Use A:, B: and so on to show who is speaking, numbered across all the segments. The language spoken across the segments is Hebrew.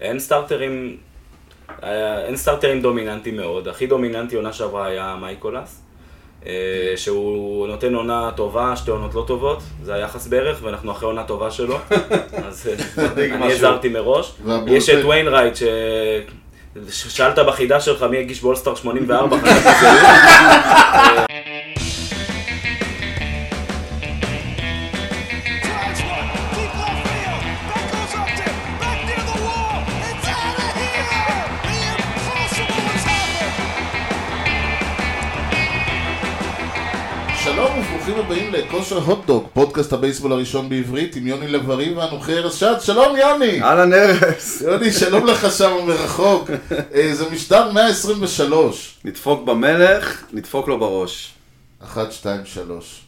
A: אין סטארטרים, אה, אין סטארטרים דומיננטיים מאוד. הכי דומיננטי עונה שעברה היה מייקולס, אה, שהוא נותן עונה טובה, שתי עונות לא טובות, זה היחס בערך, ואנחנו אחרי עונה טובה שלו, אז אה,
B: מדאיג
A: אני
B: משהו.
A: הזהרתי מראש.
C: והבולפן.
A: יש את ויינרייט, ש... ש- שאלת בחידה שלך מי הגיש בולסטאר 84, חשבתי שזה הוא.
D: drives one, deep left field. That goes up to, back near the wall. It's out of here. The impossible has happened.
C: שלום וברוכים הבאים לכושר הוטדוג, פודקאסט הבייסבול הראשון בעברית עם יוני לב-ארי ואנוכי ארז שעד, שלום יוני!
B: אהלן ארז.
C: יוני, שלום לך שם מרחוק, אה, זה משדר 123,
B: נדפוק במלך, נדפוק לו בראש.
C: 1, 2, 3.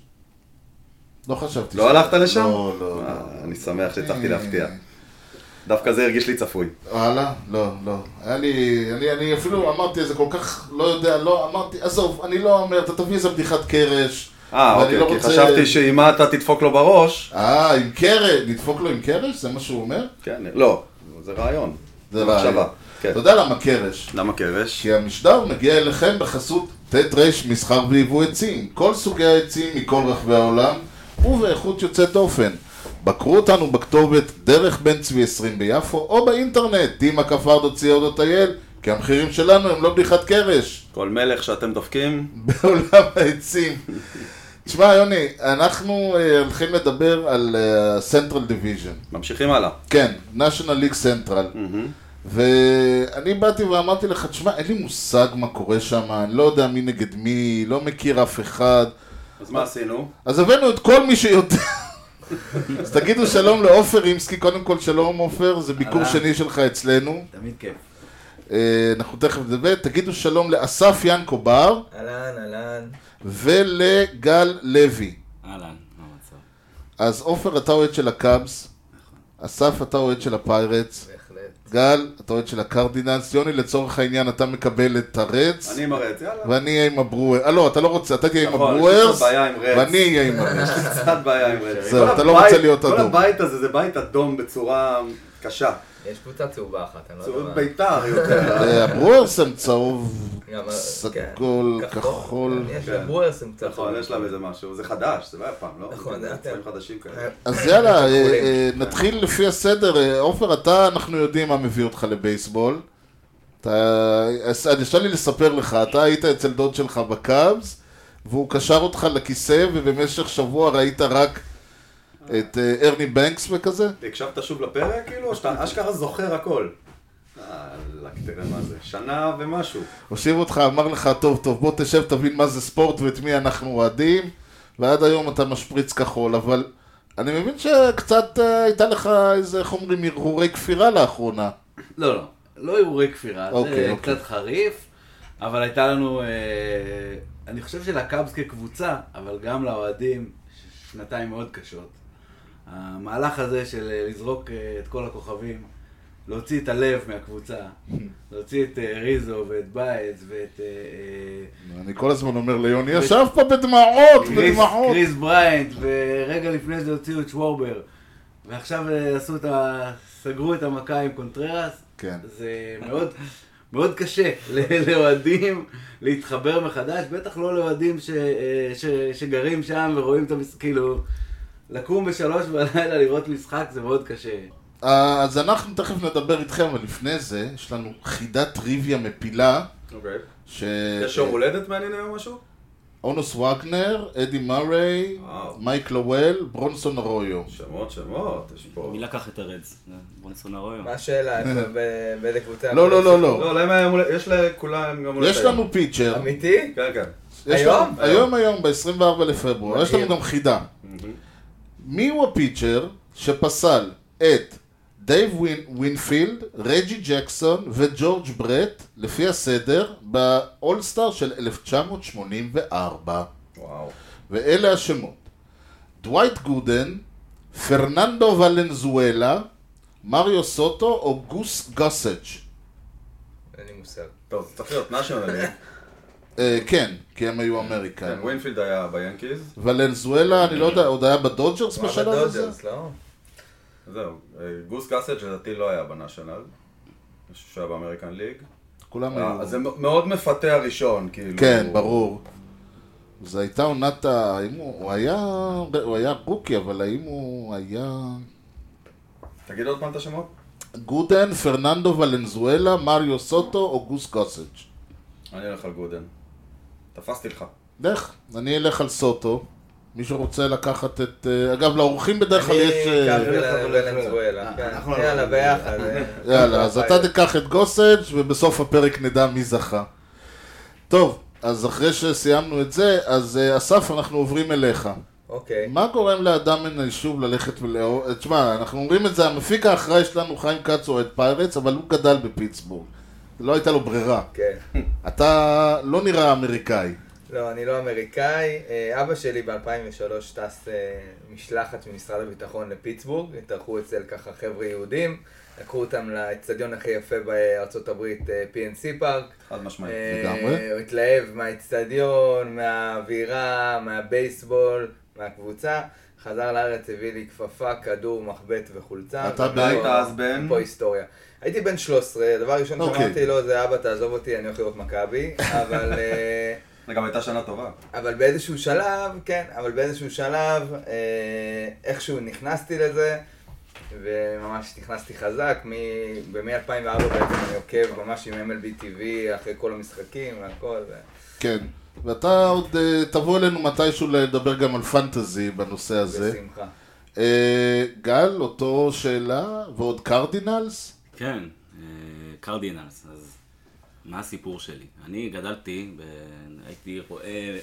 C: לא חשבתי
B: לא הלכת לשם?
C: לא, לא, לא.
B: אה, אני שמח שהצלחתי להפתיע. דווקא זה הרגיש לי צפוי. אה,
C: וואלה? לא, לא. היה לי, אני, אני אפילו אמרתי איזה כל כך, לא יודע, לא, אמרתי, עזוב, אני לא אומר, אתה תביא איזה בדיחת קרש.
B: אה,
C: ואני
B: אוקיי,
C: לא
B: כי
C: רוצה-
B: חשבתי שאם אתה תדפוק לו בראש...
C: אה, עם קרש, נדפוק לו עם קרש? זה מה שהוא אומר?
B: כן, לא, זה רעיון.
C: זה
B: מחשבה.
C: רעיון.
B: כן.
C: אתה יודע למה קרש?
B: למה קרש?
C: כי המשדר מגיע אליכם בחסות ט' ר' מסחר ויבוא עצים, כל סוגי העצים מכל רחבי העולם ובאיכות יוצאת דופן. בקרו אותנו בכתובת דרך בן צבי 20 ביפו או באינטרנט, דימה כפרדו ציודו טייל, כי המחירים שלנו הם לא בדיחת קרש,
B: כל מלך שאתם דופקים,
C: בעולם העצים. תשמע יוני, אנחנו אה, הולכים לדבר על אה, סנטרל דיוויז'ן.
B: ממשיכים הלאה.
C: כן, national league central. ואני באתי ואמרתי לך, תשמע, אין לי מושג מה קורה שם, אני לא יודע מי נגד מי, לא מכיר אף אחד.
B: אז מה עשינו?
C: אז הבאנו את כל מי שיודע. אז תגידו שלום לעופר רימסקי, קודם כל שלום עופר, זה ביקור
E: אהלן.
C: שני שלך אצלנו.
E: תמיד כיף.
C: אה, אנחנו תכף נדבר. תגידו שלום לאסף ינקו בר
E: אהלן, אהלן.
C: ולגל לוי.
A: אהלן, מה המצב? נכון.
C: אז עופר, אתה אוהד של הקאבס, אסף, אתה אוהד של הפיירטס.
E: בהחלט.
C: גל, אתה אוהד של הקרדינלס, יוני לצורך העניין אתה מקבל את הרץ,
B: אני מראה את זה, יאללה.
C: ואני אהיה עם הברוארס, אה לא, אתה לא רוצה, אתה תהיה עם
B: נכון, יש
C: הברוארס,
B: קצת בעיה עם רץ.
C: ואני אהיה עם הרץ.
B: קצת בעיה עם רצח.
C: זהו,
B: כל
C: אתה לא
B: הבית-
C: רוצה להיות
B: כל
C: אדום. לא,
B: הבית הזה זה בית אדום בצורה קשה.
E: יש קבוצה צהובה אחת, אני לא
B: צהוב
E: יודע
B: בית"ר יותר.
C: אה, הברוארס הם צהוב,
E: מה. גם, אה,
C: סגול,
E: כן.
C: כחול,
E: יש
B: כן.
E: לברוארס עם צהוב.
B: נכון, יש להם איזה משהו, זה חדש, זה לא היה פעם, לא?
E: נכון,
B: זה
E: זה היה
B: צבעים
E: פעם.
B: חדשים כאלה.
E: אה,
C: אז יאללה, אה,
E: כחולים.
C: אה, נתחיל לפי הסדר, אה, עופר, אתה, אנחנו יודעים מה מביא אותך לבייסבול. אתה, אז אני- אפשר לי לספר לך, אתה היית אצל דוד שלך בקאבס, והוא קשר אותך לכיסא, ובמשך שבוע ראית רק את אה, ארני בנקס וכזה?
B: הקשבת שוב לפרק, כאילו, או שאתה אשכרה זוכר הכל? וואלכ, תראה מה זה, שנה ומשהו.
C: הושיב אותך, אמר לך, טוב, טוב, בוא תשב, תבין מה זה ספורט ואת מי אנחנו אוהדים, ועד היום אתה משפריץ כחול, אבל אני מבין שקצת אה, הייתה לך איזה, איך אומרים, הרהורי כפירה לאחרונה.
F: לא, לא. לא הרהורי כפירה,
C: אוקיי,
F: זה
C: אוקיי.
F: קצת חריף, אבל הייתה לנו, אה, אני חושב שלקאבס כקבוצה, אבל גם לאוהדים, ש- שנתיים מאוד קשות. המהלך הזה של אה, לזרוק אה, את כל הכוכבים, להוציא את הלב מהקבוצה, להוציא את אה, ריזו ואת בייץ ואת אה, אה,
C: אני כל הזמן אומר ליוני, ישב פה בדמעות,
F: קריס,
C: בדמעות.
F: קריס בריינט, ורגע לפני זה הוציאו את שוורבר, ועכשיו אה, עשו את ה... סגרו את המכה עם קונטררס.
C: כן.
F: זה מאוד, מאוד קשה ל- לאוהדים להתחבר מחדש, בטח לא לאוהדים ש, אה, ש, שגרים שם ורואים את המשחק, כאילו, לקום בשלוש בלילה לראות משחק זה מאוד קשה.
C: אה, אז אנחנו תכף נדבר איתכם, אבל לפני זה, יש לנו חידת טריוויה מפילה,
B: אוקיי.
C: ש...
B: יש יום הולדת מעניין היום או משהו?
C: אונוס וגנר, אדי מריי,
B: וואו.
C: מייק לואל, ברונסון ארויו.
B: שמות, שמות, יש פה...
A: מי לקח את הרדס? ברונסון הרויו.
E: מה השאלה? איפה- ב- באיזה קבוצה?
C: לא, לא, לא,
B: לא,
C: לא.
B: להם היה יום הולדת, יש לכולם יום הולדת
C: יש
B: היום.
C: לנו פיצ'ר.
E: אמיתי?
B: כן, כן.
C: יש
E: היום?
C: לנו- היום, היום, ב-24 לפברואר. יש לנו
E: מדהים. Mm-hmm.
C: גם חידה. מי הוא הפיצ'ר שפסל את דייב וין- וינפילד, רג'י ג'קסון וג'ורג' ברט, לפי הסדר, באולסטאר של 1984?
B: וואו.
C: ואלה השמות: דווייט גודן, פרננדו ולנזואלה, מריו סוטו או גוס גוסג'.
E: אין לי מושג.
B: טוב, צריך להיות כן, נאשונלי.
C: אה, כן, כי הם היו
B: כן,
C: אמריקאים.
B: ווינפילד היה ביאנקיז.
C: ולנזואלה, אני לא יודע, עוד היה בדודג'רס
E: הוא היה
C: בשלב הזה?
E: בדודג'רס, לא?
B: זהו. אה, גוס קאסט שלדעתי לא היה בנאשונל. אני חושב שהיה באמריקן ליג.
C: כולם
B: אה, אז זה
C: היו...
B: מ- מאוד מפתה הראשון, כאילו.
C: כן, ברור. זו הייתה עונת ה... האם הוא... הוא היה... הוא היה רוקי, אבל האם הוא היה...
B: תגיד עוד פעם את השמות?
C: גודן, פרננדו ולנזואלה, מריו סוטו או גוס גוסג'.
B: אני אלך על גודן. תפסתי לך.
C: לך, אני אלך על סוטו. מי שרוצה לקחת את... אה, אגב, לאורחים בדרך כלל
E: אני
C: יש... אה,
E: אקח ולנזואלה,
G: לא אה,
E: כן.
G: אנחנו לא-
E: יאללה, ביחד. אה.
C: יאללה, אז אתה תיקח את גוסג' ובסוף הפרק נדע מי זכה. טוב, אז אחרי שסיימנו את זה, אז אה, אסף, אנחנו עוברים אליך.
E: אוקיי.
C: מה גורם לאדם מן היישוב ללכת ולאהוב... תשמע, אנחנו אומרים את זה, המפיק האחראי שלנו, חיים כץ, אוהד פיירטס, אבל הוא גדל בפיטסבורג. לא הייתה לו ברירה.
E: כן.
C: אתה לא נראה אמריקאי.
E: לא, אני לא אמריקאי. אה, אבא שלי ב-2003 טס אה, משלחת ממשרד הביטחון לפיטסבורג, התארחו אצל ככה חבר'ה יהודים, לקחו אותם לאצטדיון הכי יפה בארצות הברית, אה, PNC פארק.
B: חד משמעית.
E: אה,
C: לגמרי.
E: הוא התלהב מהאיצטדיון, מהאווירה, מהבייסבול, מהקבוצה. חזר לארץ, הביא לי כפפה, כדור, מחבט וחולצה.
C: אתה
E: ופה-
C: היית
B: אז בן?
E: פה היסטוריה. הייתי בן 13, הדבר הראשון
C: אוקיי.
E: שאמרתי לו זה אבא תעזוב אותי, אני הולך לראות מכבי, אבל... אה,
B: זה גם הייתה שנה טובה.
E: אבל באיזשהו שלב, כן, אבל באיזשהו שלב, אה, איכשהו נכנסתי לזה, וממש נכנסתי חזק, מ- ומ-2004 בעצם אני עוקב ממש עם MLB TV אחרי כל המשחקים והכל, ו...
C: כן. ואתה עוד אה, תבוא אלינו מתישהו לדבר גם על פנטזי בנושא הזה.
E: בשמחה.
C: אה, גל, אותו שאלה, ועוד קרדינלס?
A: כן, אה, קרדינלס, אז מה הסיפור שלי? אני גדלתי, ב... הייתי רואה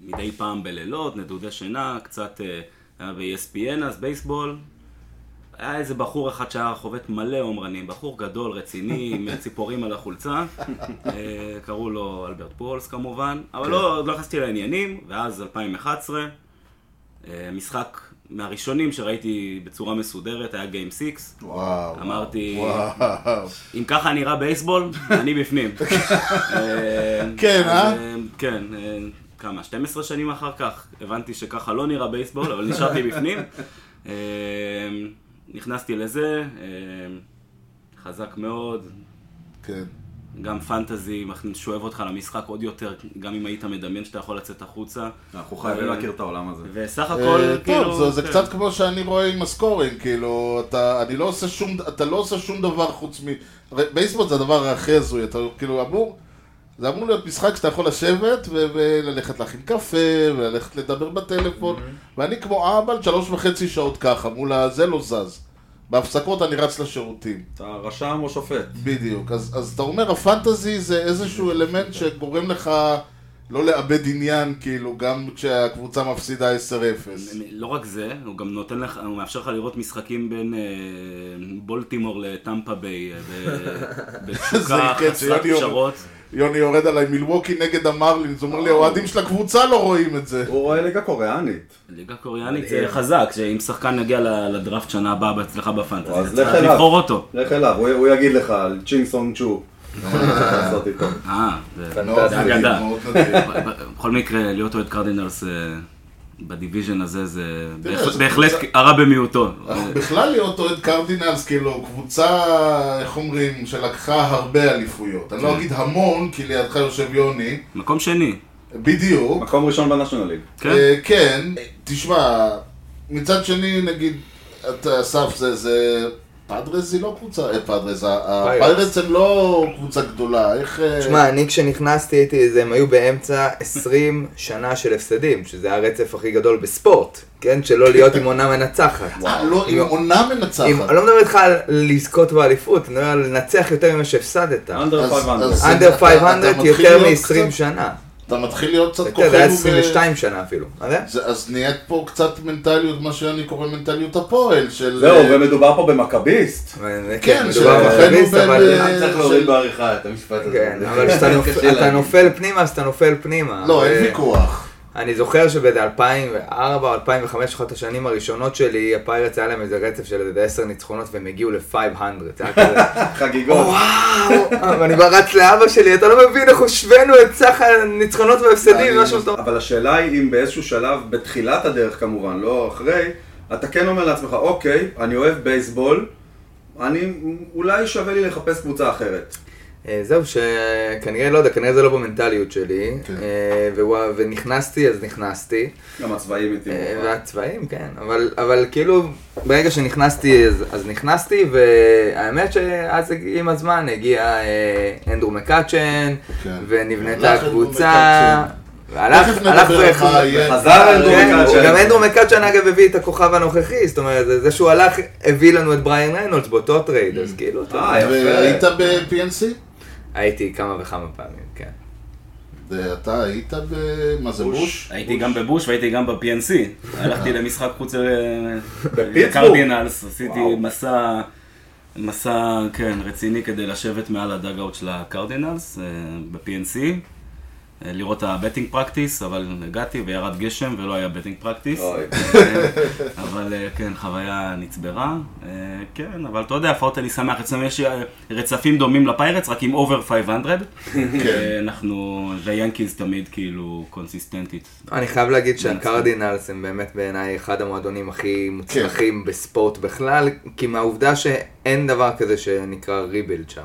A: מדי פעם בלילות, נדודי שינה, קצת אה, היה ב-ESPN אז, בייסבול. היה איזה בחור אחד שהיה חובט מלא עומרנים, בחור גדול, רציני, עם ציפורים על החולצה. אה, קראו לו אלברט פולס כמובן, אבל
C: כן.
A: לא, עוד לא נכנסתי לעניינים, ואז 2011, אה, משחק מהראשונים שראיתי בצורה מסודרת היה Game 6.
C: וואו.
A: אמרתי,
C: וואו.
A: אם ככה נראה בייסבול, אני בפנים. אה,
C: כן,
A: אז,
C: אה?
A: כן, אה, כמה, 12 שנים אחר כך, הבנתי שככה לא נראה בייסבול, אבל נשארתי בפנים. אה, נכנסתי לזה, אה, חזק מאוד,
C: כן.
A: גם פנטזי מכניס- שואב אותך למשחק עוד יותר, גם אם היית מדמיין שאתה יכול לצאת החוצה.
B: אנחנו חייבים להכיר את העולם הזה.
A: וסך
C: אה,
A: הכל, כאילו...
C: טוב, זה- זה
A: כן.
C: קצת כמו שאני רואה עם הסקורינג, כאילו, אתה אני לא עושה שום אתה לא עושה שום דבר חוץ מ... הרי בייסבול זה הדבר הכי הזוי, אתה כאילו אמור... זה אמור להיות משחק שאתה יכול לשבת ו- וללכת להכין קפה וללכת לדבר בטלפון
A: Mm-hmm.
C: ואני כמו אהבל שלוש וחצי שעות ככה מול הזה לא זז בהפסקות אני רץ לשירותים
A: Mm-hmm.
B: אתה רשם או שופט?
C: בדיוק, אז, אז אתה אומר, הפנטזי זה איזשהו אלמנט שגורם לך לא לאבד עניין, כאילו, גם כשהקבוצה מפסידה 10-0.
A: לא רק זה, הוא גם נותן לך, הוא מאפשר לך לראות משחקים בין אה, בולטימור לטמפה ביי, אה, ב- בתשוקה
C: זה קטע,
A: חסרת
C: אני אומר.
A: פשרות.
C: יוני יורד עליי מילווקי נגד המרלינס, אומר לי, האוהדים של הקבוצה לא רואים את זה.
B: הוא רואה ליגה קוריאנית.
A: ליגה קוריאנית זה חזק, שאם שחקן יגיע ל- לדראפט שנה הבאה אצלך בפנטזי,
B: אז
A: אתה צריך
B: לך אליו.
A: לבחור אותו.
B: לך אליו, הוא- הוא יגיד לך על צ'ינג סונג צ'ו. מה אתה צריך לעשות איתו.
A: אה, זה-
E: פנטסטי.
A: זה אגדה.
C: מאוד נדיר.
A: בכל מקרה, להיות אוהד קרדינלס אה, בדיוויז'ן הזה זה
C: תראה,
A: בהח-
C: זה
A: בהחלט
C: קבוצה-
A: הרע במיעוטו.
C: אך בכלל להיות אוהד קרדינלס, כאילו, קבוצה, איך אומרים, שלקחה הרבה אליפויות. אני לא אגיד המון, כי לידך יושב יוני,
A: מקום שני,
C: בדיוק.
B: מקום ראשון בנשיונל ליג.
A: כן?
C: אה, כן, תשמע, מצד שני, נגיד, אתה, אסף, זה, זה, פאדרס היא לא קבוצה, אה, פאדרס, ה- הפיירטס הם לא קבוצה גדולה, איך... אה,
E: תשמע, אני כשנכנסתי הייתי, זה- הם היו באמצע 20 שנה של הפסדים, שזה הרצף הכי גדול בספורט, כן? שלא להיות עם עונה מנצחת.
C: אה, לא, עם
E: עם-
C: עונה
E: עם- אני
C: מנצחת.
E: לא מדבר איתך על לזכות באליפות, אני מדבר על לנצח יותר ממה שהפסדת.
B: אנדר
C: אז-
B: 500.
C: אז-
E: אנדר
C: אתה- אתה
E: 500
C: מתחיל
E: יותר
C: להיות
E: מ-20
C: קצת-
E: שנה.
C: אתה מתחיל להיות קצת
E: אתה יודע, זה היה
C: כוחנו ב...
E: 22 שנה אפילו. מה זה?
C: זה- אז נהיית פה קצת מנטליות, מה שאני קורא מנטליות הפועל, של...
B: זהו, ומדובר פה במכביסט.
C: כן,
E: מדובר
C: של-
E: על
C: אחינו
E: אנליסט,
C: בין-
E: אבל-
C: אה,
H: צריך להוריד בעריכה את המשפט הזה.
E: כן, אבל כשאתה נופ-
H: קשה
E: אתה
H: להגיד.
E: נופל פנימה, אז אתה נופל פנימה.
C: לא,
E: ו-
C: אין ויכוח.
E: אני זוכר שב-2004 או 2005, אחת השנים הראשונות שלי, הפיירטס היה להם איזה רצף של איזה 10 ניצחונות והם הגיעו ל-500. זה היה כזה,
B: חגיגות.
E: וואו, ואני רץ לאבא שלי, אתה לא מבין איך השווינו את סך הניצחונות וההפסדים,
C: אה,
B: אני- לא
E: משהו שאתה אומר.
B: אבל השאלה היא אם באיזשהו שלב, בתחילת הדרך כמובן, לא אחרי, אתה כן אומר לעצמך, אוקיי, אני אוהב בייסבול, אני, אולי שווה לי לחפש קבוצה אחרת.
E: אה, זהו, שכנראה, לא יודע, כנראה זה לא במנטליות שלי.
C: כן.
E: אה, והוא- ונכנסתי, אז נכנסתי.
B: גם הצבעים התאימו.
E: אה,
B: לך.
E: והצבעים, כן. אבל, אבל כאילו, ברגע שנכנסתי, אז, אז נכנסתי, והאמת שאז עם הזמן הגיע אה, אנדרו מקאצ'ן,
C: כן.
E: ונבנתה
C: הלך אנדרו
E: הקבוצה. והלך,
C: תכף
E: הלך
C: נדבר על מה יהיה.
B: חזר אנדרו
E: כן,
B: מקאצ'ן.
E: גם אנדרו מקאצ'ן אגב הביא את הכוכב הנוכחי, זאת אומרת, זה זה שהוא הלך, הביא לנו את בריאן ריינולדס באותו טרייד,
C: Mm.
E: אז כאילו, אתה יודע,
B: אה, יפה.
C: והיית ב-PNC?
E: הייתי כמה וכמה פעמים, כן.
C: אתה היית ב... מה זה בוש?
A: הייתי גם בבוש והייתי גם ב-PNC. הלכתי למשחק חוץ ל- לקרדינלס, עשיתי מסע, מסע, כן, רציני כדי לשבת מעל הדאג-אאוט של הקרדינלס אה, ב-PNC, אה, לראות את הבטינג פרקטיס, אבל הגעתי וירד גשם ולא היה בטינג פרקטיס.
B: אוי.
A: אבל אה, כן, חוויה נצברה. אה, כן, אבל אתה יודע, לפחות אני שמח. אצלנו יש אה, רצפים דומים לפיירטס, רק עם אובר 500. אה, אנחנו, והיאנקיז תמיד כאילו קונסיסטנטית.
E: אני חייב להגיד שהקרדינלס הם באמת בעיניי אחד המועדונים
C: כן.
E: הכי מוצלחים בספורט בכלל, כי מהעובדה שאין דבר כזה שנקרא ריבילד שם.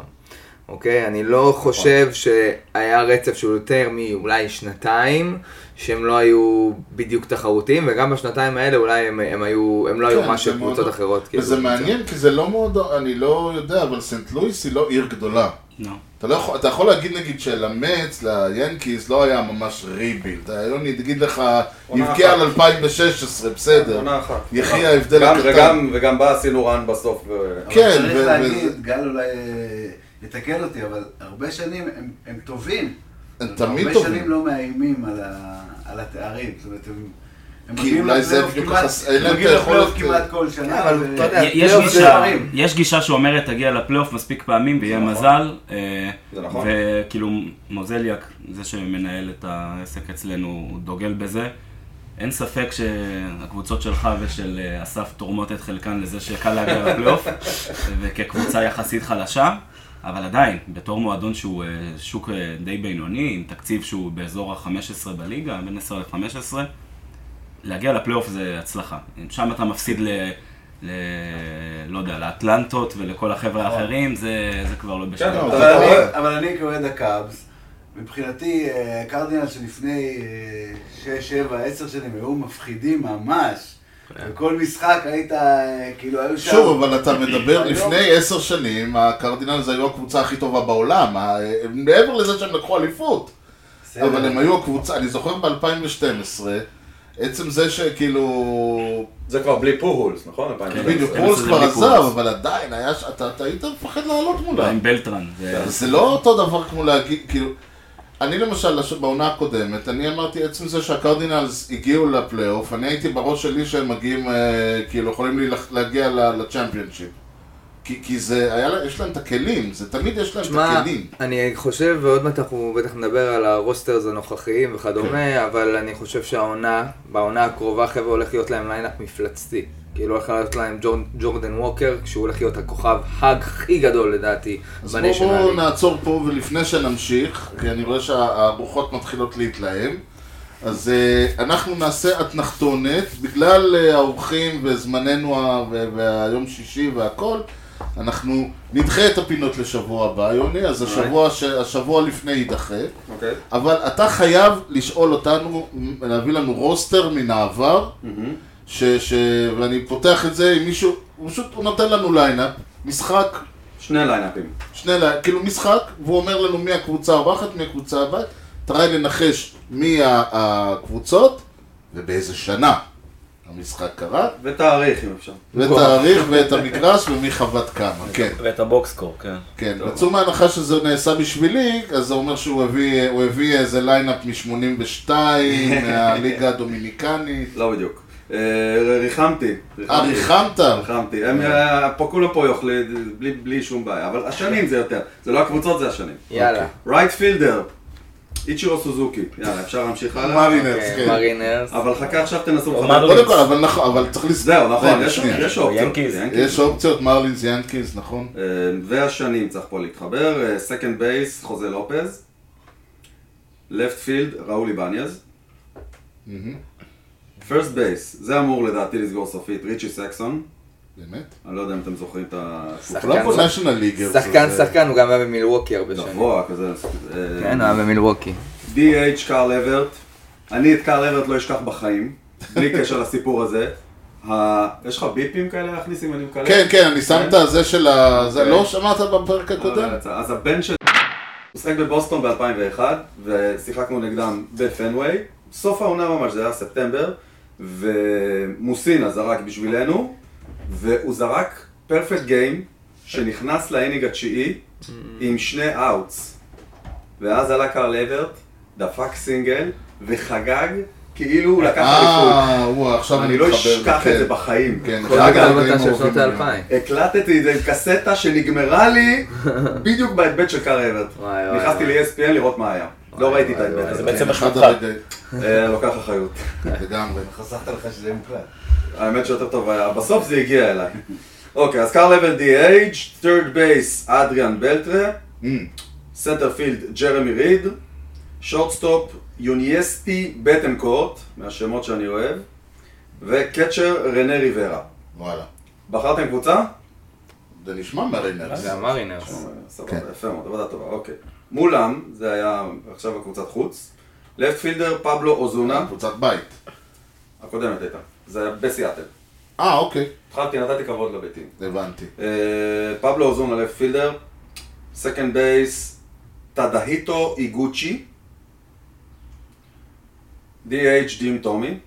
E: אוקיי? אני לא
C: נכון.
E: חושב שהיה רצף שהוא יותר מאולי שנתיים, שהם לא היו בדיוק תחרותיים, וגם בשנתיים האלה אולי הם, הם, היו, הם לא היו
C: כן,
E: מה
C: זה
E: שקבוצות
C: מאוד-
E: אחרות. כאילו,
C: וזה
E: ביצעו.
C: מעניין, כי זה לא מאוד... אני לא יודע, אבל סנט לואיס היא לא עיר גדולה.
A: נו.
C: אתה, לא יכול, אתה יכול להגיד נגיד שלמץ, ליאנקיז, לא היה ממש ריבילד. היום אני אגיד לך,
B: עונה
C: נבקיע
B: אחת.
C: על 2016, בסדר.
B: עונה אחת.
C: יחי ההבדל
B: גם-
C: הקטן.
B: וגם- וגם בה עשינו רן בסוף. ו-
C: כן,
I: אבל צריך
C: ו-
I: להגיד, גל אולי אה, יתקן אותי, אבל הרבה שנים הם- הם טובים.
C: הם
I: אבל
C: תמיד
I: הרבה
C: טובים.
I: שנים לא מאיימים על ה- על התארים. זאת אומרת, הם... הם
C: כי
I: מגיעים
C: אולי זה
I: לפלייאוף
C: בדיוק
I: כמעט-
C: החס- אין להם
I: מגיעים
C: את היכולת,
I: לפלייאוף
C: אה,
I: כמעט כל שנה.
E: אבל
I: ו-
E: אתה יודע,
A: י- יש
E: לא, זה-
A: גישה-
I: דברים.
A: יש גישה שאומרת תגיע לפלייאוף מספיק פעמים ויהיה מזל. אה,
B: נכון. זה נכון.
A: וכאילו מוזליאק, זה שמנהל את העסק אצלנו, הוא דוגל בזה. אין ספק שהקבוצות שלך ושל אה, אסף תורמות את חלקן לזה שקל להגיע לפלייאוף, וכקבוצה יחסית חלשה, אבל עדיין, בתור מועדון שהוא אה, שוק אה, די בינוני, עם תקציב שהוא באזור ה-15 בליגה, בין 10 ל-15, להגיע לפלייאוף זה הצלחה. אם שם אתה מפסיד ל... ל... לא יודע, לאטלנטות ולכל החבר'ה
C: נכון.
A: האחרים, זה, זה כבר
C: כן,
A: לא בשלב.
B: לא,
I: אבל
B: זה
I: אני-
B: קורה.
I: אבל אני כאוהד הקאבס, מבחינתי אה, הקרדינל שלפני אה, 6, 7, 10 שנים היו מפחידים ממש.
E: כן.
I: בכל משחק היית, אה, כאילו, היו שם...
C: שוב, אבל אתה מדבר,
I: היום-
C: לפני עשר שנים, הקרדינלס היו הקבוצה הכי טובה בעולם. ה- מעבר לזה שהם לקחו אליפות.
I: בסדר.
C: אבל הם היו הקבוצה, אני זוכר ב-2012, עצם זה שכאילו...
B: זה כבר בלי פורולס, נכון? 2012.
C: בדיוק,
A: כן,
C: פולס
A: זה
C: כבר
A: בלי
C: עזב,
A: פולס.
C: אבל עדיין, היה ש- אתה אתה היית מפחד לעלות מולם.
A: עם בלטרן. זה-
C: זה לא אותו דבר כמו להגיד, כאילו... אני למשל, לש- בעונה הקודמת, אני אמרתי, עצם זה שהקרדינלס הגיעו לפלייאוף, אני הייתי בראש שלי שהם מגיעים, אה, כאילו, יכולים להילח- להגיע ל- לצ'מפיונשיפ. כי, כי זה, היה, לה- יש להם את הכלים, זה תמיד יש להם את
E: תשמע,
C: הכלים.
E: אני חושב, ועוד מעט אנחנו בטח נדבר על הרוסטרס הנוכחיים
C: כן.
E: וכדומה, אבל אני חושב שהעונה, בעונה הקרובה חבר'ה הולך להיות להם ליינאפ מפלצתי. כאילו הולך להיות להם ג'ור- ג'ורדן ווקר, כשהוא הולך להיות הכוכב הכי גדול לדעתי
C: אז בואו
E: בניישן
C: בוא
E: הליג.
C: נעצור פה, ולפני שנמשיך, כי אני רואה שהרוחות מתחילות להתלהם, אז uh, אנחנו נעשה אתנחתונת, בגלל אה, האורחים וזמננו ה- ו- והיום שישי והכל, אנחנו נדחה את הפינות לשבוע הבא, יוני, אז השבוע, ש- השבוע לפני יידחה,
B: אוקיי.
C: אבל אתה חייב לשאול אותנו, להביא לנו רוסטר מן העבר, ש, ש, ואני פותח את זה עם מישהו, הוא פשוט הוא נותן לנו ליינאפ, משחק
B: שני ליינאפים.
C: שני, לה- כאילו משחק, והוא אומר לנו מי הקבוצה האורחת, מי הקבוצה הבאה, תראה לנחש מי ה- הקבוצות ובאיזה שנה המשחק קרה,
B: ותאריך, אם אפשר.
C: ותאריך ואת המגרש ומי חבט כמה, כן,
A: ואת הבוקסקור, כן.
C: כן. יצאו מההנחה שזה נעשה בשבילי, אז זה אומר שהוא הביא, הוא הביא איזה ליינאפ מ-82, מהליגה הדומיניקנית.
B: לא בדיוק. אה, ריחמתי.
C: אה, ריחמת?
B: ריחמתי.
C: כן.
B: הם, אה, פה כולם פה יאכלו בלי- בלי שום בעיה. אבל השנים זה יותר. זה לא הקבוצות, זה השנים.
E: יאללה.
C: אוקיי,
B: רייט פילדר. איצ'ירו סוזוקי. יאללה, אפשר להמשיך הלאה.
C: מרינרס,
E: אוקיי,
C: כן.
E: מרינרס.
B: אבל חכה עכשיו תנסו
A: אמרנו-
B: לחבר.
C: קודם כל, אבל נכון, אבל צריך לס...
B: זהו, נכון,
C: רגע,
B: יש
C: שנייה.
B: יש אופציות.
A: ינקיז.
B: ינקיז.
C: יש אופציות, מרלינס, ינקיז, נכון?
B: אה, והשנים צריך פה להתחבר, סקנד בייס, חוזה לופז, לפט פילד, ראול איבניאז, פרסט בייס, זה אמור לדעתי לסגור סופית, ריצ'י סקסון,
C: באמת?
B: אני לא יודע אם אתם זוכרים את ה...
E: שחקן.
C: כולם פה national leaguers.
E: שחקן,
C: אז,
E: שחקן, הוא גם היה במילווקי הרבה
C: נכון.
E: שנים.
B: גבוה כזה.
E: לא,
B: אה,
E: כן, הוא היה במילווקי.
B: DH קארל אברט. אני את קארל אברט לא אשכח בחיים, בלי קשר לסיפור הזה. ה- יש לך ביפים כאלה להכניס אם אני מקלל?
C: כן, כן, אני שם את הזה של ה... זה לא שמעת בפרק הקודם?
B: אוקיי. אה, אז הבן של... הוא שיחק בבוסטון ב-2001, ושיחקנו נגדם בפנוויי. סוף העונה ממש, זה היה ספטמבר, ומוסינה זרק בשבילנו, והוא זרק פרפקט גיים, שנכנס לאינינג התשיעי, עם שני אאוטס. ואז עלה קרל אברט, דפק סינגל, וחגג כאילו הוא לקח אליפות.
C: אה, וואו, עכשיו אני
B: אני לא
C: מתחבר.
B: אשכח את זה
C: כן.
B: בחיים.
C: כן,
E: כל
C: אגב,
E: הגלמתה
C: הם
E: של
C: אוהבים
E: שנות האלפיים.
B: הקלטתי את זה עם קסטה שנגמרה לי בדיוק בהדבט של קארי אברט.
E: וואי, וואי,
B: נכנסתי
E: וואי.
B: ל-ESPN לראות מה היה. לא ראיתי את ההדבט
A: זה
B: הזה.
A: בעצם
C: כן, אחד
A: אשמתך.
C: הרגעים,
B: אה, לוקח אחריות.
C: לגמרי.
I: חסכת לך שזה יהיה מוקלט.
B: האמת שיותר טוב היה. בסוף זה הגיע אליי. אוקיי, אז קארל אברט DH, third base אדריאן בלטרה, סנטר פילד ג'רמי ריד, שורטסטופ יונייסטי בטנקורט, מהשמות שאני אוהב, וקצ'ר רנה ריברה.
C: וואלה.
B: בחרתם קבוצה?
C: זה נשמע מרינרס.
E: זה המרינרס.
B: סבבה,
C: כן.
B: יפה מאוד, עבודה טובה, אוקיי. מולם, זה היה עכשיו הקבוצת חוץ. לפט פילדר פבלו אוזונה,
C: קבוצת בית.
B: הקודמת הייתה. זה היה בסיאטל.
C: אה, אוקיי,
B: התחלתי, נתתי כבוד לביתים.
C: הבנתי.
B: אה, פבלו אוזונה לפט פילדר, סקנד בייס, טדהיטו איגוצ'י, DH דים טומי,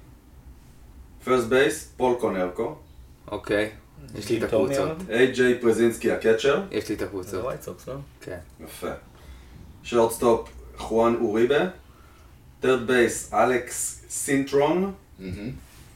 B: פרסט בייס, פול קונרקו,
E: אוקיי. יש לי את הקבוצות.
B: איי-ג'יי פרזינסקי הקצ'ר,
E: יש לי את הקבוצות. כן.
B: יפה. שורטסטופ, חואן אוריבה. טרד בייס, אלכס סינטרון.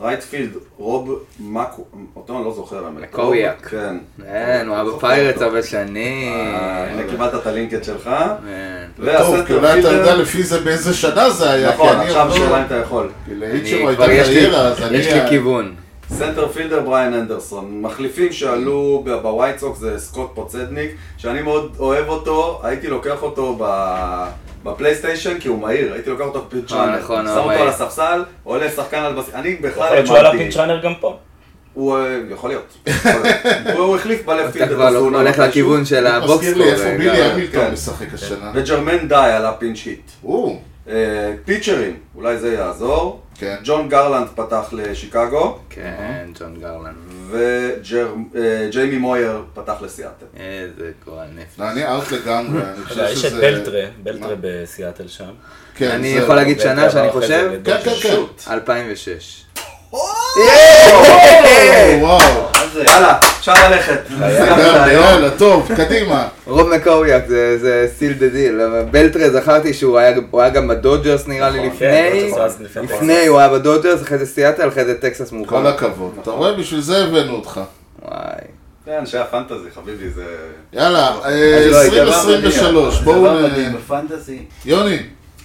B: רייטפילד, רוב מקו... אותו אני לא זוכר. האמת.
E: מקוריאק.
B: כן.
E: כן, הוא היה בפיירטס הרבה שנים.
B: אה, הנה קיבלת את הלינקד שלך.
E: כן.
C: טוב, כי אולי אתה
B: פילדר-
C: יודע לפי זה באיזה שנה זה היה.
B: נכון,
C: כי אני
B: עכשיו
C: עוד לא-
B: שאלה אם אתה יכול.
C: כי
E: אני
C: לאיצ'רו
E: כבר
C: הייתה
E: יש לי-
C: קריירה, אז אני...
E: יש לי כיוון.
B: סנטר פילדר בריאן אנדרסון, מחליפים שעלו ב- בווייט סוקס זה סקוט פוצדניק, שאני מאוד אוהב אותו, הייתי לוקח אותו ב- בפלייסטיישן כי הוא מהיר, הייתי לוקח אותו
E: אה,
B: פיצ'אנר,
E: נכון,
B: שם
E: הוא
B: אותו
E: מהיר.
B: על הספסל, עולה שחקן על בסיס, אני בכלל
A: יכול להיות שהוא עלה פיצ'ראנר גם פה.
B: הוא אה, יכול להיות, יכול להיות. הוא- הוא החליף בלב
C: אוקיי,
E: אתה
B: פילדר,
E: כבר
B: אז הוא
E: הולך
B: נתן
E: לכיוון
C: מזכיר
E: של
C: לי
E: הבוקסקור. אה,
C: איפה בילי המילטון
B: כן.
C: משחק השנה.
B: שוב. וג'רמן די עלה פינץ' היט.
C: או,
B: אה, פיצ'רים, אולי זה יעזור,
C: כן.
B: ג'ון גרלנד פתח לשיקגו,
E: כן, ג'ון גרלנד.
B: וג'יימי אה, מויר פתח לסיאטל.
E: איזה גועל נפש.
C: לא, אני אאוט לגמרי, אני
A: אתה יודע,
C: חושב
A: יש
C: שזה...
A: את בלטרה,
C: מה?
A: בלטרה בסיאטל שם.
C: כן,
E: אני
C: זה-
E: יכול להגיד שנה
A: בלטרה
E: שאני
A: אחרי זה
E: חושב?
A: לדוטה.
C: כן, כן, כן.
E: 2006. אה!
C: או, אה, וואו.
B: יאללה, אפשר ללכת.
C: יאללה, יאללה, טוב, קדימה.
E: רוב מקוריאק זה- זה סיל דה דיל, בלטרה זכרתי שהוא היה- הוא היה גם בדודג'רס נראה לי
A: נכון, כן,
E: לפני,
A: דודג'רס, לפני טקסס.
E: לפני הוא היה בדודג'רס, אחרי זה סיאטל, אחרי זה טקסס מאוחר.
C: כל הכבוד. אתה רואה, בשביל זה הבאנו אותך.
E: וואי.
B: זה אנשי הפנטזי, כן, חביבי, זה...
C: יאללה, אה,
E: לא, זה
C: 2023, בואו...
I: דבר
C: אה,
I: מדהים, בפנטזי.
C: יוני,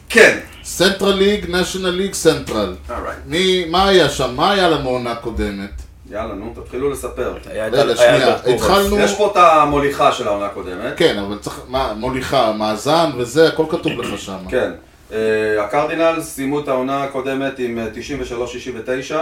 B: כן.
C: סנטרל ליג, נשיונל ליג, סנטרל.
B: אורייט.
C: מי, מה היה שם? מה היה לנו עונה קודמת?
B: יאללה, נו, תתחילו לספר.
A: היה את
C: רגע,
A: ה- היה
C: לא, שנייה,
A: את הקורס.
C: התחלנו...
B: יש פה את המוליכה של העונה הקודמת.
C: כן, אבל צריך... מה, מוליכה, מאזן וזה, הכל כתוב לך שם.
B: כן. אה, הקרדינל סיימו את העונה הקודמת עם אה, 93-69.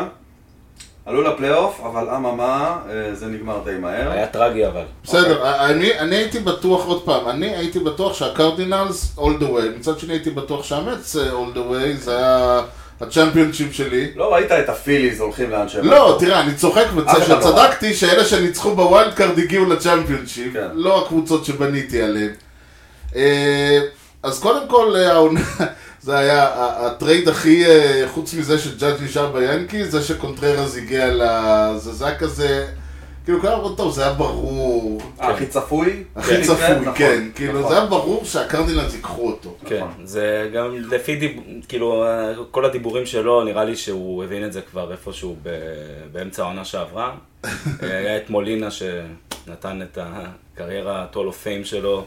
B: עלו לפלייאוף, אבל אממה, אה, זה נגמר די מהר.
A: היה טרגי אבל.
C: בסדר, אה, אני, אני הייתי בטוח, עוד פעם, אני הייתי בטוח שהקרדינלס all the way, מצד שני הייתי בטוח שהמץ אה, all the way, זה היה הצ'מפיונשיפ שלי.
B: לא ראית את הפיליז הולכים לאן שהם...
C: לא, תראה, אני צוחק
B: אף אחד לא
C: שצדקתי שאלה שניצחו בווילד קארד הגיעו לצ'מפיונשיפ,
B: כן.
C: לא הקבוצות שבניתי עליהן. אה, אז קודם כל, אה, העונה, זה היה ה- הטרייד הכי, אה, חוץ מזה שג'אג' נשאר ביאנקי, זה שקונטררס הגיע ל... זה זה היה כזה, כאילו, כולם אמרו, טוב, זה היה ברור,
B: אה, הכי צפוי?
C: הכי
B: כן,
C: צפוי,
B: נכון,
C: כן, כאילו,
B: נכון.
C: זה היה ברור שהקרדינלס ייקחו אותו.
A: כן, זה גם לפי, דיב... כאילו, אה, כל הדיבורים שלו, נראה לי שהוא הבין את זה כבר איפשהו ב... באמצע העונה שעברה. אה, היה את מולינה שנתן את הקריירה ה-Tall of Fame שלו,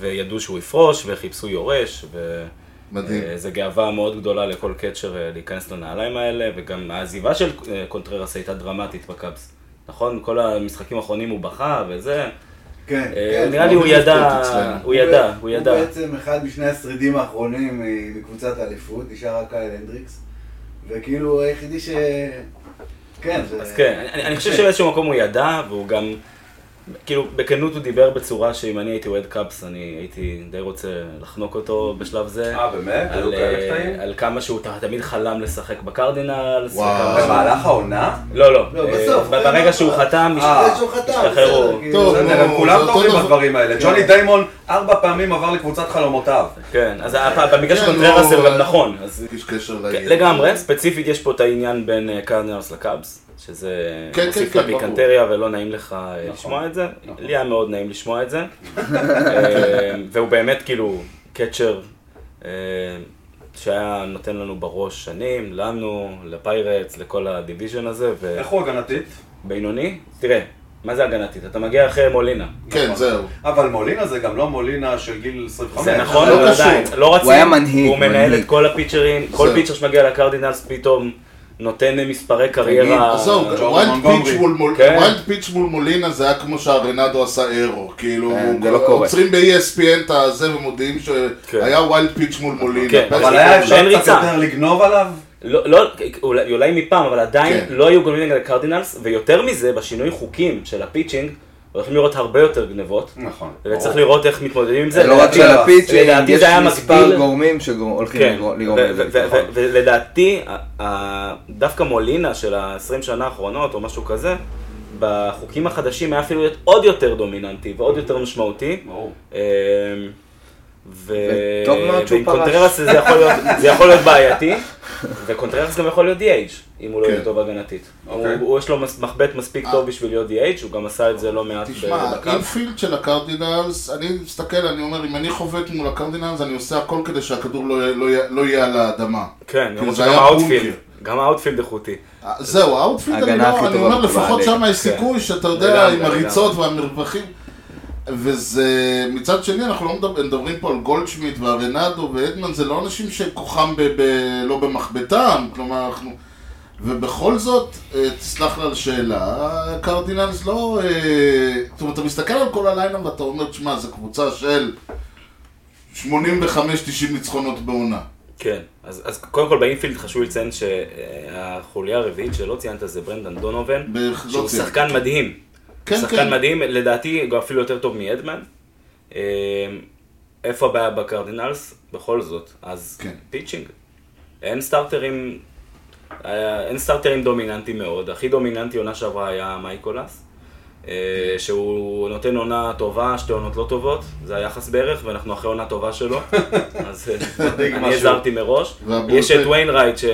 A: וידעו שהוא יפרוש, וחיפשו יורש, ו...
C: מדהים.
A: אה, זו גאווה מאוד גדולה לכל קצ'ר אה, להיכנס לנעליים האלה, וגם העזיבה של אה, קונטררס הייתה דרמטית בקאבס. נכון? כל המשחקים האחרונים הוא בכה וזה.
I: כן,
A: אה,
I: כן.
A: נראה לי הוא
C: מוריד
A: ידע,
C: רפורט
B: כן.
C: אצלנו.
A: הוא ידע, הוא ידע.
I: הוא בעצם אחד משני השרידים האחרונים אה, מקבוצת האליפות, נשאר רק קייל הנדריקס, וכאילו הוא היחידי ש... כן, זה...
A: אז כן, אני, אני חושב שבאיזשהו מקום הוא ידע, והוא גם, כאילו, בכנות הוא דיבר בצורה שאם אני הייתי אוהד קאפס, אני הייתי די רוצה לחנוק אותו בשלב זה.
B: אה, באמת? היו
A: על,
B: כאלה
A: אה,
B: קטעים?
A: על כמה שהוא ת- תמיד חלם לשחק בקרדינלס.
C: וואו.
A: וכמה-
B: אה, במהלך העונה?
A: לא, לא.
I: לא,
A: אה,
I: בסוף,
A: ב- ברגע שהוא חתם,
B: אה,
I: שהוא חתם,
A: השתחררו.
I: בסדר, כאילו.
C: טוב,
B: בסדר, הם
C: נו,
B: כולם
C: זה אותו
B: טובים
C: דבר.
B: בדברים האלה.
I: כן.
B: ג'וני דיימון ארבע פעמים עבר לקבוצת חלומותיו.
A: כן, אז הפ- במקרה של
C: כן,
A: קונטררס
C: לא,
A: זה גם
C: אבל-
A: נכון. אז-
C: יש קשר
A: כן,
C: לעיר.
A: לגמרי, ספציפית יש פה את העניין בין אה, קרדינלס לקאבס, שזה
C: כן,
A: מוסיף
C: כן,
A: לה
C: כן, ברור. נכון,
A: פיקנטריה ולא נעים לך אה, לשמוע את זה. לי היה מאוד נעים לשמוע את זה. אה, והוא באמת כאילו קצ'ר אה, שהיה נותן לנו בראש שנים, לנו, לפיירטס, לכל הדיוויז'ן הזה,
B: איך
C: נכון.
B: הוא הגנתית?
A: ובינוני, תראה, מה זה הגנתית? אתה מגיע אחרי מולינה.
B: נכון.
C: כן, זהו.
B: אבל מולינה זה גם לא מולינה של גיל 25.
A: זה נכון,
C: לא
A: אבל
C: קשור.
A: עדיין, לא רצים,
E: הוא היה מנהיג,
A: הוא מנהל
E: מנהיג.
A: את כל הפיצ'רים, כל
C: זהו.
A: פיצ'ר שמגיע לקרדינלס פתאום נותן מספרי קריירה.
C: אז זהו,
B: ג'ורדן
C: ווילד
B: מונטגומרי.
C: פיץ' מול מול-
A: כן.
C: ווילד פיץ' מול מולינה זה היה כמו שהרנדו עשה אירו, כאילו,
E: כן, זה
C: הוא-
E: לא קורה.
C: עוצרים ב-ESPN את הזה ומודיעים
A: כן.
C: שהיה ווילד פיץ' מול מולינה.
A: כן,
C: פשוט-
B: אבל היה אפשר
A: אין
B: קצת
A: ריצה.
B: יותר לגנוב עליו?
A: לא, לא, אולי, אולי מפעם, אבל עדיין
C: כן.
A: לא היו גונבים נגד הקרדינלס, ויותר מזה, בשינוי חוקים של הפיצ'ינג, הולכים לראות הרבה יותר גנבות,
B: נכון.
A: וצריך לראות איך מתמודדים עם זה.
E: זה לא רק
A: לדעתי-
E: של הפיצ'ינג,
A: לדעתי
E: יש
A: זה היה
E: מספר
A: מקביל-
E: גורמים שהולכים
A: כן,
E: לגרום
A: ו-
E: לזה.
A: ו- ו-
E: נכון.
A: ו- ולדעתי, ה- ה- דווקא מולינה של ה-20 שנה האחרונות, או משהו כזה, בחוקים החדשים היה אפילו להיות עוד יותר דומיננטי ועוד יותר משמעותי.
B: ברור.
A: אמ, ו...
E: וטוב מאוד שהוא
A: ועם
E: פרש.
A: קונטררס זה יכול, להיות, זה יכול להיות בעייתי, וקונטררס גם יכול להיות DH, אם הוא לא
C: כן.
A: יהיה טוב הגנתית.
B: אוקיי.
A: הוא, הוא יש לו מס- מחבט מספיק
C: אה.
A: טוב בשביל להיות DH, הוא גם עשה את זה לא מעט
C: תשמע,
A: בקו.
C: האינפילד של הקרדינלס, אני מסתכל, אני אומר, אם אני חובט מול הקרדינלס, אני עושה הכל כדי שהכדור לא יהיה- לא יהיה- לא יהיה על האדמה.
A: כן,
C: כאילו,
A: למרות
C: זה
A: שגם
C: היה
A: האוטפילד,
C: בונקר.
A: גם האוטפילד איכותי.
C: אה, זהו, האוטפיט, אני
E: ההגנה
C: לא,
E: הכי
C: אני
E: טובה
C: אומר,
E: בליגה.
C: לפחות שם יש
A: כן.
C: סיכוי שאתה יודע,
A: לגמרי,
C: עם הריצות והמרווחים. וזה, מצד שני, אנחנו לא מדבר, מדברים פה על גולדשמיט והרנדו ועדמן, זה לא אנשים שכוחם ב, ב, לא במחבטם, כלומר, אנחנו... ובכל זאת, אה, תסלח לי על השאלה, הקרדינלס לא... אה, זאת אומרת, אתה מסתכל על כל הלילה ואתה אומר, תשמע, זו קבוצה של 85-90 ניצחונות בעונה.
A: כן, אז, אז קודם כל באינפילד חשוב לציין שהחוליה הרביעית שלא ציינת זה ברנדן דונובן,
C: בערך לא
A: שהוא
C: ציינת.
A: שחקן מדהים.
C: כן,
A: שחקן
C: כן.
A: מדהים, לדעתי הוא אפילו יותר טוב מאדמן. אה, איפה הבעיה בקרדינלס? בכל זאת, אז
C: כן.
A: פיצ'ינג. אין סטארטרים, היה- אין סטארטרים דומיננטיים מאוד, הכי דומיננטי עונה שעברה היה מייקולס. אה, שהוא נותן עונה טובה, שתי עונות לא טובות, זה היחס בערך, ואנחנו אחרי עונה טובה שלו, אז אה, אני
B: משהו.
A: הזהרתי מראש.
C: והבולטן-
A: יש את ויינרייט, ש...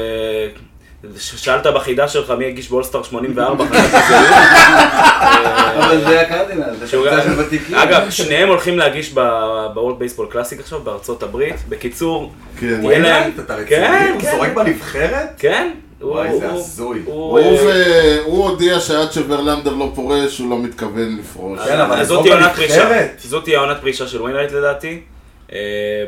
A: שאלת בחידה שלך מי הגיש בולסטאר 84, חשבתי שזה הוא.
I: אבל זה הקרדינל, זה
A: שהוא
I: קבוצה
A: גם-
I: של ותיקים.
A: אגב, שניהם הולכים להגיש בוולד בייסבול קלאסיק עכשיו, בארצות הברית. בקיצור,
C: כן.
A: תהיה להם...
B: אתה רציני?
A: כן,
B: הוא
A: כן.
B: זורק בנבחרת?
A: כן.
B: וואי,
A: הוא-
B: זה
A: הוא-
B: הזוי.
A: הוא...
C: הוא ו- הוא הודיע שעד שברלנדר לא פורש, הוא לא מתכוון לפרוש.
B: כן, אבל
A: אז
B: לזרוק
A: זאת תהיה עונת
B: בנבחרת?
A: פרישה. זאת תהיה עונת פרישה של ויינרייט לדעתי. אה,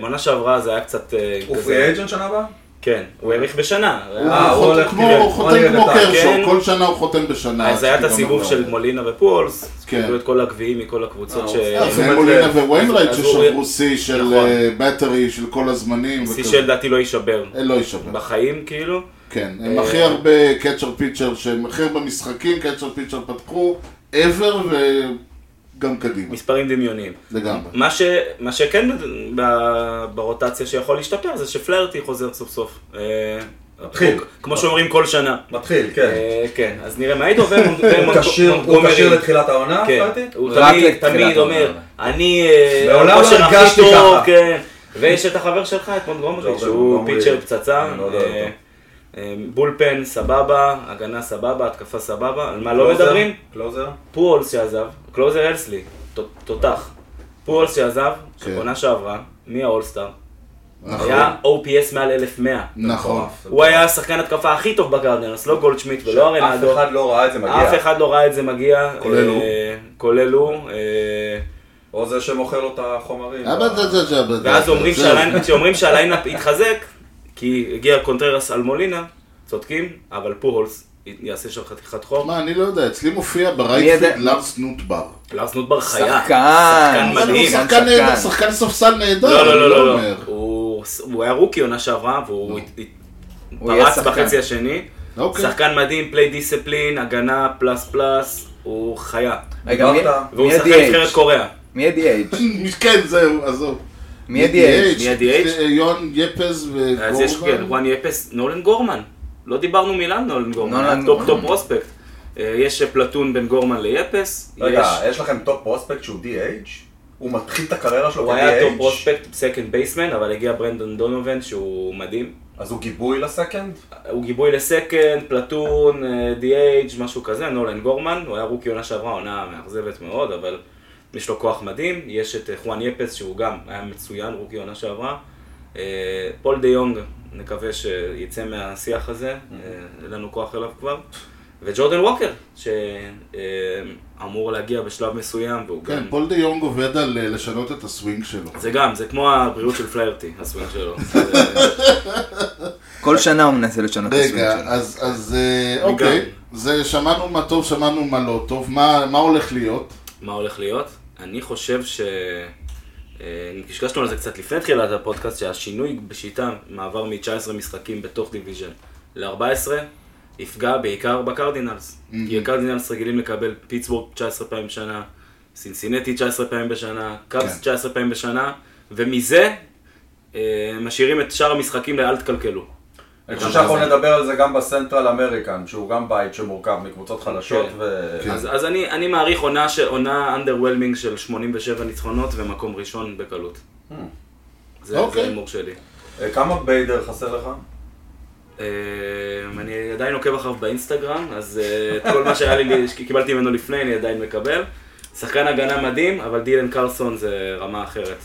A: מנה שעברה זה היה קצת... אה,
B: הוא
A: כזה-
B: פרי אג'נט שנה הבאה?
A: כן, הוא האריך בשנה.
B: אה, הוא
C: הוא
B: הולך
C: חותם כמו-
B: תראה,
C: הוא
B: אני
C: חותם כמו
A: כן.
B: יודע,
C: קרשו, כל שנה הוא חותם בשנה.
A: אז אה, היה את הסיבוב
C: לא.
A: של מולינה ופולס,
C: כן.
A: קיבלו את כל הגביעים מכל הקבוצות ש...
C: אה, זה מולינה וויינרייט
A: אז הוא-
C: ששברו שיא של
A: נכון.
C: אה, בטרי, של כל הזמנים.
A: שיא
C: וכזה.
A: שלדעתי לא יישבר
C: אה, לא יישבר.
A: בחיים, כאילו.
C: כן, הם הכי הרבה קצ'ר פיצ'ר, שהם הכי הרבה משחקים, קצ'ר פיצ'ר פתחו, ever וגם קדימה.
A: מספרים דמיוניים.
C: לגמרי.
A: מה, ש, מה שכן ב, ברוטציה שיכול להשתפר זה שפלרטי חוזר סוף סוף. אה,
B: מתחיל.
A: כמו- כמו שאומרים כל שנה.
B: מתחיל, כן.
A: אה, כן, אז נראה מה אידו ומונט-
B: הוא כשיר- הוא
A: ומונטגומרי.
B: כשיר לתחילת העונה,
A: כן,
B: הבנתי?
A: הוא
E: רק
A: תמיד,
E: לתחילת
A: תמיד
E: העונה.
A: אומר, אני... אה,
B: לא, מעולם לא
A: הכושר הכי
B: הרגשתי
A: טוב",
B: ככה.
A: כן. ויש את החבר שלך, את מונטגומרי,
B: ג'ורדן
A: שהוא
B: מונטגומרי.
A: פיצ'ר פצצה.
B: אני לא יודע
A: אה,
B: אותו.
A: אה, בולפן סבבה, הגנה סבבה, התקפה סבבה. על מה לא
B: קלוזר?
A: מדברים?
B: קלוזר?
A: פולס שעזב, קלוזר אלסלי, ת- תותח. פולס שעזב,
B: כן.
A: עונה שעברה, מהאולסטאר,
C: נכון.
A: היה OPS מעל 1100.
C: נכון.
A: הוא היה השחקן התקפה הכי טוב בגרדנרס, לא גולדשמיט ולא
B: אף
A: הרנדו.
B: אחד לא ראה את זה מגיע.
A: אף אחד לא ראה את זה מגיע.
C: כולל הוא.
A: אה, כולל הוא. אה,
B: או זה שמוכר לו את החומרים.
C: אבל זה- זה- זה- זה-
A: ואז
C: זה-
A: אומרים
C: זה-
A: שהליינ- כשאומרים שהליינאפ התחזק, כי הגיע קונטררס על מולינה, צודקים, אבל פוהולס יעשה שם חתיכת חור.
C: מה, אני לא יודע, אצלי מופיע
E: מי יודע-
C: ברייטפיד לארס נוטבר.
A: לארס נוטבר חיה.
E: שחקן.
A: שחקן מדהים.
C: הוא לא שחקן
E: שחקן.
C: נהדר, שחקן ספסל נהדר,
A: לא, לא,
C: אני
A: לא, לא,
C: אומר.
A: לא. הוא- הוא היה רוקי עונה שעברה, והוא הת- הת-
E: הוא יהיה
A: פרץ
E: שחקן.
A: בחצי השני.
C: אוקיי.
A: שחקן מדהים, פליי דיסציפלין, הגנה פלס פלס, הוא חיה.
E: רגע,
B: דיברת?
E: מי-
A: והוא
E: מי
A: שחקן נבחרת
E: ה-DH?
A: קוריאה.
E: מי ה-DH?
C: כן, זהו, עזוב.
E: מי ה-DH?
A: מי ה-DH?
C: אה, יון יפז
A: אז יש, כן,
C: וגורבן.
A: וואן יפס, נולן גורמן. לא דיברנו מילה על נולן גורמן,
E: נולן
A: היה טופ
E: גורמן.
A: טופ פרוספקט. אה, יש פלטון בין גורמן ליפס.
B: רגע,
A: יש-
B: יש לכם טופ פרוספקט שהוא DH? הוא מתחיל את הקריירה שלו
A: הוא היה טופ
B: ב-DH?
A: פרוספקט, סקנד בייסמן, אבל הגיע ברנדון דונובין שהוא מדהים.
B: אז הוא גיבוי לסקנד?
A: הוא גיבוי לסקנד, פלטון, אה, DH, משהו כזה, נולן גורמן, הוא היה רוקי עונה שעברה, עונה מאכזבת מאוד, אבל יש לו כוח מדהים, יש את אה, חואן יפס שהוא גם היה מצוין, רוקי עונה שעברה, אה, פול דה יונג, נקווה שיצא מהשיח הזה, אה, אין לנו כוח אליו כבר, וג'ורדן ווקר, שאמור להגיע בשלב מסוים, והוא
C: כן,
A: גם...
C: פול דה יונג עובד על אה, לשנות את הסווינג שלו.
A: זה גם, זה כמו הבריאות של פליירטי, הסווינג שלו. זה-
E: כל שנה הוא מנסה לשנות את הסוויץ'
C: רגע,
E: שלו.
C: אז אז, אה, אוקיי. זה שמענו מה טוב, שמענו מה לא טוב. מה מה הולך להיות?
A: מה הולך להיות. אני חושב ש... אה, קשקשנו על זה קצת לפני תחילת הפודקאסט, שהשינוי בשיטה, מעבר מ-19 משחקים בתוך דיוויז'ן ל-14, יפגע בעיקר בקרדינלס.
B: Mm-hmm.
A: כי הקרדינלס רגילים לקבל פיטסבורג 19 פעמים בשנה, סינסינטי 19 פעמים בשנה, קאבס
C: כן.
A: 19 פעמים בשנה, ומזה אה, משאירים את שאר המשחקים לאל תקלקלו.
B: אני חושב שאנחנו נדבר על זה גם בסנטרל אמריקן, שהוא גם בית שמורכב מקבוצות חלשות
A: כן.
B: ו...
C: כן.
A: אז, אז אני, אני מעריך עונה, ש... עונה underwhelming של 87 ניצחונות ומקום ראשון בקלות. זה
C: Hmm. אוקיי.
A: זה ההימור שלי.
B: אה, כמה ביידר חסר לך?
A: אמ, אני עדיין עוקב אחריו באינסטגרם, אז אה, את כל מה שהיה לי, שקיבלתי ממנו לפני, אני עדיין מקבל. שחקן הגנה מדהים, אבל דילן קרסון זה רמה אחרת.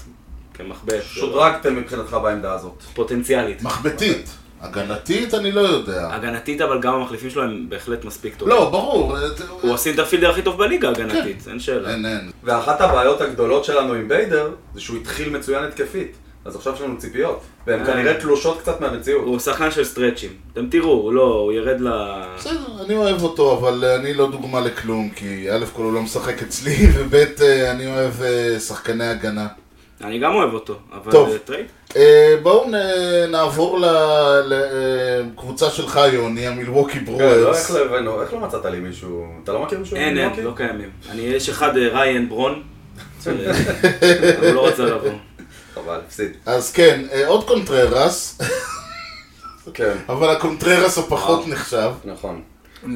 A: כמחבט. זה
B: שודרגתם מבחינתך בעמדה הזאת.
A: לא- פוטנציאלית.
C: מחבטית. הגנתית אני לא יודע.
A: הגנתית, אבל גם המחליפים שלו הם בהחלט מספיק טובים.
C: לא, ברור. אה, ת-
A: הוא הסינטרפילדר הכי טוב בליגה הגנתית, אין שאלה.
C: אין, אין.
B: ואחת הבעיות הגדולות שלנו עם ביידר, זה שהוא התחיל מצוין התקפית. אז עכשיו יש לנו ציפיות. והן
A: אה.
B: כנראה תלושות קצת מהמציאות.
A: הוא שחקן של סטרצ'ים. אתם תראו, הוא לא, הוא ירד ל...
C: בסדר, אני אוהב אותו, אבל אה, אני לא דוגמה לכלום, כי א' כל הוא לא משחק אצלי, וב' אה, אני אוהב אה, שחקני הגנה.
A: אני גם אוהב אותו, אבל
C: טוב.
A: זה טרייד.
C: אה, בואו נ- נעבור לקבוצה שלך, יוני, המילווקי
B: כן, לא,
C: ברוארס.
B: איך לא הבאנו, איך לא מצאת לי מישהו? אתה לא מכיר מישהו?
A: אין,
B: מלווקי?
A: אין, לא קיימים. אני, יש אחד, אה, ריין ברון, אה, אבל הוא לא רצה לבוא.
B: חבל, הפסיד.
C: אז כן, אה, עוד קונטררס,
B: כן,
C: אבל הקונטררס הוא
B: אה.
C: פחות נחשב.
B: נכון.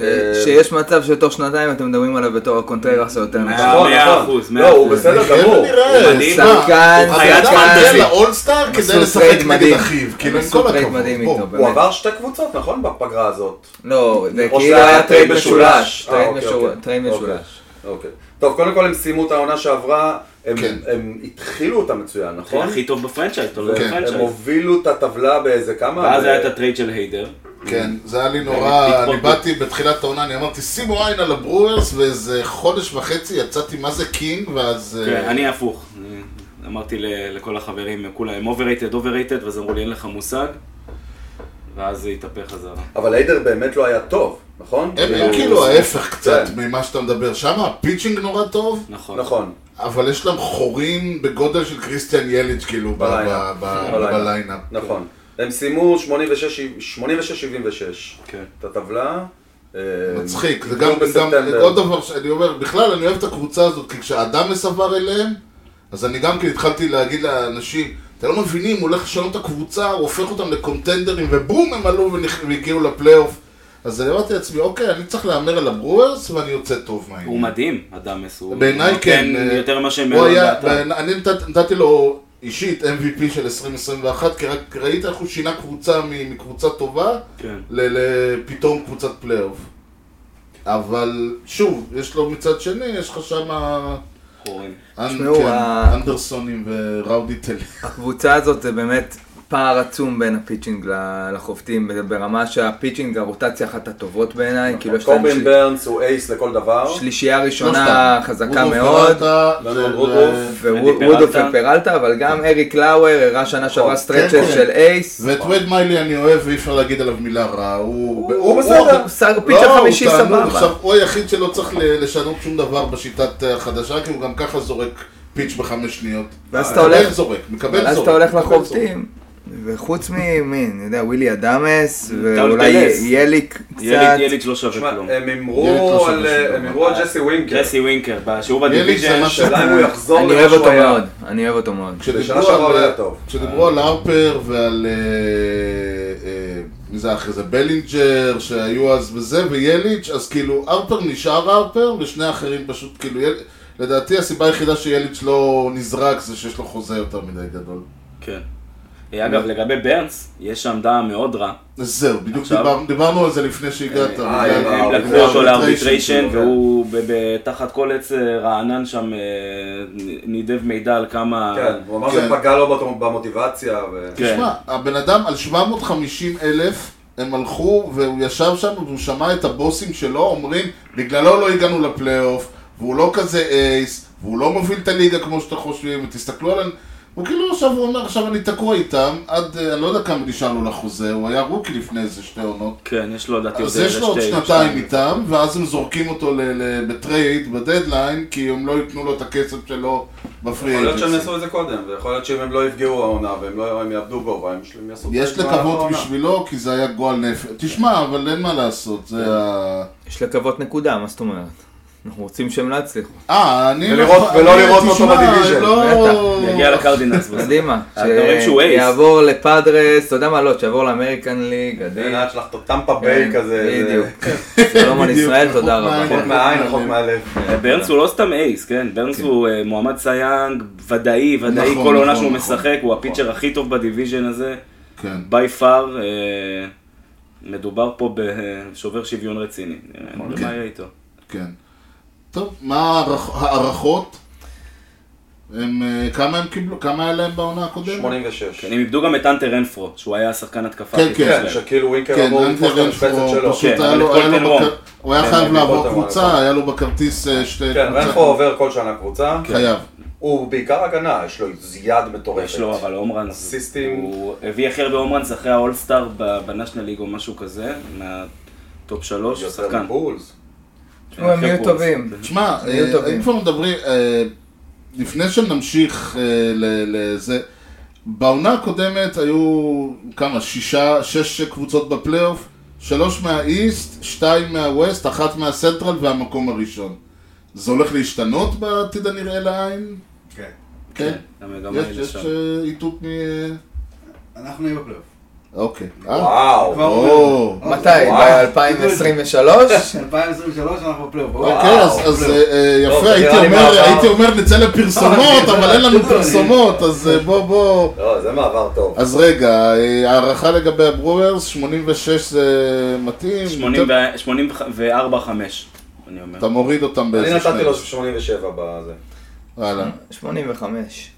C: אה,
E: שיש מצב שתוך שנתיים אתם מדברים עליו בתור הקונטררס היותר נחשב.
B: נכון,
A: אה, מאה
B: נכון.
A: אחוז, מאה
B: לא, הוא
A: אחוז.
B: בסדר
C: נראה
B: גמור.
C: ונראה,
A: הוא מדהים.
C: סתם.
E: שחקן,
C: הוא חייב
E: שחקן.
C: להגיע לאולסטאר כדי
E: עשו
C: לשחק
E: טרייד
C: נגד
E: מדהים.
C: אחיו, כאילו עם
E: עשו
C: כל
E: טרייד
C: הכבוד.
E: מדהים
C: בואו.
E: איתו, באמת.
B: הוא עבר שתי קבוצות, נכון? בפגרה הזאת.
E: לא, זה
B: או
E: כאילו
B: שזה
E: היה טרייד
B: אה,
E: משולש. טרייד
B: אוקיי,
E: משולש-
B: אוקיי.
E: טרייד
B: אוקיי,
E: משולש.
B: אוקיי. טוב, קודם כל הם סיימו את העונה שעברה, הם-
C: כן.
B: הם התחילו אותה מצוין,
A: הוא
B: נכון?
A: הכי טוב בפרנצ'ייז, אתה לא
C: כן.
B: הם
A: בפרנצ'ייז.
B: הובילו את הטבלה באיזה כמה?
A: ואז
B: ב-
A: היה את הטרייד של היידר.
C: כן, זה היה לי
B: אה,
A: באמת,
C: נורא, אני
A: פיקפוק.
C: באתי בתחילת העונה, אני אמרתי שימו עין על הברוארס, ואיזה חודש וחצי יצאתי מה זה קינג, ואז...
A: כן,
C: אה,
A: אני הפוך. אה, אמרתי ל- לכל החברים, כולם, הם אוברייטד, אוברייטד, ואז אמרו לי, אין לך מושג. ואז זה התהפך חזרה.
B: אבל היידר באמת לא היה טוב, נכון?
C: הם
B: הוא-
C: הם כאילו ההפך קצת
B: כן.
C: ממה שאתה מדבר שם, הפיצ'ינג נורא טוב,
A: נכון.
B: נכון.
C: אבל יש להם חורים בגודל של קריסטיאן יליץ' כאילו ב-
B: בליינאפ.
C: ב- ב-
B: בליינאפ.
C: בליינאפ.
B: נכון. הם סיימו 86-76
A: כן.
B: את הטבלה. אה,
C: מצחיק, זה
B: התחילו
C: גם, גם
B: בספטמבר.
C: עוד דבר שאני אומר, בכלל אני אוהב את הקבוצה הזאת, כי כשאדמס עבר אליהם, אז אני גם כן התחלתי להגיד לאנשים, אתם לא מבינים, הוא הולך לשנות את הקבוצה, הוא הופך אותם לקונטנדרים, ובום, הם עלו ונכ- והגיעו לפלייאוף. אז אני אמרתי לעצמי, אוקיי, אני צריך להמר על הברוורס, ואני יוצא טוב מהעניין.
A: הוא מדהים, אדמס. הוא
C: בעיניי
A: נותן
C: כן. אה,
A: יותר ממה שהם...
C: הוא היה,
A: בעיניי.
C: בעיני- אני נתת- נתתי לו אישית MVP של 2021, כי רק ראית איך הוא שינה קבוצה מ- מקבוצה טובה
A: כן.
C: לפתאום קבוצת פלייאוף. אבל שוב, יש לו מצד שני, יש לך שם כן,
A: חורים.
E: תשמעו, ה-
C: אנדרסונים וראודי טל.
E: הקבוצה הזאת זה באמת פער עצום בין הפיצ'ינג ל- לחובטים, ברמה שהפיצ'ינג זה הרוטציה אחת הטובות
B: נכון.
E: בעיניי, כאילו יש להם
B: קורבין
E: של-
B: ברנס הוא אייס לכל דבר.
E: שלישייה ראשונה
C: שלושתם.
E: חזקה
C: רודולף
E: מאוד,
C: פרלטה,
B: ונון
C: ו-
B: רודולף.
A: פרלטה.
E: ורודוף ופרלטה, אבל גם אריק לאואר הראה שנה שעברה
B: כן,
E: סטרצ'ס
C: כן.
E: של אייס.
C: ואת וייד מיילי אני אוהב ואי אפשר להגיד עליו מילה רעה, הוא... לא,
B: הוא בסדר.
E: הוא שר פיצ'ר
C: הוא
E: חמישי
C: תענוג.
E: סבבה.
C: עכשיו, הוא היחיד שלא צריך ל- לשנות שום דבר בשיטת אה, החדשה, כי הוא גם ככה זורק פיץ' בחמש שניות.
E: ואז אתה
C: מקבל
E: הולך-
C: זורק, מקבל זורק.
E: ואז אתה הולך
C: מקבל זורק.
E: לחובטים, וחוץ מ... מי? אני יודע, ווילי אדמס, ואולי
A: טלס.
E: יליק קצת.
A: יליק, יליק לא שווה
B: תשמע,
A: כלום.
B: הם
C: ילד לא
B: אמרו
C: שווה
B: על אה,
C: שום דבר.
B: הם אמרו על ג'סי ווינקר.
A: ג'סי ווינקר, ב- שהוא
C: יליק זה
A: בדיוויז'ן,
C: מה
B: השאלה אם הוא יחזור
E: אני אוהב
B: למה שהוא
E: אותו
B: היה.
E: מאוד, אני אוהב אותו מאוד.
C: כשדיברו
B: בשנה שעברה
C: על-
B: הוא היה טוב.
C: כשדיברו על הרפר ועל... אה, אה, מי זה אחרי זה? בלינג'ר, שהיו אז וזה, ויליץ', אז כאילו, הרפר נשאר הרפר, ושני האחרים פשוט, כאילו, יל... לדעתי הסיבה היחידה שיליץ' לא נזרק זה שיש לו חוזה יותר מדי גדול.
A: כן. אה, אגב, לגבי ברנס, יש שם דם מאוד רע.
C: אז זהו, בדיוק
A: עכשיו-
C: דיבר, דיברנו על זה לפני שהגעת. כאילו,
B: אה,
C: בגלל-
B: אה,
A: הם
B: אה,
A: לקחו
C: בגלל
A: אותו
C: arbitration
A: לארביטריישן,
C: שלו.
A: והוא ב- ב- תחת כל עץ אה, רענן שם אה, נ- נידב מידע על כמה...
B: כן, הוא אמר
C: כן.
B: שזה פגע לו במוט- במוטיבציה. ו-
A: כן.
C: תשמע, הבן אדם על 750 אלף, הם הלכו והוא ישב שם והוא שמע את הבוסים שלו אומרים, בגללו לא הגענו לפלייאוף, והוא לא כזה אייס, והוא לא מוביל את הליגה כמו שאתם חושבים, ותסתכלו על... הוא כאילו עכשיו, הוא אומר, עכשיו אני תקוע איתם, עד, אה, אני לא יודע כמה נשאר לו לחוזה, הוא היה רוקי לפני איזה שתי עונות.
A: כן, יש לו לדעתי
C: אז
A: עוד
C: יש לו עוד
A: שתי-
C: שנתיים איתם, ואז הם זורקים אותו ל- ל- בטרייד, בדדליין, כי הם לא ייתנו לו את הכסף שלו בפרי
B: יכול להיות שהם
C: אייג'נסי.
B: יעשו את זה קודם, ויכול להיות שאם הם לא יפגעו העונה והם לא- הם יעבדו בו, והם יש- הם יעשו את זה
C: יש
B: במהלך העונה.
C: לקוות בשבילו, כי זה היה גועל נפש. תשמע, אבל אין מה לעשות, זה ה...
E: יש לקוות נקודה, מה זאת אומרת? אנחנו רוצים שהם לא יצליחו.
C: אה, אני...
B: ולראות- ולא
C: אני-
B: לראות אותו
C: תשמע,
B: בדיוויז'ן,
C: לא...
A: יגיע לקרדינלס בסוף.
E: קדימה.
A: אתה רואה שהוא אייס.
E: שיעבור לפאדרס, אתה יודע מה לא, שיעבור לאמריקן ליג,
B: זה
E: עדיין.
B: נראה שלך את טמפה ביי כזה. זה-
E: כן,
B: כן.
E: בדיוק. כן. שלום על ישראל,
C: בדיוק,
E: תודה
C: רחוק
E: רבה.
B: רחוק מהעין, רחוק מהלב.
A: ברנס הוא לא סתם אייס, כן? ברנס הוא אה, מועמד סייאנג, ודאי, ודאי,
C: נכון,
A: כל עונה
C: נכון,
A: שהוא
C: נכון.
A: משחק, הוא הפיצ'ר הכי טוב בדיוויז'ן הזה,
C: כן.
A: by far, אה, מדובר פה בשובר שוויון רציני, אה,
C: אוקיי.
A: נראה מה יהיה איתו.
C: כן. טוב, מה הערכ- הערכות? הם, אה, כמה הם קיבלו? כמה היה להם בעונה הקודמת?
B: 86.
A: כן, הם איבדו גם את אנטר אנפרו, שהוא היה השחקן התקפה.
C: כן,
A: הכי טוב
C: כן,
B: כן,
A: שלהם.
B: שכאילו ווינקר
C: כן,
B: אמור לתפוס את
C: אנטר
B: המשבצת שלו.
C: רנפרו, פשוט
A: כן,
C: היה
A: אבל
C: לו,
A: את
C: היה לו,
A: קולטן וונג.
C: בכר- הוא היה
B: כן,
C: חייב
B: כן,
C: לעבור
B: קולטן וונג,
C: קבוצה,
B: נכון.
C: היה לו בכרטיס אה, שתי...
B: כן,
C: קבוצה-
B: רנפו עובר כל שנה קבוצה.
C: חייב.
B: הוא בעיקר הגנה, יש לו יד מטורפת.
A: יש לו אבל הומרנס,
B: אסיסטים.
A: הוא הביא הכי הרבה הומרנס אחרי האולסטאר בנשנל ליג או משהו כזה, מהטופ שלוש,
B: יותר
A: לא שחקן. כן,
B: מבולס.
E: תשמעו, לא, הם
A: אחרי
E: יהיו
A: פורס.
E: טובים.
C: תשמע,
E: יהיו
C: אה,
E: טובים.
C: אם כבר מדברים, אה, לפני שנמשיך אה, ל- לזה, בעונה הקודמת היו כמה, שישה, שש קבוצות בפלייאוף, שלוש מהאיסט, שתיים מהווסט, אחת מהסנטרל והמקום הראשון. זה הולך להשתנות בעתיד הנראה לעין?
F: כן.
C: כן.
A: המגמה
C: יש
A: היא
C: יש
A: לשם.
C: אה, איתות מ... אה,
F: אנחנו נהיה בפלייאוף.
C: אוקיי. אה,
B: וואו.
F: כבר
C: או.
F: אומר.
E: מתי?
B: וואו.
E: ב-2023?
F: 2023 אנחנו בפלייאוף.
C: אוקיי, אז- אז אה, אה, יפה,
B: טוב, לא. זה
C: הייתי
B: נראה לי
C: אומר-
B: מעבר. אה, כן,
C: הייתי אומר נצא לפרסומות, אבל אין לנו
F: טוב, אני-
C: פרסומות, אז אה, בוא בוא.
B: לא, זה מעבר טוב.
C: אז רגע, אה, הערכה לגבי הברוורס, 86 זה מתאים?
A: 84-5, אני אומר.
C: אתה מוריד אותם באיזה
B: אני
C: שניים.
B: נתתי לו 87 בזה.
C: וואלה.
E: 85.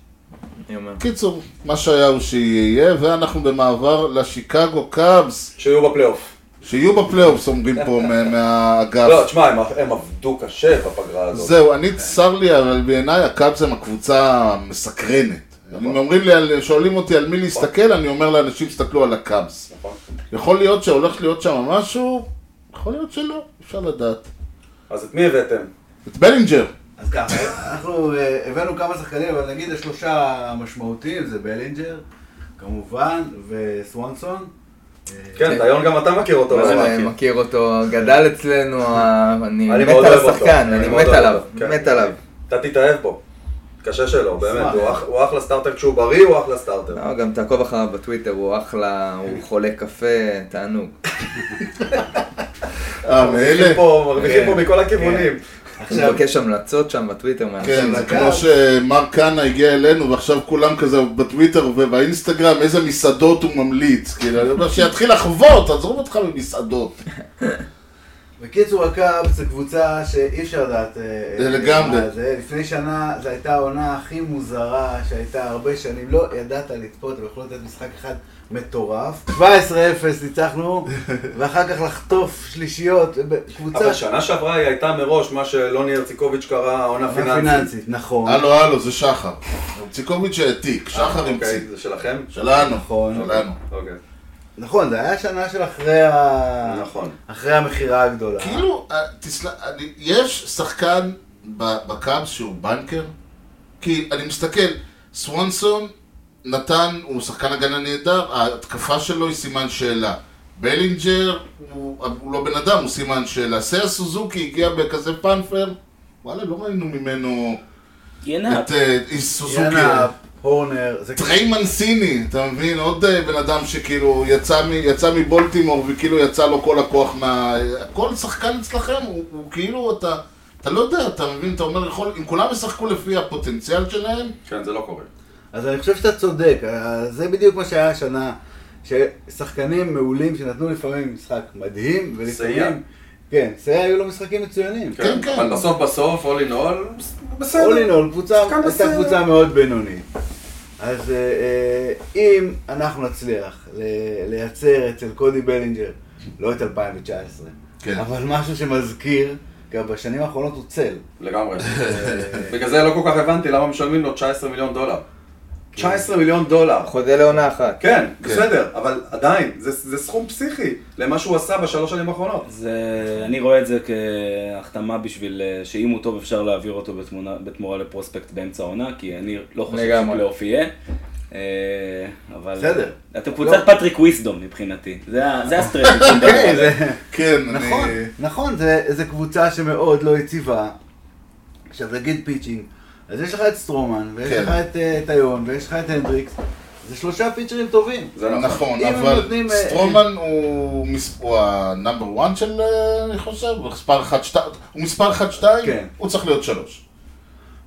E: אני אומר.
C: קיצור, מה שהיה הוא שיהיה, ואנחנו במעבר לשיקגו קאבס,
B: שיהיו בפלייאוף.
C: שיהיו בפלייאופס אומרים פה מה-
B: לא,
C: מהאגף.
B: תשמע, הם- הם עבדו קשה בפגרה הזאת.
C: אה. זהו, אני צר לי, אבל בעיניי הקאבס הם הקבוצה המסקרנת. אם אומרים לי, על- שואלים אותי על מי להסתכל, אני אומר לאנשים, תסתכלו על הקאבס.
B: נכון.
C: יכול להיות שהולך להיות שם משהו, יכול להיות שלא, אפשר לדעת.
B: אז את מי הבאתם?
C: את בלינג'ר.
F: אז ככה, אנחנו אה, הבאנו כמה שחקנים, אבל נגיד השלושה המשמעותיים זה בלינג'ר, כמובן, וסוונסון.
B: כן, דיון גם אתה מכיר אותו.
E: אני
B: לא?
E: מכיר אותו, גדל אצלנו, ה- אני
B: אני
E: מת
B: מאוד
E: על
B: אוהב אותו.
E: השחקן, אני
B: מאוד
E: מת
B: אוהב
E: עליו,
B: אותו, כן.
E: מת עליו.
B: אתה תתאהב בו. קשה שלו, באמת.
F: אשמח.
B: הוא אח- הוא אחלה סטארטר כשהוא בריא, הוא אחלה סטארטר.
E: לא, גם תעקוב אחריו בטוויטר, הוא אחלה, הוא חולה קפה, תענוג.
C: אה, מאלה?
B: מרוויחים פה- מרוויחים
E: כן.
B: פה מכל הכיוונים.
E: הוא מבקש המלצות שם בטוויטר,
C: כן,
E: מאנשים.
C: זה כמו שמר כהנא הגיע אלינו, ועכשיו כולם כזה בטוויטר ובאינסטגרם, איזה מסעדות הוא ממליץ. כאילו, אני אומר, שיתחיל לחוות, עזוב אותך ממסעדות.
F: בקיצור, הקאפ זה קבוצה שאי אפשר לדעת... אה,
C: זה לגמרי.
F: מה זה. לפני שנה זו הייתה העונה הכי מוזרה שהייתה הרבה שנים. לא ידעת לצפות, הם יכלו לתת משחק אחד מטורף. 17-0 ניצחנו, ואחר כך לחטוף שלישיות.
B: אבל
F: קבוצה
B: שנה שעברה היא הייתה מראש מה שלוני הרציקוביץ' קרא עונה פיננסית.
F: פיננסית, נכון.
C: הלו, הלו, זה שחר. ציקוביץ' העתיק, שחר המציא.
B: אוקיי, זה שלכם?
C: שלנו,
F: נכון.
C: שלנו.
B: אוקיי,
F: נכון, זה היה שנה של אחרי ה...
B: נכון.
F: אחרי המכירה הגדולה.
C: כאילו, אה, תסלח, אני- יש שחקן ב- בקאבס שהוא בנקר? כי אני מסתכל, סוונסון, נתן הוא שחקן הגנה נהדר, ההתקפה שלו היא סימן שאלה. בלינג'ר הוא, הוא לא בן אדם, הוא סימן שאלה. סר סוזוקי הגיע בכזה פאנפר, וואלה, לא ראינו ממנו
J: ינאפ.
A: לא.
C: את אה, איש סוזוקי.
F: יאנה, הורנר, זה
C: טריי מנסיני, אתה מבין? עוד אה, בן אדם שכאילו יצא, מ, יצא מבולטימור וכאילו יצא לו כל הכוח מה... כל שחקן אצלכם הוא, הוא כאילו אתה... אתה לא יודע, אתה מבין? אתה אומר, יכול, אם כולם ישחקו לפי הפוטנציאל שלהם,
B: כן, זה לא קורה.
F: אז אני חושב שאתה צודק, אה, זה בדיוק מה שהיה השנה, ששחקנים מעולים שנתנו לפעמים משחק מדהים,
B: סייע.
F: ולפעמים... כן, סייע היו לו משחקים מצוינים.
C: כן, כן.
B: אבל בסוף בסוף, all in all, בסדר.
F: אולינול, קבוצה,
B: שחקן
F: הייתה
B: בסדר.
F: קבוצה מאוד בינונית. אז אה, אה, אם אנחנו נצליח ל- לייצר אצל קודי בלינג'ר, לא את 2019,
C: כן.
F: אבל משהו שמזכיר, גם בשנים האחרונות הוא צל.
B: לגמרי. בגלל זה לא כל כך הבנתי למה משלמים לו 19 מיליון דולר. 19 מיליון דולר.
E: חוזה לעונה אחת.
B: כן, בסדר, אבל עדיין, זה- זה סכום פסיכי למה שהוא עשה בשלוש שנים האחרונות.
J: זה, אני רואה את זה כהחתמה בשביל אה, שאם הוא טוב אפשר להעביר אותו בתמונה, בתמורה לפרוספקט באמצע העונה, כי אני לא חושב
E: לגמרי.
J: שפלייאוף יהיה. אה, אבל...
F: בסדר. לא.
J: אתם קבוצת פטריק וויסדום מבחינתי, זה ה- זה הסטרייטים. שאני מדבר
F: אוקיי,
J: עליהם.
F: זה...
C: כן,
F: נכון,
C: אני...
F: נכון, זה- זה קבוצה שמאוד לא יציבה. עכשיו, נגיד פיצ'ינג, אז יש לך את סטרומן, ויש
C: כן.
F: לך את אה, טיון, ויש לך את הנדריקס, זה שלושה פיצ'רים טובים.
B: זה נכון.
C: נכון,
F: אם הם
C: אבל
F: נותנים, אה,
C: סטרומן הוא מס- הוא הנאמבר 1 של, אה, אני חושב, הוא מספר 1-2, הוא מספר 1-2,
F: כן.
C: הוא צריך להיות 3.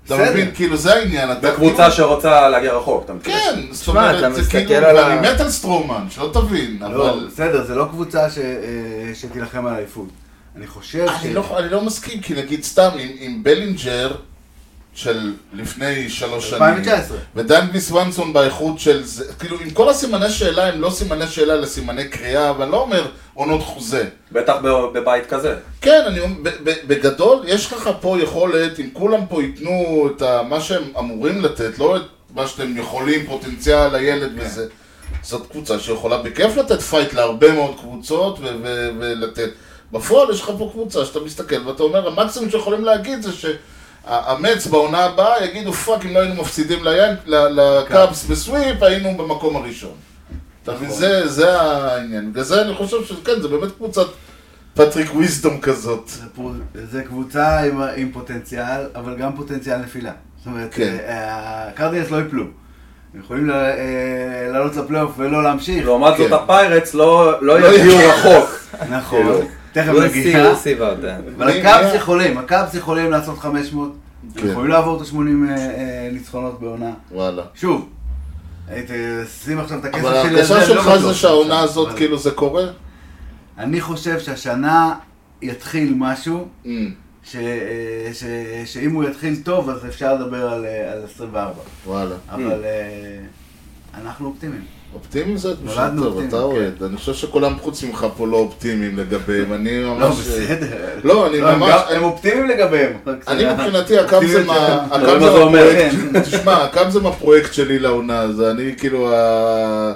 C: אתה
F: בסדר.
C: מבין? כאילו זה העניין. אתה- כאילו-
B: זו קבוצה שרוצה להגיע רחוק, אתה מכיר?
C: כן, זאת
E: תשמע, אתה
C: אומרת, זה
E: מסתכל
C: כאילו,
E: על ה-
C: ואני מת על סטרומן, שלא תבין,
F: לא,
C: אבל...
F: בסדר, זה לא קבוצה ש- אה, שתילחם על האליפות. אני חושב
B: אה,
F: ש...
C: אני לא, אני לא מסכים, כי נגיד סתם, אם, אם בלינג'ר של לפני שלוש
E: אה,
C: שנים,
E: כן.
F: 2019.
C: ודן וסוונסון באיכות של זה, כאילו עם כל הסימני שאלה, הם לא סימני שאלה לסימני קריאה, ואני לא אומר עונות חוזה.
B: בטח ב- בבית כזה.
C: כן, אני אומר, ב- ב- בגדול, יש לך פה יכולת, אם כולם פה ייתנו את ה- מה שהם אמורים לתת, לא את מה שאתם יכולים, פוטנציאל הילד וזה. זאת קבוצה שיכולה בכיף לתת פייט להרבה מאוד קבוצות ו- ו- ולתת. בפועל יש לך פה קבוצה שאתה מסתכל ואתה אומר, המקסימום שיכולים להגיד זה שהמץ בעונה הבאה יגידו, פאק, אם לא היינו מפסידים ליאנק- ל- לקאבס בסוויפ, היינו במקום הראשון. אתה מבין? זה- זה העניין. בגלל זה אני חושב שכן, זה באמת קבוצת פטריק וויזדום כזאת.
F: זה פו- זה קבוצה עם- עם פוטנציאל, אבל גם פוטנציאל נפילה. זאת אומרת,
C: כן.
F: אה, הקרדינס לא יפלו. הם יכולים ל- אה, לעלות לפלייאוף ולא להמשיך.
B: לעומת
C: כן.
B: זאת הפיירטס לא לא יגיעו רחוק.
F: נכון, תכף
E: הוא
F: נגיע.
E: הסיב- הוא הסיבה אותה.
F: אבל הקאבס יכולים, הקאבס יכולים לעשות 500,
C: כן.
F: יכולים לעבור את ה-80 ניצחונות בעונה.
C: וואלה.
F: שוב, היית- שים עכשיו את הכסף שלי
C: אבל
F: על זה,
C: ההרגשה
F: אני לא
C: שלך
F: בטוח.
C: זה שהעונה הזאת,
F: אבל
C: כאילו זה קורה?
F: אני חושב שהשנה יתחיל משהו,
C: אמ,
F: ש, אה, ש, שאם הוא יתחיל טוב, אז אפשר לדבר על, אה, על 24.
C: וואלה.
F: אבל אה, אנחנו אופטימיים.
C: אופטימי זה תחושה
F: נולדנו כן.
C: טוב,
F: אופטימיים,
C: אתה אוהד. אני חושב שכולם חוץ ממך פה לא אופטימיים לגביהם. אני ממש...
F: לא, בסדר.
C: לא, אני
F: לא, הם
C: ממש...
F: גם- הם אופטימיים לגביהם. רק
C: אני
F: שנייה.
C: מבחינתי הקאבס הם ה-
F: אופטימיות
C: הקאבס
B: מה
C: הם
B: זה אומר?
F: כן.
C: הפרויקט- תשמע, הקאבס הם הפרויקט שלי לעונה, אז אני כאילו ה...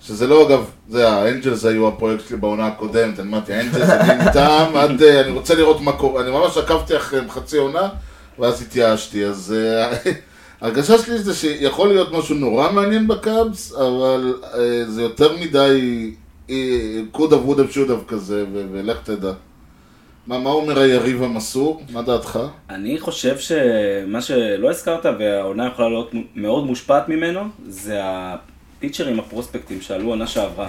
C: שזה לא אגב, זה האנג'לס היו הפרויקט שלי בעונה הקודמת, אני אמרתי, האנג'לס אני איתם, עד אה, אני רוצה לראות מה קורה, אני ממש עקבתי אחריהם חצי עונה, ואז התייאשתי, אז אה, ההרגשה שלי זה שיכול להיות משהו נורא מעניין בקאבס, אבל אה, זה יותר מדי אה, קודב וודב שודב כזה, ו- ולך תדע. מה מה אומר היריב המסור? מה דעתך?
J: אני חושב שמה שלא הזכרת, והעונה יכולה להיות מאוד מושפעת ממנו, זה הפיצ'רים הפרוספקטים שעלו עונה שעברה.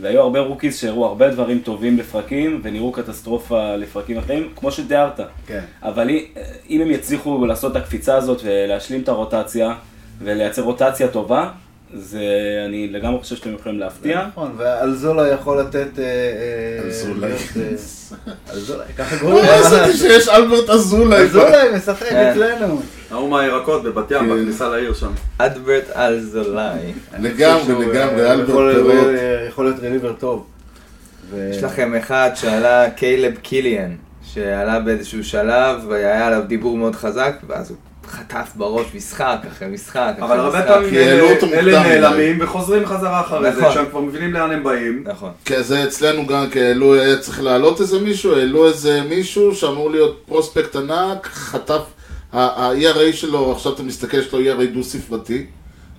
J: והיו הרבה רוקיז שהראו הרבה דברים טובים לפרקים, ונראו קטסטרופה לפרקים אחרים, כמו שתיארת.
F: כן.
J: אבל אי- אם הם יצליחו לעשות את הקפיצה הזאת ולהשלים את הרוטציה, ולייצר רוטציה טובה, זה אני לגמרי חושב שאתם יכולים להפתיע.
F: נכון, ואלזולה יכול לתת... אה, אה,
C: אלזולאי.
F: להיות, אה, אלזולאי, ככה
C: לא
F: קוראים
C: חשבתי
F: לו.
C: שיש אלברט אזולאי.
F: אלזולאי משחק לא, אצלנו.
B: ההוא מהירקות בבת
C: כן.
B: ים, בכניסה לעיר שם.
E: אדברט אלזולאי.
C: לגמרי, לגמרי, אלברט
F: אה, יכול-
C: פירוט.
F: אה, יכול להיות רליבר טוב. ו-
E: יש לכם אחד שעלה קיילב קיליאן, שעלה באיזשהו שלב, והיה עליו דיבור מאוד חזק, ואז הוא חטף בראש משחק אחרי משחק אחרי משחק.
B: אבל הרבה פעמים
C: כי העלו
B: אלה-
C: אותו מוקדם
B: אלה
C: לא מדי.
B: נעלמים וחוזרים חזרה אחרי זה,
E: נכון.
B: כשהם כבר מבינים לאן הם באים.
E: נכון.
C: כן, זה אצלנו גם, כי העלו, היה צריך להעלות איזה מישהו, העלו איזה מישהו שאמור להיות פרוספקט E ענק, חטף, ה-ERA שלו, עכשיו אתה מסתכל, יש לו ERA דו ספרתי,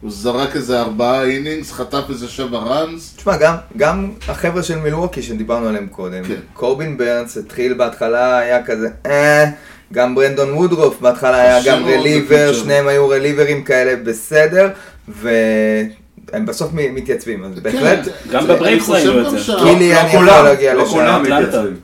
C: הוא זרק איזה ארבעה אינינגס, חטף איזה שבע ראנס.
E: תשמע, גם, גם החבר'ה של מילווקי שדיברנו עליהם קודם,
C: כן.
E: קורבין ברנס התחיל בהתחלה, היה כזה, אה, גם ברנדון וודרוף בהתחלה היה
C: קשה
E: גם
C: מאוד,
E: רליבר,
C: בקיצור.
E: שניהם היו רליברים כאלה בסדר, והם בסוף מ- מתייצבים, אז בהחלט,
C: כן,
J: גם
C: זה-
J: בברייבס
C: אני חושב
J: ראינו את
C: גם
J: זה.
C: שה-
E: גילי, אני יכול להגיע
B: לא
E: לשם.
B: כולם
J: אטלנטה.
B: מתייצבים.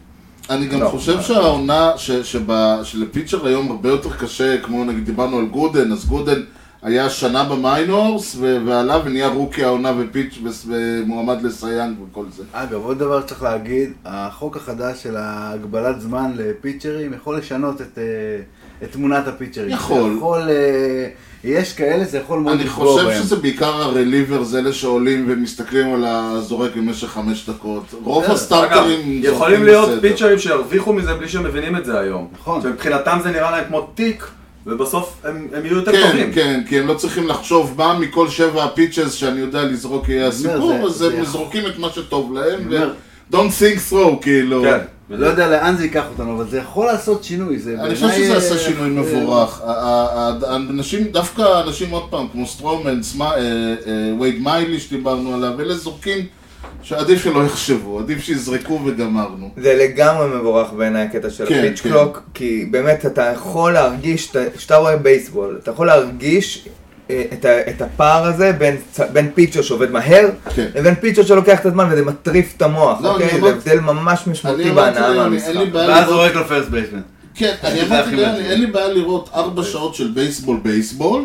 C: אני גם
E: לא.
C: חושב שהעונה, ש- שבה- שלפיצ'ר היום הרבה יותר קשה, כמו נגיד דיברנו על גודן, אז גודן היה שנה במיינורס, ו- ועלה ונהיה רוקי העונה ופיץ' וס- ומועמד לסייאנג וכל זה.
F: אגב, עוד דבר שצריך להגיד, החוק החדש של הגבלת זמן לפיצ'רים יכול לשנות את, אה, את תמונת הפיצ'רים.
C: יכול.
F: זה יכול אה, יש כאלה, זה יכול מאוד
C: אני
F: לפגוע בהם.
C: חושב שזה בעיקר הרליברס, אלה שעולים ומסתכלים על הזורק במשך חמש דקות. רוב
F: בסדר.
C: הסטארטרים
B: אגב, יכולים
C: זורקים
B: להיות
C: בסדר.
B: פיצ'רים שירוויחו מזה בלי שהם מבינים את זה היום.
F: נכון.
B: שמבחינתם זה נראה להם כמו תיק, ובסוף הם הם יהיו יותר
C: כן,
B: טובים.
C: כן, כי הם לא צריכים לחשוב מה מכל שבע הפיצ'ס שאני יודע לזרוק יהיה הסיפור,
F: זה-
C: אז
F: זה
C: הם
F: יכול-
C: זורקים את מה שטוב להם,
F: אני אומר-
C: ו- Don't think throw, כאילו.
B: כן.
F: לא יודע לאן זה ייקח אותנו, אבל זה יכול לעשות שינוי. זה
C: אני חושב
F: בעיניי,
C: שזה
F: אה,
C: עשה שינוי
F: אה,
C: מבורך. ה- ה- ה- האנשים, דווקא אנשים עוד פעם, כמו סטרומן, סמא- אה, אה, וייד מיילי שדיברנו עליו, אלה זורקים שעדיף שלא יחשבו, עדיף שיזרקו וגמרנו.
E: זה לגמרי מבורך בעיניי הקטע של
C: כן,
E: הפיץ'
C: כן.
E: קלוק, כי באמת אתה יכול להרגיש, שאתה- כשאתה רואה בייסבול, אתה יכול להרגיש אה, את ה- את הפער הזה בין צ- בין פיצ'ר שעובד מהר,
C: כן.
E: לבין פיצ'ר שלוקח את הזמן וזה מטריף את המוח,
C: לא, אני
E: אוקיי? זה
C: אמרתי-
E: הבדל ממש משמעותי
C: אני
E: בהנאה
C: אמרתי, אני-
E: מהמשחק.
C: אין לי בעיה
F: ואז
C: לראות
F: זורק לפרסט בייסמן.
C: כן, אני
F: זה
C: אמרתי
F: הכי
C: דני,
F: מדהים.
C: אין לי בעיה לראות ארבע שעות של בייסבול בייסבול,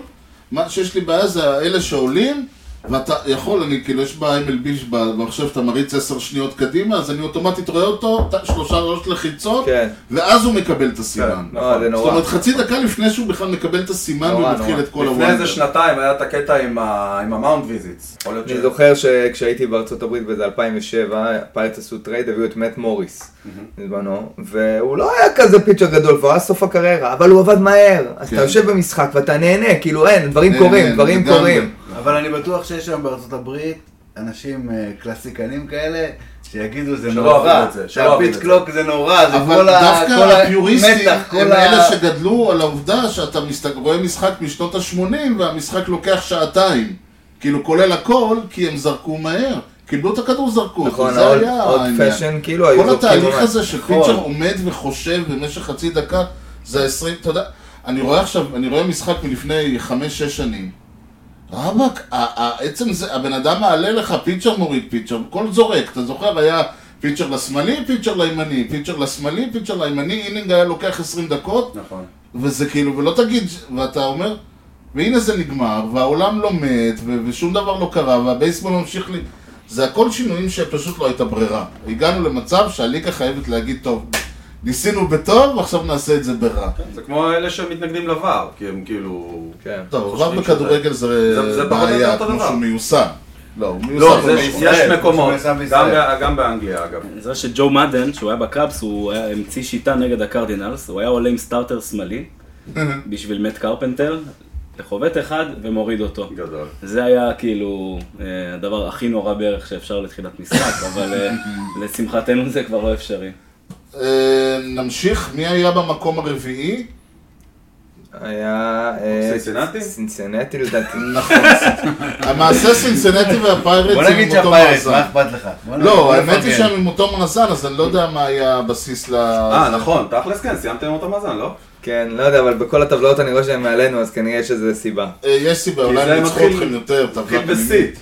C: מה שיש לי בעיה זה אלה שעולים, ואתה יכול, אני כאילו, יש ב-MLB במחשב, אתה מריץ עשר שניות קדימה, אז אני אוטומטית רואה אותו, ת- שלושה ראש לחיצות,
E: כן.
C: ואז הוא מקבל את הסימן.
F: נכון.
E: כן, לא, זה
C: זאת
E: נורא.
C: אומרת, חצי דקה לפני שהוא בכלל מקבל את הסימן,
E: נורא,
C: הוא מתחיל
E: נורא.
C: את כל
B: לפני איזה
C: הוואנדר.
B: שנתיים היה את הקטע עם ה- עם המאונד ויזיטס. יכול להיות ש-
E: אני זוכר שכשהייתי בארצות הברית באיזה 2007, הפיילוט עשו טרייד, הביאו את מאט מוריס בזמנו, והוא לא היה כזה פיצ'ר גדול, והוא היה סוף הקריירה, אבל הוא עבד מהר. אז
C: כן.
E: אתה יושב במשחק ואתה נהנה, כאילו אין, דברים
C: נהנה,
E: קורים, דברים
C: אה, לגמרי.
E: קורים.
F: אבל אני בטוח שיש היום בארצות הברית אנשים אה, קלאסיקנים כאלה. שיגידו זה
B: שלא
F: נורא,
B: אוהבים את זה, שלא אוהבים את
F: שהפיץ
B: זה."
F: קלוק זה נורא, זה
C: אבל
F: כל ה- כל
C: דווקא הפיוריסטים
F: המתח, כל
C: הם
F: ה-
C: אלה שגדלו על העובדה שאתה מסת- רואה משחק משנות ה-80 והמשחק לוקח שעתיים. כאילו, כולל הכל, כי הם זרקו מהר. קיבלו את הכדור, זרקו.
E: נכון,
C: זה
E: עוד
C: היה
E: עוד
C: העניין.
E: פאשן, כאילו, היו
C: כל
E: זורקים
C: התהליך
E: ממש.
C: הזה
F: נכון.
C: שפיצ'ר עומד וחושב במשך חצי דקה, זה ה-20, אתה יודע, אני רואה עכשיו, אני רואה משחק מלפני 5-6 שנים. רבאק, ה- ה- עצם זה, הבן אדם מעלה לך, פיצ'ר מוריד פיצ'ר, כל זורק, אתה זוכר, היה פיצ'ר לשמאלי, פיצ'ר לימני, פיצ'ר לשמאלי, פיצ'ר לימני, אינינג היה לוקח 20 דקות,
B: נכון.
C: וזה כאילו, ולא תגיד, ואתה אומר, והנה זה נגמר, והעולם לא מת, ו- ושום דבר לא קרה, והבייסבול ממשיך ל... זה הכל שינויים שפשוט לא הייתה ברירה. הגענו למצב שהליגה חייבת להגיד, טוב, ניסינו בטוב, ועכשיו נעשה את זה ברע.
B: זה כמו אלה שמתנגדים לVAR, כי הם כאילו...
E: כן.
C: טוב,
B: חושבים
C: כבר בכדורגל זה,
B: זה- זה פחות או יותר
C: בעיה,
B: אותו
C: כמו
B: דבר.
C: שהוא מיושם. לא, הוא מיושם.
B: לא,
C: לא
B: זה-
C: נכון.
B: יש מקומות,
F: כמו שנעשה
B: גם
F: בישראל.
B: ב- גם באנגליה אגב.
J: זה שג'ו מדן, שהוא היה בקאבס, הוא היה- המציא שיטה נגד הקרדינלס, הוא היה עולה עם סטארטר שמאלי, בשביל מאט קרפנטר, לחובט אחד ומוריד אותו.
B: גדול.
J: זה היה כאילו אה, הדבר הכי נורא בערך שאפשר לתחילת משחק, אבל אה, לשמחתנו זה כבר לא אפשרי.
C: אה, נמשיך, מי היה במקום הרביעי?
E: היה... אה,
B: סינסינטי?
E: סינסינטי לדעתי.
C: נכון. המעשה סנסנטי והפיירטס
F: בוא
C: הם
F: נגיד
C: עם אותו
F: שהפיירס,
C: מאזן.
F: מה אכפת לך? בוא
C: לא,
F: נ-
C: האמת היא
F: נפרגן.
C: שהם עם אותו מאזן, אז אני לא יודע מה היה הבסיס ל...
B: אה, נכון, תכלס כן, סיימתם אותו מאזן, לא?
E: כן, לא יודע, אבל בכל הטבלאות אני רואה שהם מעלינו, אז כנראה יש איזה סיבה.
C: אה, יש סיבה,
B: כי
C: אולי
B: זה
C: הם ניצחו
B: מתחיל-
C: אתכם יותר.
B: מתחיל
C: טבלה.
B: בסיט.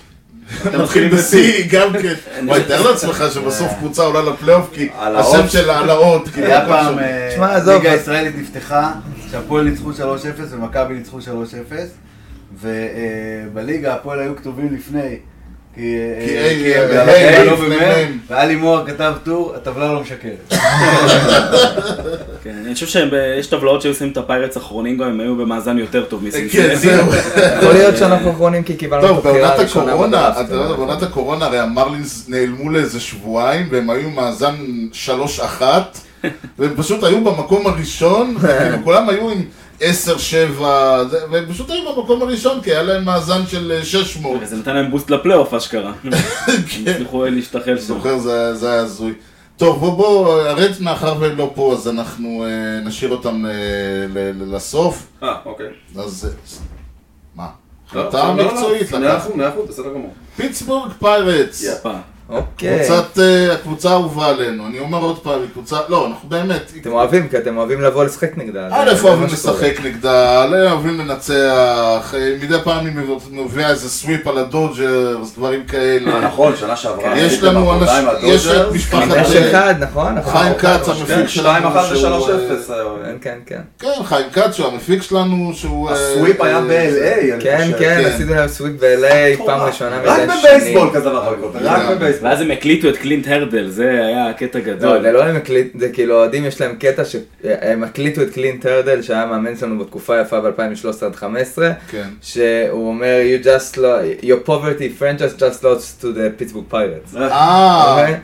C: אתה מתחיל בשיא, גם כן. וואי, תאר לעצמך שבסוף קבוצה עולה לפלייאוף, כי
B: אה. על
C: השם
B: האות.
C: שלה על האות. כאילו,
F: היה
C: הכל
F: פעם,
C: שם.
F: אה,
E: תשמע, עזוב.
F: ליגה הישראלית נפתחה, שהפועל ניצחו 3-0 ומכבי ניצחו 3-0, אה, ובליגה הפועל היו כתובים לפני, כי אה,
C: כי איי,
F: כי הם
C: אה,
F: בהיי,
C: היי,
F: לא
C: לפני
F: במ"ם,
C: מ"ם.
F: ואלי מוהר כתב טור, הטבלה לא משקרת.
J: כן, אני חושב שיש טבלאות שהיו שמים את הפיירטס האחרונים גם אם היו במאזן יותר טוב
B: אה,
C: כן,
J: מסינסינטי.
C: זהו.
E: יכול להיות שאנחנו אחרונים כי קיבלנו את
C: טוב,
E: הבחירה
C: בעונת
E: הראשונה.
C: הקורונה,
E: בדראפט.
C: אתה יודע, בעונת הקורונה הרי המרלינס נעלמו לאיזה שבועיים, והם היו מאזן 3-1, והם פשוט היו במקום הראשון, וכאילו כולם היו עם 10-7, זה- והם פשוט היו במקום הראשון, כי היה להם מאזן של אה, 600.
J: וזה נתן להם בוסט לפלייאוף אשכרה. הם הצליחו להשתחל שם.
C: כן. זוכר, זה זה היה הזוי. טוב, בוא, בוא, הרדס מאחר והם לא פה, אז אנחנו אה, נשאיר אותם אה, ל- ל- לסוף.
B: אה, אוקיי.
C: אז... אה, מה?
B: לא,
C: החלטה מקצועית
B: מאה
C: לקחת.
B: אחוז, מאה אחוז, בסדר גמור.
C: פיטסבורג פיירטס.
B: יפה.
E: אוקיי.
C: קבוצת, אה, הקבוצה האהובה עלינו, אני אומר עוד פעם, היא קבוצה, לא, אנחנו באמת,
E: אתם אוהבים, כי אתם אוהבים לבוא לשחק נגדה. זה-
C: א'
E: זה
C: אה, אוהבים
E: מה שקורה.
C: לשחק נגדה, א' אוהבים לנצח, אה, מדי פעם היא מביאה איזה סוויפ על הדודג'רס, דברים כאלה.
B: נכון, שנה שעברה.
C: יש לנו אנשים, יש את משפחת
E: חמש
C: אה,
E: אחד, נכון?
C: חיים כץ, המפיק
B: כן, שתיים אחת
C: שלנו, שהוא,
B: ושלוש
C: אה,
B: אפס. אוקיי.
E: כן, כן, כן.
C: כן, חיים כץ, שהוא המפיק שלנו, שהוא... אה,
B: הסוויפ היה ב-LA, אני
E: כן,
B: חושב.
E: כן,
C: כן.
E: עשינו להם סוויפ ב-LA פעם ראשונה מזה
B: רק
E: שנים.
B: בבייסבול כזה דבר יכול לקרות, רק
C: לגמרי.
B: בבייסבול.
J: ואז הם הקליטו את קלינט הרדל, זה היה הקטע
E: לא,
J: גדול.
E: זה לא הם הקליט, זה כאילו אוהדים יש להם קטע שהם הקליטו את קלינט הרדל שהיה מאמן שלנו בתקופה היפה ב-2013 עד 2015
C: כן.
E: שהוא אומר you just lo- your poverty franchise just lost to the Pittsburgh Pirates.
C: אה, אוקיי.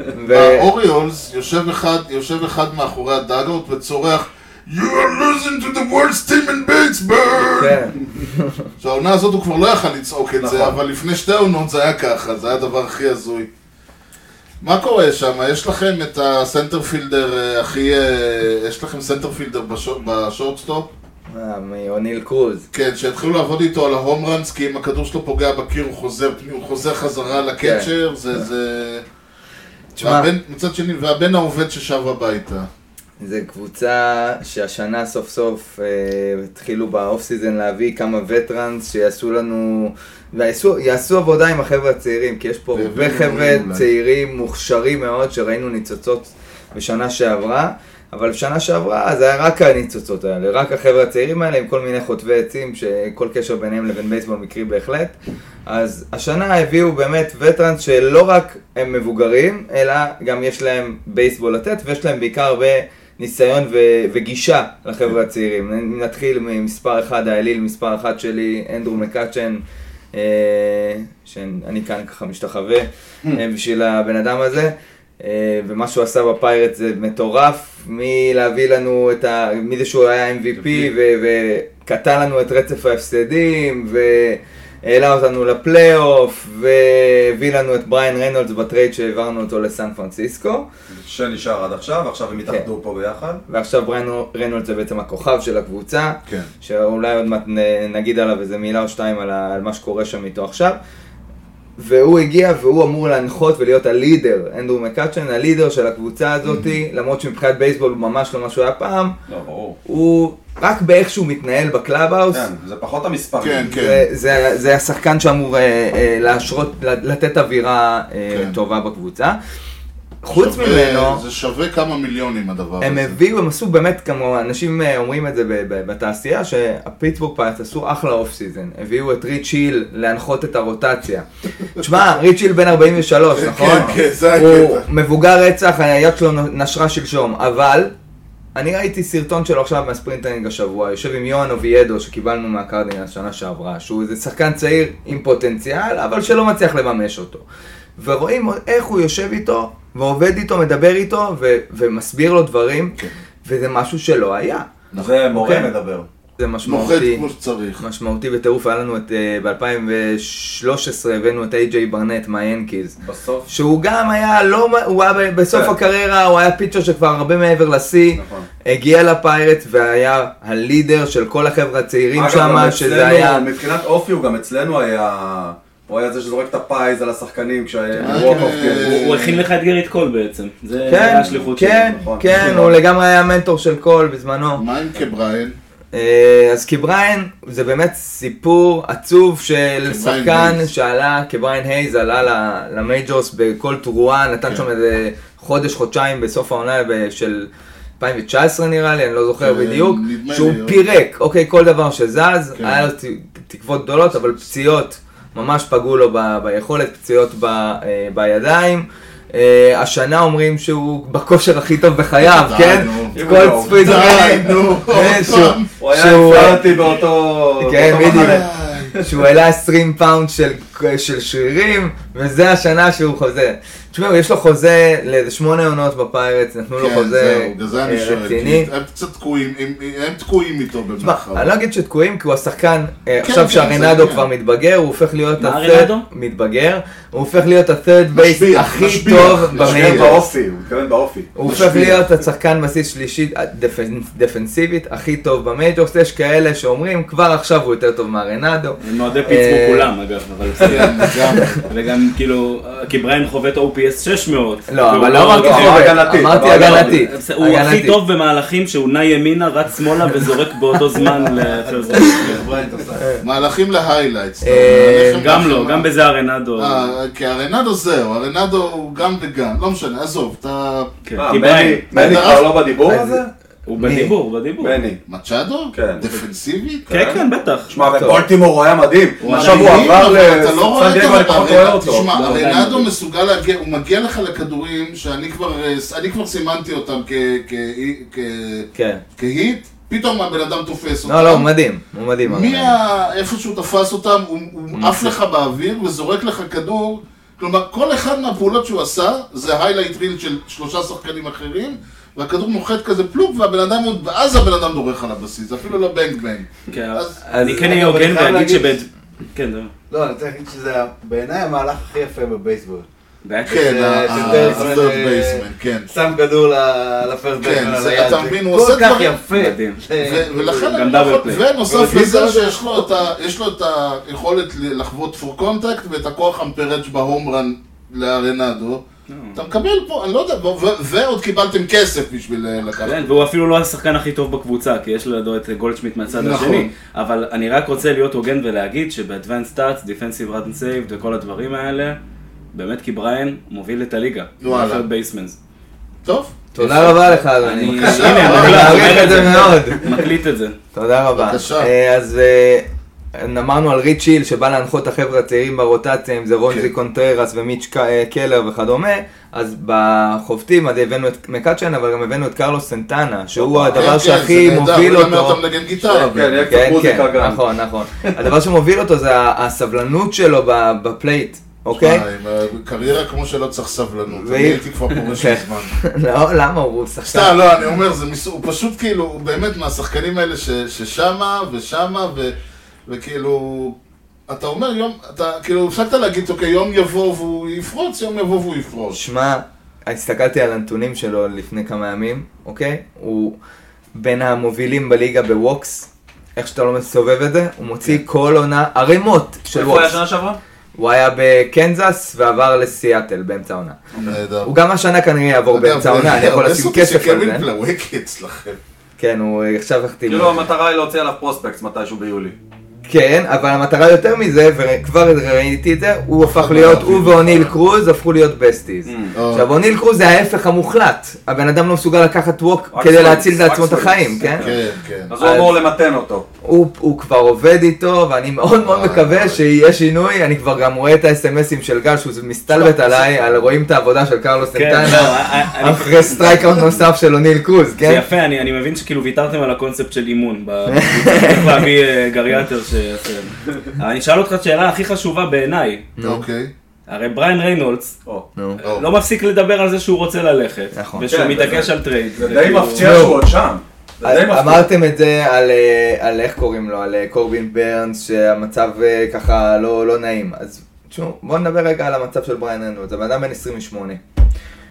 E: אוקיי? ו-
C: האוריולס יושב אחד, יושב אחד מאחורי הדאגאוט וצורח You are losing to the worst team in Pittsburgh!
E: כן,
C: שהעונה הזאת הוא כבר לא יכל לצעוק את זה,
B: נכון.
C: אבל לפני שתי עונות זה היה ככה, זה היה הדבר הכי הזוי. מה קורה שם? יש לכם את הסנטרפילדר אה, הכי... אה, יש לכם סנטרפילדר בשור- בשורטסטופ?
E: אה, מאוניל קרוז.
C: כן, שהתחילו לעבוד איתו על ההום ראנס, כי אם הכדור שלו פוגע בקיר הוא חוזר, פני- הוא חוזר חזרה לקצ'ר, זה... זה...
E: כן. תשמע.
C: והבן- מצד שני, והבן העובד ששב הביתה.
E: זה קבוצה שהשנה סוף סוף אה, התחילו באוף סיזן להביא כמה וטרנס שיעשו לנו, ויעשו יעשו עבודה עם החבר'ה הצעירים, כי יש פה הרבה
C: והביאו
E: חבר'ה
C: מורים אולי.
E: צעירים מוכשרים מאוד שראינו ניצוצות בשנה שעברה, אבל בשנה שעברה זה היה רק הניצוצות האלה, רק החבר'ה הצעירים האלה עם כל מיני חוטבי עצים שכל קשר ביניהם לבין בייסבול מקרי בהחלט. אז השנה הביאו באמת וטרנס שלא רק הם מבוגרים, אלא גם יש להם בייסבול לתת, ויש להם בעיקר הרבה ניסיון ו- וגישה לחבר'ה הצעירים. נ- נתחיל ממספר אחד, האליל מספר אחת שלי, אנדרו מקאצ'ן, אה, שאני כאן ככה משתחווה אה, בשביל הבן אדם הזה. אה, ומה שהוא עשה בפיירט זה מטורף, מלהביא לנו את ה... מזה שהוא היה MVP ו- וקטע לנו את רצף ההפסדים, והעלה אותנו לפלייאוף, והביא לנו את בריין ריינולדס בטרייד שהעברנו אותו לסן פרנסיסקו,
B: שנשאר עד עכשיו, עכשיו הם התאחדו פה ביחד.
E: ועכשיו בריין ריינולדס זה בעצם הכוכב של הקבוצה,
C: כן.
E: שאולי עוד מעט נ- נגיד עליו איזה מילה או שתיים על, ה... על מה שקורה שם איתו עכשיו. והוא הגיע והוא אמור להנחות ולהיות הלידר, אנדרו מקאצ'ן, הלידר של הקבוצה הזאתי,
C: Mm-hmm.
E: למרות שמבחינת בייסבול הוא ממש לא מה שהוא היה פעם,
B: לא, ברור.
E: הוא רק באיך שהוא מתנהל בקלאב האוס,
B: כן, זה פחות המספרים.
C: כן, כן.
E: זה- זה זה השחקן שאמור אה, אה, להשרות, לתת אווירה אה,
C: כן. אה,
E: טובה בקבוצה. חוץ
C: שווה-
E: ממנו,
C: זה שווה כמה מיליונים הדבר
E: הם
C: הזה.
E: הביאו, הם עשו באמת, כמו אנשים אה, אומרים את זה ב- ב- בתעשייה, שהפיטסבורג פיירטס עשו אחלה אוף סיזן. הביאו את ריץ' היל להנחות את הרוטציה. תשמע, ריץ' היל בן 43, נכון?
C: כן, כן, זה
E: הוא
C: הקטע.
E: מבוגר רצח, היד שלו נשרה שלשום, אבל אני ראיתי סרטון שלו עכשיו מהספרינטנינג השבוע, יושב עם יוהן אוביידו שקיבלנו מהקרדינל שנה שעברה, שהוא איזה שחקן צעיר עם פוטנציאל, אבל שלא מצליח לממש אותו. ורואים איך הוא יושב איתו, ועובד איתו, מדבר איתו, ו- ומסביר לו דברים,
C: כן.
E: וזה משהו שלא היה.
B: זה מורה
E: אוקיי.
B: מדבר.
E: זה
C: נוחת
E: משמעותי.
C: כמו שצריך.
E: משמעותי בטירוף, היה לנו את, אה, ב-2013 הבאנו את איי-ג'יי ברנט מהיינקיז.
B: בסוף.
E: שהוא גם היה לא, מ- הוא היה ב- בסוף
B: כן.
E: הקריירה, הוא היה פיצ'ר שכבר הרבה מעבר לשיא,
B: נכון.
E: הגיע לפיירטס והיה הלידר של כל החבר'ה הצעירים
B: אגב,
E: שם,
B: גם
E: שזה
B: אצלנו,
E: היה...
B: מבחינת אופי הוא גם אצלנו היה... הוא היה זה שזורק את הפייז על השחקנים
C: אה,
B: כשהוא
C: כן.
J: הוא הוא הכין לך את גריט קול בעצם, זה
E: כן,
J: היה השליחות שלו.
E: כן,
B: נכון.
E: כן, הוא לגמרי היה מנטור של קול בזמנו.
C: מה עם קבריין?
E: אה, אז קבריין זה באמת סיפור עצוב של שחקן
C: הייז.
E: שעלה, קבריין הייז עלה ל- למייג'ורס בכל תרועה, נתן
C: כן.
E: שם איזה חודש, חודשיים בסוף העונה ב- של 2019 נראה לי, אני לא זוכר
C: כן,
E: בדיוק,
C: נדמה לי,
E: שהוא
C: או-
E: פירק, אוקיי, כל דבר שזז,
C: כן.
E: היה לו ת- תקוות גדולות, אבל פציעות ממש פגעו לו ב- ביכולת, פציעות ב- אה, בידיים. אה, השנה אומרים שהוא בכושר הכי טוב בחייו,
C: די,
E: כן?
C: נו.
E: כל צפוי
C: די, נו,
E: אה,
C: עוד
E: שהוא-
C: פעם.
B: הוא היה
E: שהוא-
B: הפרעתי באותו...
E: כן,
B: באותו
E: בדיוק.
B: מחנה.
E: שהוא העלה 20 פאונד של, של שרירים, וזה השנה שהוא חוזר. תשמעו, יש לו חוזה לאיזה שמונה עונות בפיירטס, נתנו לו
C: כן,
E: חוזה
C: זהו, בגלל זה אני
E: אה,
C: שואל,
E: רציני.
C: כי הם קצת תקועים, הם- הם תקועים איתו
E: תשמע,
C: במחר.
E: אני לא אגיד שתקועים, כי הוא השחקן, אה,
C: כן,
E: עכשיו
C: כן,
E: שהרנדו
C: זה
E: כבר
C: העניין.
E: מתבגר, הוא הופך להיות
J: מה
E: ה-third-
J: הרנדו?
E: מתבגר, הוא הופך להיות ה-third base
C: משפיע,
E: הכי
C: משפיע,
E: טוב
C: משפיע.
E: במאיר
B: באופי, הוא מתכוון באופי.
E: הוא
C: משפיע.
E: הופך להיות השחקן בסיס שלישית הדפנ- דפנסיבית הכי טוב במייג'ורס, יש כאלה שאומרים כבר עכשיו הוא יותר טוב מהרנדו.
J: הם אוהדי פיטסבורג
E: אה,
J: כולם אגב, אבל בסדר.
C: כן, גם.
J: וגם כאילו, אה, כי בריין חווה את OPS 600.
E: לא,
J: והוא
E: אבל לא אמרתי
B: לא,
E: חובב,
B: הגנתית.
E: אמרתי
B: לא, לא,
E: הגנתית.
J: הוא
E: הגנתית.
J: הכי טוב במהלכים שהוא נע ימינה, רץ שמאלה וזורק באותו זמן לפרזון.
C: מהלכים להיילייטס. אתה
E: אה,
C: אומר, מהלכים
J: גם לא,
C: להשלמה.
J: גם בזה הרנדו.
C: אה, כי הרנדו זהו, הרנדו הוא גם וגם, לא משנה, עזוב, אתה...
J: כן,
B: מה,
J: כי
B: אה, מני
J: בריין,
B: מני כבר לא בדיבור
E: אז-
B: הזה?
J: הוא
E: מי?
J: בדיבור, הוא בדיבור.
B: מני.
C: מצ'אדו?
B: כן.
C: דפנסיבית?
J: כן, כן, בטח.
B: שמע, ובולטימור הוא היה מדהים.
C: הוא
B: עכשיו הוא
C: מדהים,
B: עבר
C: אבל אתה לא רואה
B: לסן
C: את
B: דייגו, אני פחות
C: הרנדו-
B: רואה אותו.
C: תשמע,
J: לא, עדיין
C: הרנדו
J: מדהים.
C: מסוגל להגיע, הוא מגיע לך לכדורים שאני כבר, אה, אני כבר סימנתי אותם כ- כ- כ-
E: כן.
C: כהיט, פתאום הבן אדם תופס אותם.
E: לא, לא, הוא מדהים, הוא מדהים. הרנדו.
C: מאיפה שהוא תפס אותם, הוא-
B: Mm.
C: הוא עף לך באוויר וזורק לך כדור. כלומר, כל אחד מהפעולות שהוא עשה, זה היילייט ריל של שלושה שחקנים אחרים, והכדור נוחת כזה פלופ, והבן אדם עוד, ואז הבן אדם דורך על הבסיס, אפילו לא בנג בנג.
J: כן,
C: אז-
J: אני
F: אז-
J: כן אהיה
F: אבל אני
J: הוגן
F: חייב
J: ואגיד
F: להגיד-
J: שבד... כן, זהו.
F: לא, אני צריך להגיד שזה בעיניי המהלך הכי יפה בבייסבול.
C: כן,
F: זה-
C: ה-
F: זה
C: ה-
F: דרך
C: ה-third
F: זה-
C: basement, כן.
F: שם כדור ל- לפרסט
C: כן,
F: בייסמן על
C: זה-
F: היד.
C: אתה
F: זה
C: מבין, הוא
F: כל
C: עושה
F: כך
C: דברים-
F: יפה.
J: מדהים.
F: זה-
C: ו- ולכן,
J: גם
C: אני
J: דאבל
C: יכול-
J: פליי.
C: ונוסף
F: ולפי
C: לזה
F: זה-
C: שיש לו את ה- יש לו את היכולת ל- לחוות פור קונטקט ואת הכוח המפרג' בהומרן לארנדו, אתה מקבל פה, אני לא יודע, ו- ו- ועוד קיבלתם כסף בשביל אה, לקחת.
J: כן, והוא אפילו לא השחקן הכי טוב בקבוצה, כי יש לידו את גולדשמיט מהצד
C: נכון.
J: השני. אבל אני רק רוצה להיות הוגן ולהגיד שב-advanced stats, defensive run saved וכל הדברים האלה, באמת כי בריין מוביל את הליגה.
C: וואלה.
J: אחר בייסמנס.
C: טוב.
E: תודה רבה לך,
J: אני,
E: אדוני.
C: בבקשה,
J: הנה,
C: אבל
J: אני
E: אני
C: אני
E: מעריך את זה מאוד.
J: מקליט את זה.
E: תודה רבה.
C: בבקשה.
E: אה, אז אה, אמרנו על ריץ' היל שבא להנחות את החבר'ה הצעירים ברוטציה, אם זה רונזי
C: כן.
E: קונטררס ומיץ' ק- אה, קלר וכדומה, אז בחובטים אז הבאנו את מקאצ'ן, אבל גם הבאנו את קרלוס סנטנה, שהוא
C: אוקיי, כן,
E: הדבר שהכי מוביל
C: הוא גם
E: אותו.
C: מנגן גיטרה.
B: כן,
C: אבל-
B: יהיה קצת מוזיקה גם.
E: נכון, נכון. הדבר שמוביל אותו זה ה- הסבלנות שלו ב- בפלייט, אוקיי?
C: אה, עם, אה, קריירה כמו שלא צריך סבלנות.
E: ואם-
C: אני הייתי כבר פורש
E: כן.
C: מזמן.
E: לא, למה הוא שחקן?
C: סתם, לא, אני אומר, זה מסוג, הוא פשוט כאילו, הוא באמת מהשחקנים האלה ש- ששמה ושמה, ו- וכאילו, אתה אומר יום, אתה כאילו, הפסקת להגיד, אוקיי, יום יבוא והוא יפרוץ, יום יבוא והוא יפרוץ.
E: שמע, הסתכלתי על הנתונים שלו לפני כמה ימים, אוקיי? הוא בין המובילים בליגה בווקס. איך שאתה לא מסובב את זה, הוא מוציא
B: כן.
E: כל עונה ערימות של
J: איפה היה
E: ווקס.
J: שנה שעברה?
E: הוא היה בקנזס ועבר לסיאטל באמצע העונה.
C: נהדר.
E: אה, הוא גם השנה כנראה יעבור באמצע העונה, אני יכול לשים כסף על זה.
C: הרבה סוטים שקווין אצלכם.
E: כן, הוא עכשיו החתים.
B: כאילו המטרה היא להוציא עליו פרוספקט מתישהו ביולי.
E: כן, אבל המטרה יותר מזה, וכבר ראיתי את זה, הוא הפך להיות, הוא ואוניל קרוז הפכו להיות בסטיז.
C: Mm.
E: עכשיו, אוניל קרוז זה ההפך המוחלט. הבן אדם לא מסוגל לקחת ווק
B: רק
E: כדי
B: סוליס,
E: להציל
B: רק
E: לעצמו את
B: סוליס.
E: החיים, כן?
C: כן, כן.
B: אז הוא אמור למתן אותו.
E: הוא, הוא כבר עובד איתו, ואני מאוד מאוד
C: וואי,
E: מקווה
C: וואי.
E: שיהיה שינוי, אני כבר גם רואה את האס.אם.אסים של גל, שהוא מסתלבט עליי, על רואים את העבודה של קרלוס
J: כן,
E: סנטנה,
J: לא, אני-
E: אחרי סטרייקאוט נוסף של אוניל קרוז,
J: זה
E: כן?
J: יפה, אני אני מבין שכאילו ויתרתם על הקונספט של אימון. ב- צריך להביא אה, גריאטר שיעשה. אבל אני אשאל אותך את השאלה הכי חשובה בעיניי.
C: אוקיי.
J: הרי בריין ריינולדס
B: או.
A: אה,
E: נו.
C: או.
J: לא מפסיק לדבר על זה שהוא רוצה ללכת,
E: נכון.
J: ושהוא
B: כן,
J: מתעקש על טרייד.
B: זה די
J: כאילו-
B: מפתיע
E: לא. אה,
B: שהוא עוד שם. זה
E: אז
B: די מפתיע.
E: אמרתם את זה על, אה, על איך קוראים לו, על אה, קורבין ברנס, שהמצב אה, ככה לא, לא נעים. אז תשמעו, בואו נדבר רגע על המצב של בריין רנולד. זה בן אדם בן 28.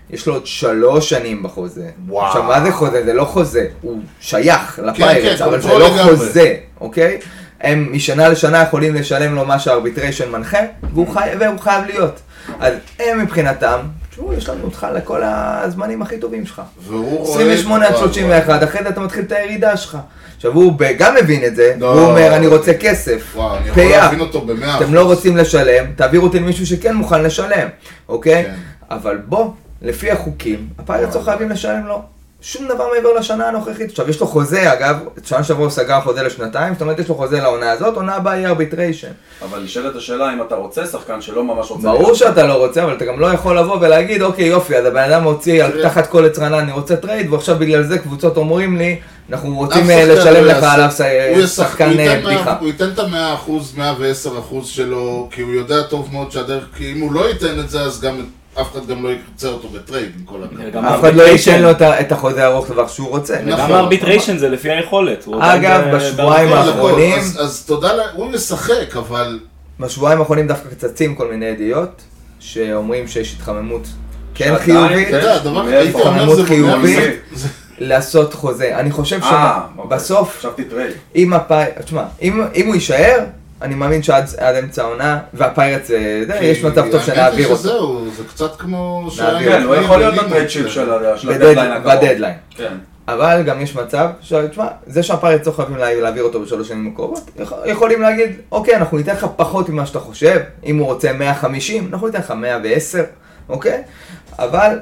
E: יש לו עוד שלוש שנים בחוזה.
C: וואו.
E: עכשיו, מה זה חוזה? זה לא חוזה. הוא שייך לפיירטס,
C: כן,
E: אבל זה
C: קונטרול
E: לא
C: לגמרי.
E: חוזה, אוקיי? הם משנה לשנה יכולים לשלם לו מה שהארביטריישן מנחה, והוא חי- והוא חייב להיות. אז הם מבחינתם, תשמעו, יש לנו אותך לכל הזמנים הכי טובים שלך.
C: והוא רואה...
E: 28 עד
C: וואי,
E: 31, אחרי זה אתה מתחיל את הירידה שלך. עכשיו הוא ב- גם מבין את זה,
C: לא.
E: הוא אומר אני רוצה כסף,
C: וואו, אני יכול
E: pay
C: להבין
E: up,
C: אותו במאה
E: אתם לא רוצים לשלם, תעבירו אותי למישהו שכן מוכן לשלם, אוקיי?
C: כן.
E: אבל בוא, לפי החוקים, הפיירטס לא
C: וואו.
E: חייבים לשלם לו. שום דבר מעבר לשנה הנוכחית. עכשיו, יש לו חוזה, אגב, שנה שעברה הוא סגר חוזה לשנתיים, זאת אומרת, יש לו חוזה לעונה הזאת, עונה הבאה יהיה ארביטריישן.
B: אבל נשאלת השאלה אם אתה רוצה שחקן שלא ממש רוצה.
E: ברור שאתה לא רוצה, אבל אתה גם לא יכול לבוא ולהגיד, אוקיי, יופי, אז הבן אדם הוציא על
C: תראה.
E: תחת כל עץ רענן, אני רוצה טרייד, ועכשיו בגלל זה קבוצות אומרים לי, אנחנו רוצים
C: אף
E: אה,
C: שחקן
E: לשלם
C: לא
E: לך
C: יעשה-
E: עליו
C: הוא
E: ש-
C: ישחק-
E: שחקן
C: הוא ייתן
E: אה,
C: מאה-
E: בדיחה.
C: הוא ייתן את המאה אחוז, מאה ועשר אחוז שלו, כי הוא יודע טוב מאוד שהדרך, כי אם הוא לא ייתן את זה, אז גם אף אחד גם לא יקצר אותו בטרייד, עם כל הכבוד.
A: גם
E: אף אחד לא ייתן לו את ה- את החוזה הארוך טווח שהוא רוצה.
C: נכון.
A: גם הארביטריישן זה לפי היכולת. הוא אה, עדיין
E: אגב,
A: ב-
E: בשבועיים
A: ב-
C: כל הכבוד.
E: האחרונים-
C: כן, אז- אז תודה, לה- הוא משחק, אבל
E: בשבועיים האחרונים דווקא צצים כל מיני ידיעות, שאומרים שיש התחממות כן
I: שעתיים,
E: חיובית,
C: אתה יודע, הדבר
I: מאיפה?
C: הייתי אומר זה
B: אה,
E: חיובי.
C: מונע משחק.
E: לעשות חוזה. אני חושב
I: אה, אוקיי.
E: שבסוף,
I: חשבתי טרייד.
E: אם הפי... תשמע, אם אם הוא יישאר, אני מאמין שעד עד אמצע העונה, והפיירטס, אה, זה, יש מצב טוב שנעביר
C: האמת היא
E: אותו.
C: שזהו, זה קצת כמו...
E: נעביר. לא
C: שהיה
I: כן, הוא יכול להיות
C: בליגה.
I: בטרייד צ'יפ של ה- של
E: בדד-
I: הדדליין הקרוב.
E: בדדליין.
I: כן.
E: אבל גם יש מצב, ש- תשמע, זה שהפיירטס לא חייבים לה- להעביר אותו בשלוש שנים הקרובות, יכול- יכולים להגיד, אוקיי, אנחנו ניתן לך פחות ממה שאתה חושב, אם הוא רוצה 150, אנחנו ניתן לך 110, אוקיי? אבל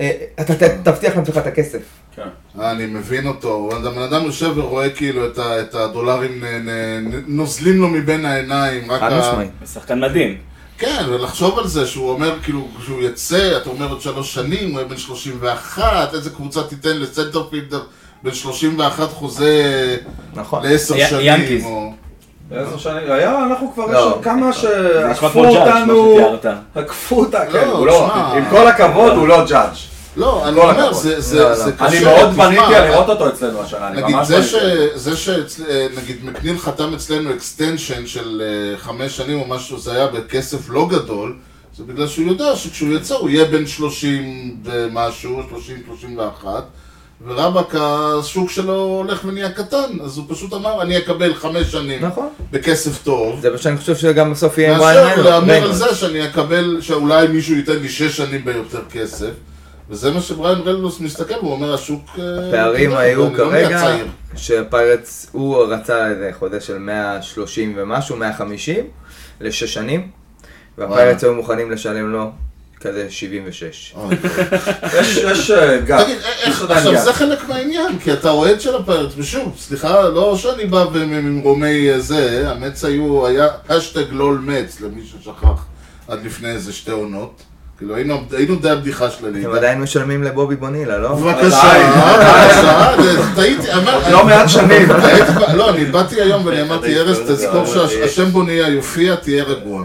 E: אה, אתה ת- תבטיח לעצמך את הכסף.
I: כן.
C: אה, אני מבין אותו. הבן אדם יושב ורואה כאילו את ה- את הדולרים נ- נ- נוזלים לו מבין העיניים. רק
E: חד
C: ה-
E: משמעית.
A: שחקן מדהים.
C: כן, ולחשוב על זה שהוא אומר, כאילו, כשהוא יצא, אתה אומר עוד שלוש שנים, הוא יהיה בן 31, איזה קבוצה תיתן לסנטרפילדר בן 31 חוזה
E: נכון.
C: לעשר
A: י-
C: שנים,
A: ינקיז.
C: או...
I: עשר שנים, היה, אנחנו כבר, יש
E: לא,
I: עוד כמה
A: זה נשמע
I: שעקפו
A: כמו ג'אדג' מה
I: אותנו,
A: שתיארת.
I: עקפו אותנו,
C: לא,
I: כן, הוא לא,
C: תשמע.
I: עם כל הכבוד הוא לא ג'אדג'.
C: לא, אני
I: כל
C: אומר,
I: הכבוד.
C: זה-
E: לא,
C: זה זה
E: לא.
C: קשה.
I: אני מאוד
C: תשמע,
I: פניתי על לראות אותו אצלנו השנה, אני
C: נגיד,
I: ממש לא
C: זה,
I: פניתי.
C: ש... זה שנגיד מקניל חתם אצלנו אקסטנשן של אה, חמש שנים או משהו, זה היה בכסף לא גדול, זה בגלל שהוא יודע שכשהוא יצא הוא יהיה בן 30 ומשהו, 30-31, ורבאק השוק שלו הולך ונהיה קטן, אז הוא פשוט אמר, אני אקבל חמש שנים
E: נכון. כן,
C: בכסף טוב.
E: זה מה שאני חושב שגם בסוף יהיה עם
C: מאשר
E: ריינולדס.
C: להמר על זה שאני אקבל, שאולי מישהו ייתן לי שש שנים ביותר כסף. וזה מה שבריין רלוס מסתכל, הוא אומר, השוק... אה,
E: הפערים
C: אתה יודע,
E: היו
C: אני לא נהיה
E: כרגע
C: צעיר."
E: שפיירטס, הוא רצה איזה חוזה של 130 ומשהו, 150, לשש שנים, והפיירטס היו מוכנים לשלם לו כזה 76.
C: אוי,
I: יש- יש אה, גאפ,
C: תגיד, אה,
I: יש
C: איך,
I: עדיין
C: עכשיו זה
I: גאפ.
C: חלק מהעניין, כי אתה אוהד של הפרץ, ושוב, סליחה, לא שאני בא ממרומי אה, זה, המץ היו, היה השטג לול מצ, למי ששכח, עד לפני איזה שתי עונות. כאילו, היינו, היינו די הבדיחה של
E: אתם
C: הליגה.
E: עדיין משלמים לבובי בונילה, לא?
C: בבקשה,
I: עדיין.
C: בבקשה, זה- טעיתי, אמר...
I: לא מעט שנים.
C: הייתי ב- לא, אני באתי היום ואני אמרתי, ארז,
I: זה
C: תזכור
I: מאוד
C: שהשם בוניה יופיע, תהיה רגוע.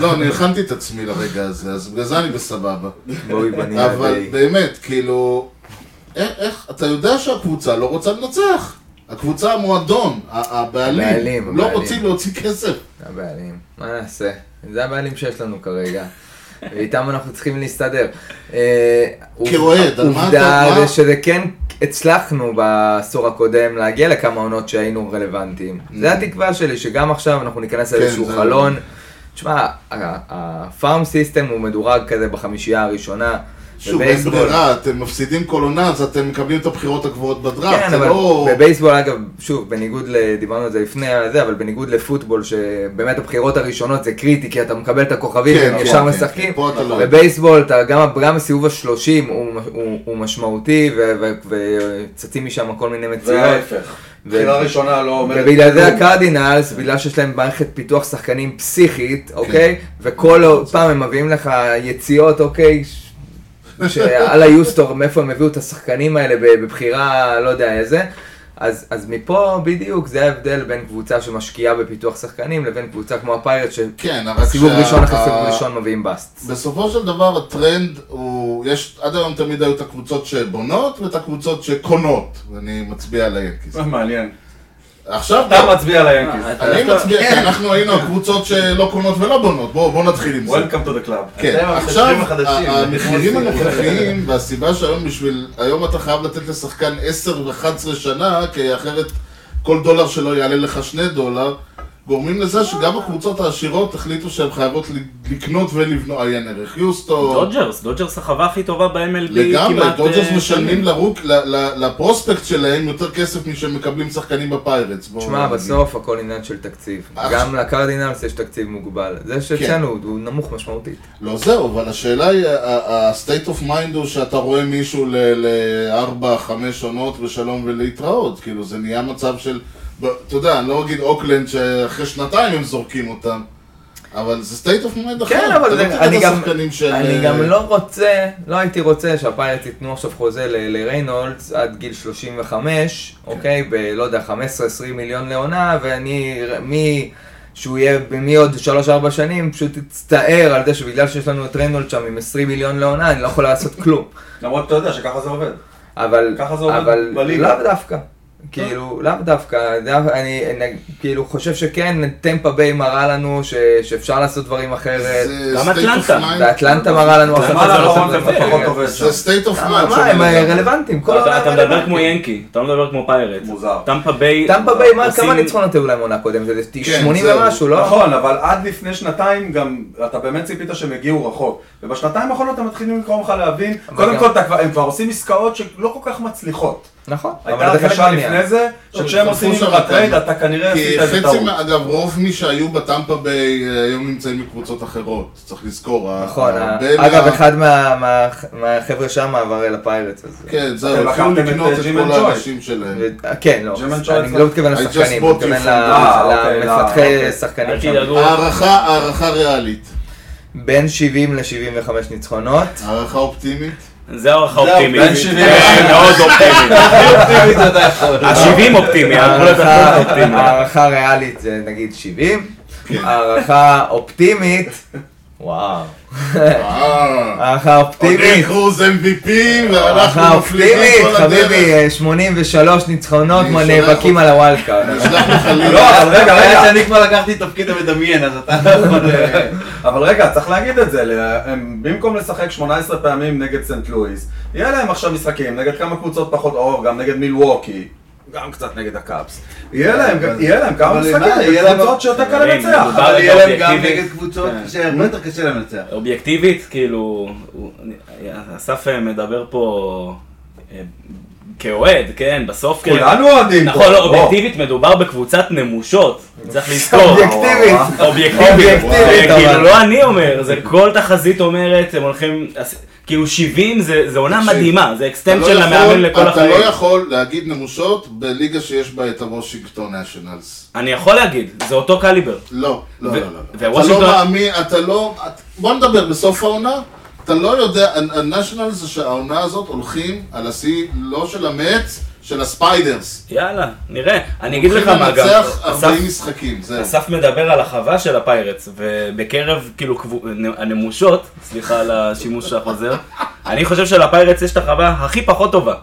C: לא, אני הכנתי את עצמי לרגע הזה, אז בגלל זה אני בסבבה.
E: בובי בונילה.
C: אבל
E: די-
C: באמת, כאילו, איך, איך, אתה יודע שהקבוצה לא רוצה לנצח. הקבוצה, המועדון, ה- הבעלים,
E: הבעלים,
C: לא
E: הבעלים.
C: רוצים להוציא כסף.
E: הבעלים, מה נעשה? זה הבעלים שיש לנו כרגע. ואיתם אנחנו צריכים להסתדר. אה,
C: כאוהד, על מה אתה-
E: עובדה
C: מה?
E: זה שזה כן הצלחנו בעשור הקודם להגיע לכמה עונות שהיינו רלוונטיים. זה התקווה שלי, שגם עכשיו אנחנו ניכנס
C: Mm-hmm. כן,
E: לאיזשהו
C: זה-
E: חלון. תשמע, הפארם סיסטם הוא מדורג כזה בחמישייה הראשונה.
C: שוב, אין
E: בבייסבול.
C: ברירה, אתם מפסידים כל עונה, אז אתם מקבלים את הבחירות הגבוהות בדראפט,
E: כן,
C: זה
E: אבל
C: לא...
E: בבייסבול, אגב, שוב, בניגוד ל... דיברנו על זה לפני זה, אבל בניגוד לפוטבול, שבאמת הבחירות הראשונות זה קריטי, כי אתה מקבל את הכוכבים
C: כן,
E: והם
C: נכון,
E: ישר
C: כן,
E: משחקים.
C: כן, פה אתה לא-
E: בבייסבול, אתה, גם, גם הסיבוב השלושים הוא, הוא, הוא משמעותי, וצצים משם כל מיני
I: זה
E: מציאות.
I: ההפך.
E: ו-
I: בחירה ראשונה לא אומרת...
E: ובגלל זה הקרדינלס, בגלל שיש להם מערכת פיתוח שחקנים
C: כן.
E: פסיכית, אוקיי? וכל פעם הם מביאים לך יציאות, אוקיי? ש- שעל היוסטור, מאיפה הם הביאו את השחקנים האלה ב- בבחירה, לא יודע איזה. אז, אז מפה בדיוק זה ההבדל בין קבוצה שמשקיעה בפיתוח שחקנים לבין קבוצה כמו הפיירט
C: כן, אבל
E: שסיבוב
C: כשה-
E: ראשון אחרי סיבוב
C: ה-
E: ראשון מביאים באסט.
C: בסופו של דבר הטרנד הוא, יש, עד היום תמיד היו את הקבוצות שבונות ואת הקבוצות שקונות, ואני מצביע על היאנקיז.
I: אה, מעניין. אה,
C: עכשיו,
I: אתה מצביע ליאנקיז.
C: אני מצביע, כן. כי אנחנו היינו הקבוצות שלא קונות ולא בונות, בואו בואו נתחיל עם זה.
I: Welcome to the club.
C: כן,
I: אתם
C: עכשיו,
I: המחשבים החדשים.
C: ה- המחירים הנוכחיים, והסיבה שהיום בשביל, היום אתה חייב לתת לשחקן 10 ו-11 שנה, כי אחרת כל דולר שלו יעלה לך 2 דולר, גורמים לזה שגם הקבוצות העשירות החליטו שהן חייבות ל- לקנות ולבנות, אה, עיין ערך יוסטון,
A: דודג'רס, דודג'רס החווה הכי טובה ב-MLB
C: לגמרי,
A: כמעט...
C: דודג'רס
A: אה,
C: משלמים לרוק, ל- ל- לפרוספקט שלהם יותר כסף משהם מקבלים שחקנים בפיירטס. בואו
E: תשמע,
C: נגיד.
E: בסוף הכל עניין של תקציב.
C: אך-
E: גם לקרדינלס יש תקציב מוגבל. זה
C: כן.
E: שאצלנו הוא- הוא נמוך משמעותית.
C: לא זהו, אבל השאלה היא, ה-state of mind הוא שאתה רואה מישהו לארבע, חמש עונות ושלום ולהתראות, כאילו זה נהיה מצב של, ב- אתה יודע, אני לא אגיד אוקלנד שאחרי שנתיים הם זורקים אותם, אבל זה state of mind אחר,
E: כן, אבל
C: אתה לא
E: זה-
C: תראה
E: אני
C: את
E: גם-
C: השחקנים של... אה,
E: אני גם לא רוצה, לא הייתי רוצה שהפיירטס ייתנו עכשיו חוזה ל- לריינולדס עד גיל 35, אוקיי? ב- לא יודע, 15-20 מיליון לעונה, ואני, שהוא יהיה במי עוד 3-4 שנים, פשוט תצטער על זה שבגלל שיש לנו את ריינולד שם עם 20 מיליון לעונה, אני לא יכול לעשות כלום.
B: למרות שאתה יודע שככה זה עובד.
E: אבל,
B: ככה זה עובד
E: אבל
B: בליגה.
E: לאו דווקא. כאילו, לאו דווקא, דו- אני אני, כאילו חושב שכן, טמפה ביי מראה לנו ש- שאפשר לעשות דברים אחרת,
C: זה
A: גם
C: state of
A: אטלנטה.
C: mind-
E: ואטלנטה מראה לנו אחרת,
B: מה
I: לא
E: לעשות
B: האחרון
E: דברים
B: זה פחות
E: אחרת.
B: עובד
C: זה
B: שם?
C: state of
E: למה,
C: mind.
E: אה, מה, הם
C: של בן אדם.
E: רלוונטיים, כל העולם
A: אתה אתה מדבר
E: רלוונטי.
A: כמו ינקי, אתה לא מדבר כמו פיירט.
B: מוזר.
A: טמפה ביי...
E: טמפה ביי, מה-
A: עושים-
E: כמה ניצחונות היו להם עונה קודם? זה
C: כן,
E: 80
C: זהו.
E: ומשהו, לא?
B: נכון, אבל עד לפני שנתיים גם, אתה באמת ציפית שהם יגיעו רחוק. ובשנתיים האחרונות הם מתחילים לקרוא לך להבין,
E: אבל
B: קודם
E: גם-
B: כל אתה כבר- הם כבר עושים עסקאות שלא כל כך מצליחות.
E: נכון,
B: הייתה
E: אבל זה חלק
B: הרגשה
E: מהעניין.
B: לפני זה, שכשהם
C: לא,
B: עושים
C: חפרו
B: לך
C: שם
B: טרייד,
C: אותנו.
B: אתה כנראה
C: כי
B: עשית איזה
C: חצי,
B: טעות.
C: מה- אגב, רוב מי שהיו בטמפה ביי אה, היום נמצאים בקבוצות אחרות, צריך לזכור. ה-
E: נכון,
C: הרבה
E: אגב,
C: מה-
E: אחד מה- מה- מהחבר'ה שם עבר אל הפיירטס. אז-
C: כן, זהו,
B: אתם
C: התחילו
B: לקחתם את,
C: לקנות
B: אה,
C: את
B: ג'ים
C: כל
B: אנד ג'וי.
C: האנשים שלהם.
E: ו- כן, לא,
B: ג'מן
E: אני
B: צ'ואנסון.
E: לא מתכוון
C: I just
E: לשחקנים,
C: bought
E: אני
C: you
E: מתכוון
C: from-
E: ל-
B: אה, אוקיי,
E: למפתחי
B: אוקיי.
E: שחקנים
A: אל
E: שם.
A: תדאגו,
C: הערכה, הערכה ריאלית.
E: בין 70 ל-75 ניצחונות.
C: הערכה אופטימית.
A: זה האורך
B: זהו,
A: האופטימי.
B: בן שבעים.
A: כן, מאוד אופטימי. ה-70 אופטימי,
E: אה,
A: הגבול התחתון
E: הערכה-
A: זה אופטימי.
E: הערכה ריאלית זה נגיד 70.
A: כן.
E: הערכה אופטימית, וואו.
C: אה,
E: הערכה
C: עודד
E: אופטימית.
C: קרוז MVP, ואנחנו
E: הערכה
C: מפליגים
E: אופטימית,
C: כל
E: חביבי,
C: הדרך.
E: אה, 83 ניצחונות,
C: אני
E: מה,
C: שולח
E: נאבקים
C: אותך.
E: על הוואלד קארד.
C: נשלח לך
B: לא,
C: לילה.
B: אבל רגע, רגע.
F: שאני כבר לקחתי את תפקיד המדמיין, אז אתה... אה,
B: אבל רגע, צריך להגיד את זה, ל- הם במקום לשחק 18 פעמים נגד סנט לואיס, יהיה להם עכשיו משחקים נגד כמה קבוצות פחות אור, גם נגד מילווקי, גם קצת נגד הקאפס. יהיה להם, גם- יהיה להם כמה
F: אבל
B: משחקים
F: מה, יהיה
B: נגד
F: להם-
B: קבוצות שיותר קל
A: חברים,
B: לנצח.
A: מדובר
F: אבל יהיה להם גם
A: אובייקטיבי. כן.
F: נגד קבוצות שהרבה יותר קשה להם לנצח.
A: אובייקטיבית, כאילו, הוא- אסף אה, מדבר פה אה, כאוהד, כן, בסוף כאילו...
B: כולנו אוהדים פה.
A: נכון, לא,
B: בוא.
A: אובייקטיבית מדובר בקבוצת נמושות, צריך לזכור.
E: אובייקטיבית.
A: אובייקטיבית,
E: אובייקטיבית,
A: זה
E: אבל.
A: כאילו לא אני אומר, זה כל תחזית אומרת, הם הולכים, אז- כאילו 70 זה זה עונה
C: תקשיב,
A: מדהימה, זה
C: אתה
A: אקסטנט
C: לא
A: של המאמן
C: יכול-
A: לכל
C: אתה
A: החיים.
C: לא יכול להגיד נמושות בליגה שיש בה את הוושינגטון נשיונלס.
A: אני יכול להגיד, זה אותו קליבר.
C: לא, לא,
A: ו-
C: לא, לא. לא. אתה
A: ווושינגטון-
C: לא מאמין, אתה לא... את- בוא נדבר בסוף העונה. אתה לא יודע, הנשיונל זה שהעונה הזאת הולכים על השיא, לא של המץ, של הספיידרס.
A: יאללה, נראה. אני אגיד לך מה
C: הולכים
A: גם,
C: לנצח
A: אסף
C: 40 משחקים, זהו.
A: אסף מדבר על החווה של הפיירטס, ובקרב כאילו קבו- נ- הנמושות, סליחה על השימוש החוזר, אני חושב שלפיירטס יש את החווה הכי פחות טובה.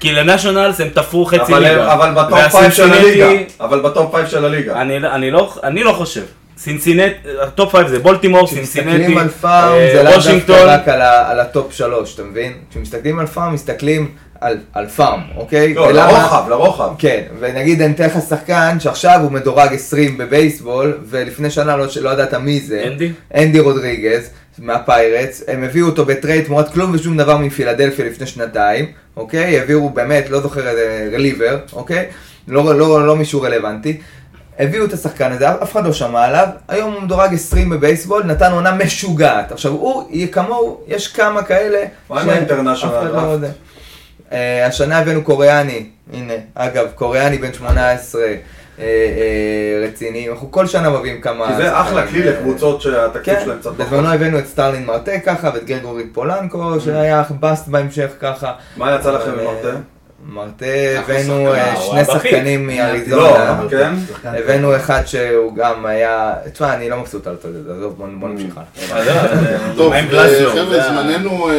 A: כי לנשיונלס הם תפרו חצי
B: לא, אבל הם-
A: ליגה.
B: אבל בטופ 5 של
A: והסינסינטי-
B: הליגה, אבל בטופ 5 של הליגה.
A: אני, אני, לא, אני לא חושב. סינסינט, הטופ 5 זה בולטימור,
E: כשמסתכלים
A: סינסינטי,
E: על פארם
A: אה,
E: זה לאו
A: וושינגטון.
E: דווקא רק על ה- על הטופ שלוש, אתה מבין? כשמסתכלים על פארם, מסתכלים על- על פארם, אוקיי?
B: לא,
E: ולמה-
B: לרוחב, לרוחב.
E: כן, ונגיד אני אתן לך שחקן שעכשיו הוא מדורג 20 בבייסבול, ולפני שנה לא, לא ידעת מי זה.
A: אנדי?
E: אנדי רודריגז, מהפיירטס, הם הביאו אותו בטרייד תמורת כלום ושום דבר מפילדלפיה לפני שנתיים, אוקיי? העבירו באמת, לא זוכר, אה, רליבר, אוקיי? לא, לא, לא מישהו רלוונטי. הביאו את השחקן הזה, אף אחד לא שמע עליו, היום הוא מדורג 20 בבייסבול, נתן עונה משוגעת. עכשיו הוא, יהיה כמוהו, יש כמה כאלה.
B: מה עם
E: ש-
B: ה-International
E: אף אחד לא
B: Draft?
E: יודע. אה, השנה הבאנו קוריאני, הנה, אגב, קוריאני בן 18, אה, אה, רציני, אנחנו כל שנה מביאים כמה...
B: כי זה אחלה
E: שחקנים,
B: כלי
E: אה,
B: לקבוצות שהתקציב
E: כן,
B: שלהם קצת פחות.
E: בזמנו הבאנו את סטרלין מרטה ככה, ואת גרגורי פולנקו, שהיה באסט בהמשך ככה.
B: מה Mm. יצא לכם
E: אה,
B: עם מרטה?
E: מרטה, הבאנו אה,
A: שחקן, הוא
E: שני
A: היה בפיק.
E: שחקנים
B: לא,
E: מאריזונה.
B: כן?
E: הבאנו אחד שהוא גם היה... תשמע, אני לא מבסוט על זה, עזוב, בוא
B: Mm.
E: בוא נמשיך הלאה.
A: אז זהו,
C: טוב,
A: מה עם
C: אה,
A: גלזגו?
C: חבר'ה,
A: אה, זה ה-
C: זמננו, אה,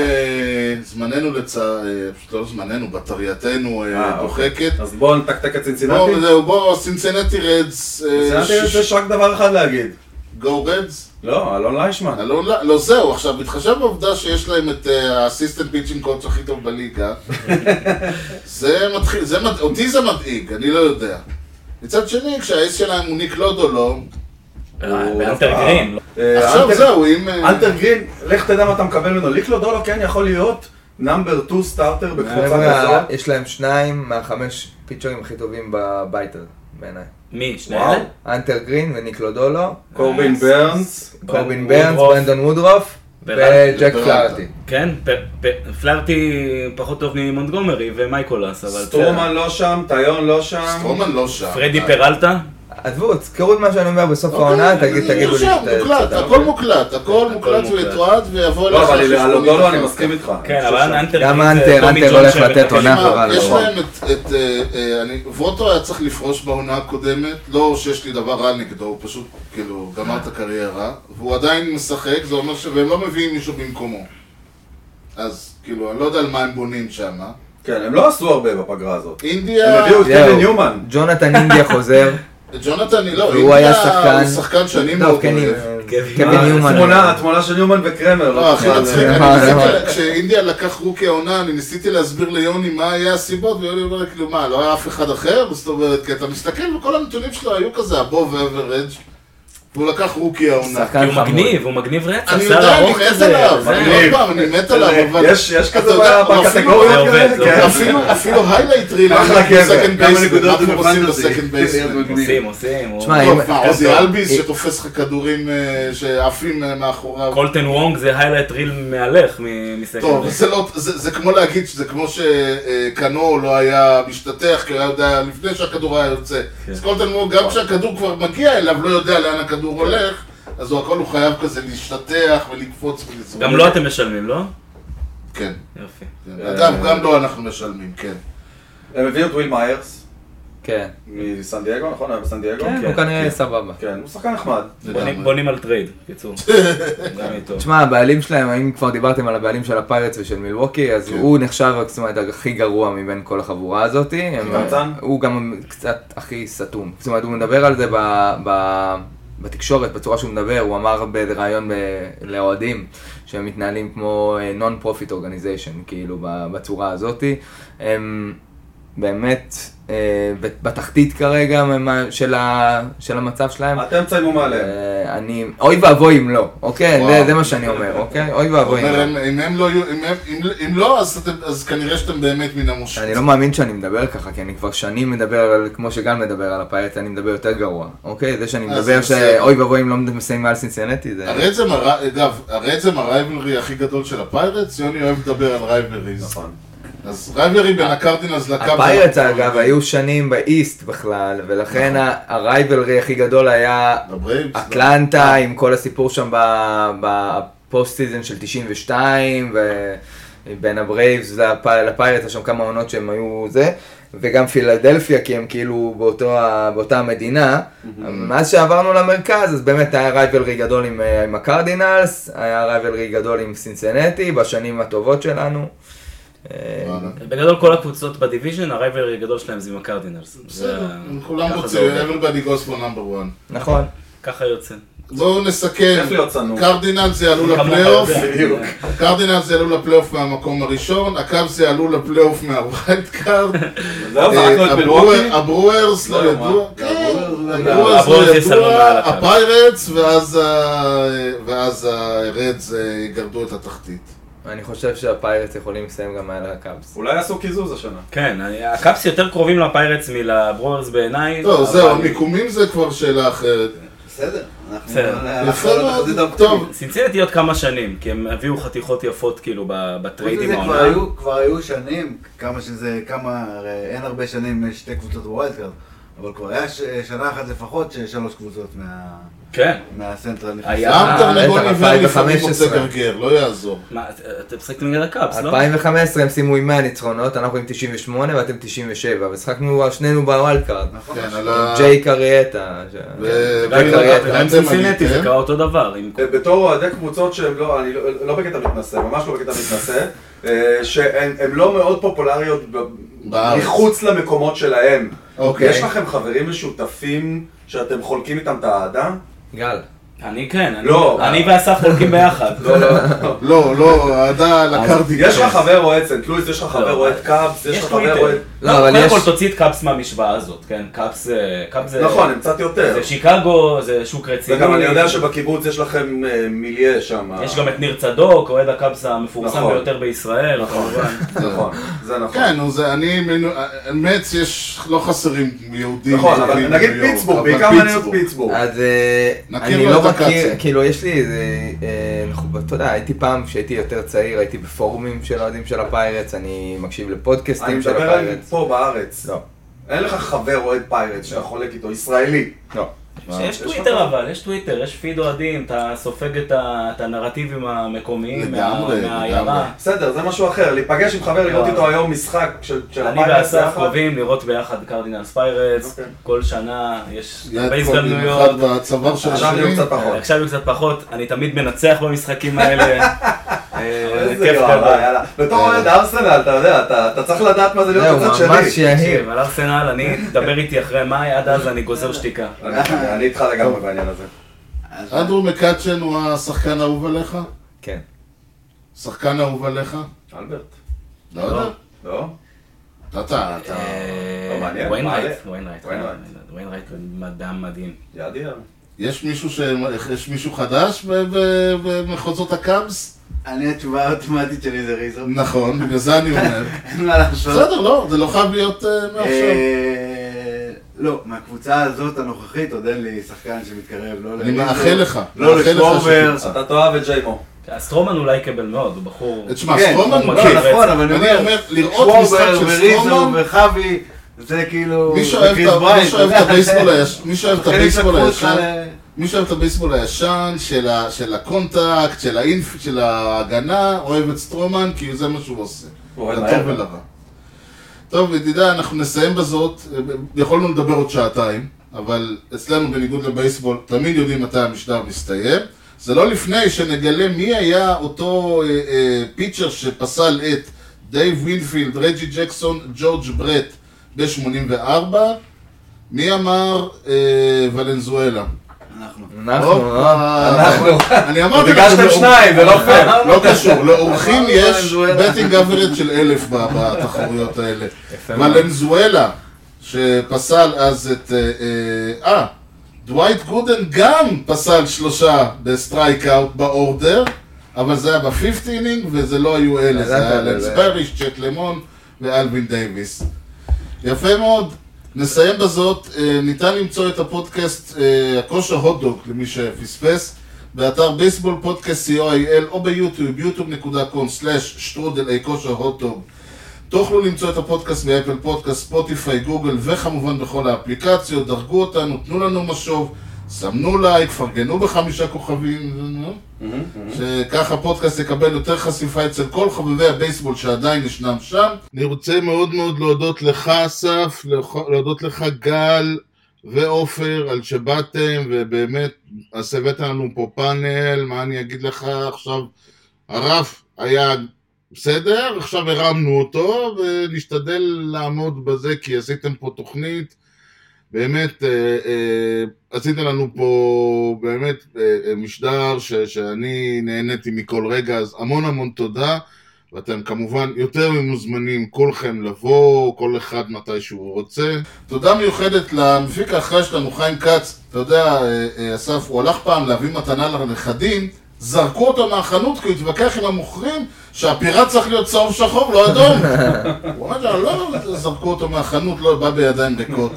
C: זמננו לצערי, פשוט לא זמננו, בטרייתנו אה,
B: אה, אוקיי.
C: דוחקת.
B: אז בואו נתקתק את סינסינטי.
C: בואו, זהו, בואו, סינסנטי רדס,
B: סינסינטי יש רק דבר אחד להגיד.
C: גו רדס.
B: לא, אלון ליישמן.
C: אלון, לא, לא זהו, עכשיו, בהתחשב בעובדה שיש להם את אה, האסיסטנט פיצ'ינג קואוץ' הכי טוב בליגה, זה מתחיל, זה מד... אותי זה מדאיג, אני לא יודע. מצד שני, כשהאס שלהם הוא ניק לודולו,
A: אה, באנטר גרין.
B: אה,
C: עכשיו
B: אלתר-
C: זהו, אם... אה,
B: אלתר גרין, לך תדע מה אתה מקבל ממנו. ליקלו דולו כן יכול להיות נאמבר 2 סטארטר בקבוצה
E: חבר'ה,
B: כזאת.
A: אה,
E: יש להם שניים מהחמש פיצ'רים הכי טובים בבית הזה, בעיניי.
A: מי? שני
B: וואו.
A: אלה?
E: אנטר גרין וניקלודולו,
A: אה,
B: קורבין ברנס.
E: קורבין ברנס,
A: ברנס,
E: ברנדון וודרוף,
A: ורן-
E: וג'ק
C: וברנטון.
E: פלארטי.
A: כן, פ- פ- פלרטי פחות טוב ממונטגומרי ומייקולס, אבל...
B: סטרומן לא שם, טיון לא שם.
C: סטרומן לא שם.
A: פרדי
C: די.
A: פרלטה?
E: עזבו, תזכרו את מה שאני אומר בסוף
C: אוקיי,
E: העונה, תגיד- תגידו לי
C: נרשם,
E: שאתה-
C: מוקלט,
E: שאתה- לא
C: הכל מוקלט, הכל מוקלט
A: מוקלט.
C: ויתועד ויבוא
I: לא,
C: אליך
I: אבל
C: החשבונית
I: על אודולו אני
C: אחר
I: מסכים
C: כך.
I: איתך.
A: כן, אבל אנטר...
E: גם
A: זה
E: אנטר,
A: טומי
E: אנטר
A: ג'ון
E: הולך לתת
A: שמתקן.
E: עונה.
C: תשמע,
E: חבל,
C: יש
E: נכון.
C: להם את... את, אה, אה, אני- ווטו היה צריך לפרוש בעונה הקודמת, לא שיש לי דבר רע נגדו, הוא פשוט כאילו גמר את הקריירה, והוא עדיין משחק, זה אומר שהם לא מביאים מישהו במקומו. אז כאילו, אני לא יודע על מה הם בונים שם.
I: כן, הם לא עשו הרבה בפגרה הזאת. הם
C: אינדיה,
I: הביאו את
E: זהו.
I: קווין ניומן.
E: ג'ונתן אינדיה חוזר,
C: ג'ונתן, לא,
E: והוא היה
C: אינדיה הוא
E: שחקן,
C: שחקן שאני
E: טוב,
C: מאוד
E: כן,
C: אוהב.
E: קווין
A: כן,
E: ניומן,
I: התמונה, התמונה אה, של ניומן וקרמר.
C: לא, הכי
I: בכלל,
C: מצחיק,
I: אה,
C: אני
E: אה,
C: ניסיתי, כשאינדיה לקח רוקי העונה, אני ניסיתי להסביר ליוני מה היה הסיבות, ויוני אומר, כאילו, מה, לא היה אף אחד אחר? זאת אומרת, כי אתה מסתכל וכל הנתונים שלו היו כזה, הבוב אברג', והוא לקח רוקי העונה.
E: שחקן
A: הוא
E: חמוד.
A: מגניב, הוא מגניב רצח,
C: אני
A: שיער
C: יודע, אני
A: ארוך
C: מת
A: כזה,
C: עליו,
A: זה-
C: אני עוד פעם, אני מת עליו, אבל...
I: יש יש
C: אתה
I: כזה
C: יודע, הוא
A: זה
I: בקטגוריות
A: עובד,
I: כאלה?
A: זה
I: כן.
A: עובד.
C: אפילו, אפילו highlight reel,
I: אחלה
C: אנחנו
I: גבר,
C: בסקנד
I: כמה
C: בייסמן,
I: נקודות
C: אנחנו עושים
I: בפנטזי.
C: בסקנד בייסמן.
A: עושים, עושים. הוא-
E: תשמע,
C: טוב, מה, עוזי
E: אה,
C: אלביס
E: אה,
C: שתופס לך כדורים אה, שעפים אה, מאחוריו.
A: קולטן וונג זה היילייט ריל מהלך מ- מסקנד.
C: טוב, זה לא, זה, זה כמו להגיד, שזה כמו שקנו לא היה משתטח, כי הוא היה יודע לפני שהכדור היה יוצא.
E: כן.
C: אז קולטן מור, גם כשהכדור כבר מגיע אליו, לא יודע לאן
E: כן.
C: הכדור הולך, אז הוא הכל הוא חייב כזה להשתטח ולקפוץ ולזרוק.
A: גם לא אתם משלמים, לא?
C: כן,
A: יופי.
C: כן.
E: אה,
C: אגב, גם לא אנחנו משלמים, כן.
I: הם הביאו את וויל מיירס
E: כן,
I: מסן דייגו, נכון? הוא היה בסן דייגו?
E: כן, הוא כנראה סבבה.
I: כן, הוא שחקן נחמד.
A: בונים-
C: לגמרי.
A: בונים על טרייד, קיצור. גם איתו.
E: תשמע, הבעלים שלהם, אם כבר דיברתם על הבעלים של הפיירטס ושל מילווקי, אז
C: כן.
E: הוא נחשב, זאת אומרת, הכי גרוע מבין כל החבורה הזאת. הם-
I: קמצן?
E: הוא גם קצת הכי סתום. זאת אומרת, הוא מדבר על זה ב- ב- בתקשורת, בצורה שהוא מדבר, הוא אמר בריאיון ב- לאוהדים, שהם מתנהלים כמו נון פרופיט אורגניזיישן, כאילו, ב- בצורה הזאת. הם באמת אה, בתחתית כרגע מה- של ה- של המצב שלהם.
I: אתם תסיימו מעליהם.
E: אה, אני, אוי ואבוי אם לא, אוקיי?
C: וואו.
E: זה- זה מה שאני אומר, אוקיי? אוי ואבוי אם
C: אומר,
E: לא.
C: אם- אם הם לא יהיו, אם הם- אם- אם לא, אז אתם- אז כנראה שאתם באמת מן המושב.
E: אני לא מאמין שאני מדבר ככה, כי אני כבר שנים מדבר על, כמו שגל מדבר על הפיירט, אני מדבר יותר גרוע, אוקיי? זה שאני
C: אז
E: מדבר
C: אה, זה בסדר.
E: שאוי ואבוי אם לא מסיימים על סינסינטי, זה...
C: הרי עצם הר- אגב, הרי עצם הרייבלרי הכי גדול של הפיירטס, יוני אוהב לדבר על רייבלריז.
I: נכון.
C: אז רייבלרי בין הקרדינלס לקאפ.
E: הפיירטס אגב היו שנים באיסט בכלל, ולכן ה- הרייבלרי הכי גדול היה
A: לא,
C: הברייבס.
E: אטלנטה עם כל הסיפור שם ב- בפוסט סיזן של 92, ובין הברייבס לפ- לפיירטס, יש שם כמה עונות שהם היו זה, וגם פילדלפיה, כי הם כאילו באותו, ה- באותה המדינה. מאז שעברנו למרכז, אז באמת היה רייבלרי גדול עם, אה, עם הקרדינלס, היה רייבלרי גדול עם סינסנטי, בשנים הטובות שלנו. אה,
C: וואלה.
A: בגדול כל הקבוצות בדיוויז'ן, הרייברי הגדול שלהם זה עם הקרדינלס.
C: בסדר,
A: זה-
C: הם כולם
A: ככה זה
C: רוצים,
A: עובד.
C: everybody goes for number one.
E: נכון.
A: ככה יוצא.
C: בואו נסכם,
I: כיף להיות צנוע.
C: קרדינלס יעלו
A: כמוך
C: לפלייאוף,
A: יודע.
I: בדיוק.
C: קרדינלס יעלו לפלייאוף מהמקום הראשון, הקאבס יעלו לפלייאוף מהווייד קארד,
I: זהו, זרקנו את
C: אה,
I: מילווקי.
C: הברואר- הברוארס לא
I: לא,
C: ידוע,
I: מה?
C: כן,
I: הברוארס-
C: הברוארס לא
A: הברוארס יסיימו
C: ידוע,
A: מעל הקאבס.
C: הפיירטס ואז ה- ואז הרדס אה, יגרדו את התחתית.
E: אני חושב שהפיירטס יכולים לסיים גם מעל הקאבס.
I: אולי עשו קיזוז השנה.
A: כן, אני- הקאפס יותר קרובים לפיירטס מלברורס בעיניי.
I: לא,
C: טוב,
A: כן, אבל-
C: זהו, המיקומים זה כבר שאלה אחרת.
F: בסדר. אנחנו-
A: בסדר.
F: אנחנו
C: יפה
F: לא
C: מאוד,
F: נחזית
C: טוב,
F: האופטימית.
A: סינציאתי עוד כמה שנים, כי הם הביאו חתיכות יפות כאילו ב-
F: חוץ
A: בטריידים
F: מזה כבר
A: העונה.
F: היו- כבר היו שנים, כמה שזה, כמה, הרי אין הרבה שנים יש שתי קבוצות בווילד קארד, אבל כבר היה ש- שנה אחת לפחות ששלוש קבוצות מה-
A: כן.
F: מהסנטרל נכנסו.
A: היה.
C: גם
A: אה,
C: תרנגול
E: בטח,
C: עיוור לפעמים מוצא
E: 2015.
C: גרגר, לא יעזור.
A: מה, אתם משחקים נגד הקאפס, לא?
E: 2015 הם סיימו עם 100 ניצחונות, אנחנו עם 98 ואתם 97, ושחקנו שנינו בוואלד קארד.
F: נכון.
C: כן, על ה...
E: עם ג'יי קרייטה. ש-
C: ו-
A: גם עם
E: וקריית,
A: הקאפס, גם עם
C: אתם
A: סינסינטי זה
I: כן?
C: עליתם.
A: קרה אותו דבר. עם-
I: בתור אוהדי קבוצות שהם לא, אני לא לא בקטע מתנשא, ממש לא בקטע מתנשא, אה, שהן הן לא מאוד פופולריות ב-
C: בארץ.
I: מחוץ למקומות שלהם.
C: אוקיי.
I: יש לכם חברים משותפים שאתם חולקים איתם את האהדה?
E: גל.
A: אני כן, אני-
I: לא.
A: אני ואסף חולקים ביחד.
I: לא, לא.
C: לא, לא, אהדה לקרדינלס.
I: יש לך חבר אוהד סנט לואיס, יש לך חבר
A: לא.
I: אוהד קאבס, יש לך חבר
A: טוויטר.
I: אוהד...
E: לא,
A: לא,
E: אבל
A: קודם
E: יש-
A: כל תוציא את קאפס מהמשוואה הזאת, כן? קאפס אה, קאפס זה...
I: נכון, הם קצת יותר.
A: זה שיקגו, זה שוק רציני.
I: וגם אני יודע שבקיבוץ יש לכם אה, מיליה שם.
A: יש גם את ניר צדוק, אוהד הקאבס המפורסם
I: נכון.
A: ביותר בישראל,
I: נכון.
A: כמובן.
I: נכון, זה נכון.
C: כן, נו, זה אני, מינו- אה, מצ יש, לא חסרים יהודים.
I: נכון, אבל
C: ערבים
I: נגיד
C: בניו יורק,
I: פיטסבורג,
C: אבל
I: בעיקר מעניין את פיטסבורג.
E: אז אה,
C: נכיר
E: אני
C: לו
E: לא
C: את
E: מכיר,
C: הקאצים.
E: כאילו יש לי איזה, אה, אנחנו- אתה יודע, הייתי פעם, כשהייתי יותר צעיר, הייתי בפורומים של אוהדים של הפיירטס, אני מקשיב
I: אני
E: לפודקאסטים של
I: מדבר על
E: הפיירטס.
I: פה בארץ.
E: לא.
B: אין לך חבר אוהד פיירט שאתה חולק איתו, ישראלי.
K: לא.
A: יש טוויטר אבל, יש טוויטר, יש פיד אוהדים, אתה סופג את ה- את הנרטיבים המקומיים
C: לגמרי,
A: מה- מהעיירה.
C: לגמרי.
B: בסדר, זה משהו אחר, להיפגש עם חבר, לראות
A: לא.
B: איתו היום משחק של של
A: אני
B: הפיירטס
A: ואסף
B: ביחד.
A: קרובים לראות ביחד קרדינל ספיירטס,
B: אוקיי.
A: כל שנה יש
C: יד
A: הרבה
C: פה
A: הזדמנויות. אה,
C: במיוחד והצוואר של
B: עכשיו יהיו
C: השני.
B: קצת פחות.
A: עכשיו הוא קצת פחות, אני תמיד מנצח במשחקים האלה. אה,
B: איזה
A: כיף
B: גרוע,
A: גדול.
B: יאללה. בתור אוהד ארסנל, אתה יודע, אתה- אתה צריך לדעת מה זה להיות
E: זהו,
B: בצד
E: ממש
B: שני.
E: יהיר.
A: תקשיב, על ארסנל, אני, תדבר איתי אחרי מאי, עד אז אני גוזר שתיקה.
B: אה, אני- אני איתך לגמרי בעניין הזה.
F: אז-
C: אנדרו מקאצ'ן הוא השחקן האהוב עליך?
E: כן.
C: שחקן אהוב עליך?
B: אלברט.
C: לא יודע.
B: לא?
C: אתה, אתה...
A: אה,
B: מעניין, מעניין.
A: וויינרייט, וויינרייט,
B: וויינרייט.
A: וויינרייט הוא מדען מדהים.
B: יאדיר.
C: יש מישהו ש... יש מישהו חדש ב- ב- במחוזות הקאבס?
F: אני התשובה האוטומטית שלי זה ריזו.
C: נכון, בגלל זה אני אומר.
F: אין מה לעשות.
C: בסדר, לא, זה לא חייב להיות אה, מעכשיו.
F: אה, לא, מהקבוצה הזאת הנוכחית עוד אין לי שחקן שמתקרב, לא
C: אני
F: לריזו,
C: מאחל לך.
F: לא
C: מאחל לך
F: לקרובר.
C: שתמצא.
B: אתה תאהב את ג'יימו.
A: סטרומן אולי יקבל מאוד, הוא בחור...
C: תשמע,
F: כן,
C: סטרומן
A: הוא
F: לא,
C: מכיר.
A: מכיר.
F: נכון, אבל
C: אני אומר, לראות
F: שרובר
C: משחק של
F: וריזו
C: סטרומן,
F: וחבי, זה כאילו...
C: מי שאוהב
F: וקריס
C: את ה- מי
F: ברייט,
C: שאוהב
F: אתה
C: את
F: יודע,
C: הבייסבול היש- מי שאוהב את
F: חלק
C: הבייסבול
F: לקחו אותך
C: הישן,
F: ל-
C: מי שאוהב את הבייסבול הישן, של ה- של הקונטקט, של האינפ, של ההגנה, אוהב את סטרומן, כי זה מה שהוא עושה.
B: הוא אוהד
C: לטוב
B: מהר.
C: ולרע. טוב, ידידה, אנחנו נסיים בזאת. יכולנו לדבר עוד שעתיים, אבל אצלנו, בניגוד לבייסבול, תמיד יודעים מתי המשדר מסתיים. זה לא לפני שנגלה מי היה אותו אה, אה, פיצ'ר שפסל את דייב וינפילד, רג'י ג'קסון, ג'ורג' ברט ב-84. מי אמר אה, ולנזואלה?
F: אנחנו.
E: אנחנו, לא?
C: אנחנו. אני אמרתי לכם,
B: ביקשתם
C: לאור-
B: שניים, זה לא פייר.
C: לא קשור, לאורחים יש בטינג אברד של אלף ב- בתחרויות האלה.
E: יפה מאוד.
C: ולנזואלה, שפסל אז את... אה, אה, אה, דווייט גודן גם פסל שלושה בסטרייק אאוט באורדר, אבל זה היה בפיפט אינינג, וזה לא היו אלה, זה
E: ידעת,
C: היה
E: אבל
C: לנס
E: זה-
C: פריש, צ'ק למון ואלווין דייוויס. יפה מאוד. נסיים בזאת, אה, ניתן למצוא את הפודקאסט אה, הכושר הוטדוג למי שפספס באתר בייסבול פודקאסט co.il או ביוטיוב, yוטיוב.com/שטרודל אי כושר הוטדוג. תוכלו למצוא את הפודקאסט באפל פודקאסט, ספוטיפיי, גוגל וכמובן בכל האפליקציות, דרגו אותנו, תנו לנו משוב, סמנו לייק, פרגנו בחמישה כוכבים, נו, שככה הפודקאסט יקבל יותר חשיפה אצל כל חובבי הבייסבול שעדיין ישנם שם. אני רוצה מאוד מאוד להודות לך, אסף, להודות- להודות לך, גל ועופר, על שבאתם, ובאמת, אז הבאת לנו פה פאנל, מה אני אגיד לך עכשיו, הרף היה בסדר, עכשיו הרמנו אותו, ונשתדל לעמוד בזה, כי עשיתם פה תוכנית. באמת, אה, אה, עשיתם לנו פה באמת אה, אה, משדר ש, שאני נהניתי מכל רגע, אז המון המון תודה, ואתם כמובן יותר ממוזמנים כולכם לבוא, כל אחד מתי שהוא רוצה. תודה מיוחדת למפיק האחראי שלנו, חיים כץ. אתה יודע, אה, אה, אסף, הוא הלך פעם להביא מתנה לנכדים, זרקו אותו מהחנות כי הוא התווכח עם המוכרים שהפיראט צריך להיות צהוב שחור, לא אדום. הוא אמר, "לא, לא, זרקו אותו מהחנות, לא, בא בידיים ריקות.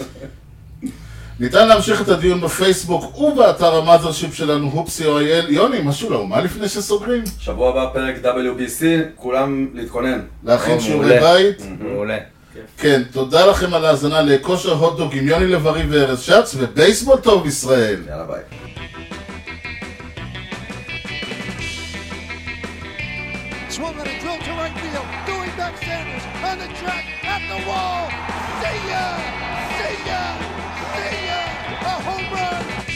C: ניתן להמשיך את הדיון בפייסבוק ובאתר המאזרשיפ שלנו, הופסי.או.איי.ל. יוני, משהו לאומה לפני שסוגרים?
B: שבוע הבא פרק WBC, כולם להתכונן.
C: להכין
E: או,
C: שיעורי
E: מעולה.
C: בית?
E: מעולה.
C: כן, תודה לכם על ההאזנה לכושר הוטדוג עם יוני לב-ארי וארז שץ, ובייסבול טוב ישראל.
B: יאללה ביי.
D: Swung on a drill to right field. Doing back Sanders on the track at the wall. See ya! See ya! See ya! A home run!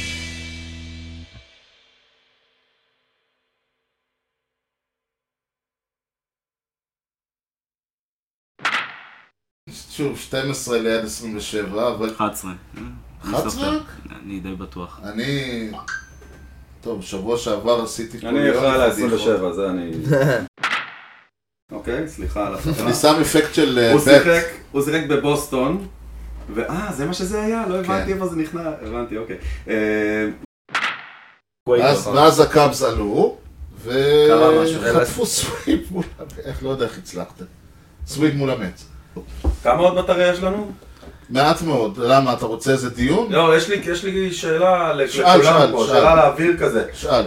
C: שוב, 12 ליד 27, אבל
A: 11. אה, אני
C: 11?
A: סופר. אני די בטוח.
C: אני... טוב, שבוע שעבר עשיתי כל
K: אני אחראי על
C: פדיחות.
K: ה-27, זה אני...
B: אוקיי, סליחה על
C: אני
B: הפרעה.
C: שם אפקט של אה,
B: הוא
C: בט.
B: שיחק, הוא שיחק בבוסטון, ואה, זה מה שזה היה, לא
C: כן.
B: הבנתי איפה זה נכנס, הבנתי, אוקיי. אה,
C: ואז- ואז הקאבס עלו,
B: קרה משהו,
C: וחטפו סוויפ מול... איך, לא יודע איך הצלחת. סוויפ מול המת.
B: כמה עוד מטרה יש לנו?
C: מעט מאוד. למה, אתה רוצה איזה דיון?
B: לא, יש לי, יש לי שאלה
C: שאל,
B: לכולם
C: שאל,
B: פה,
C: שאל.
B: שאלה לאוויר כזה.
C: שאל.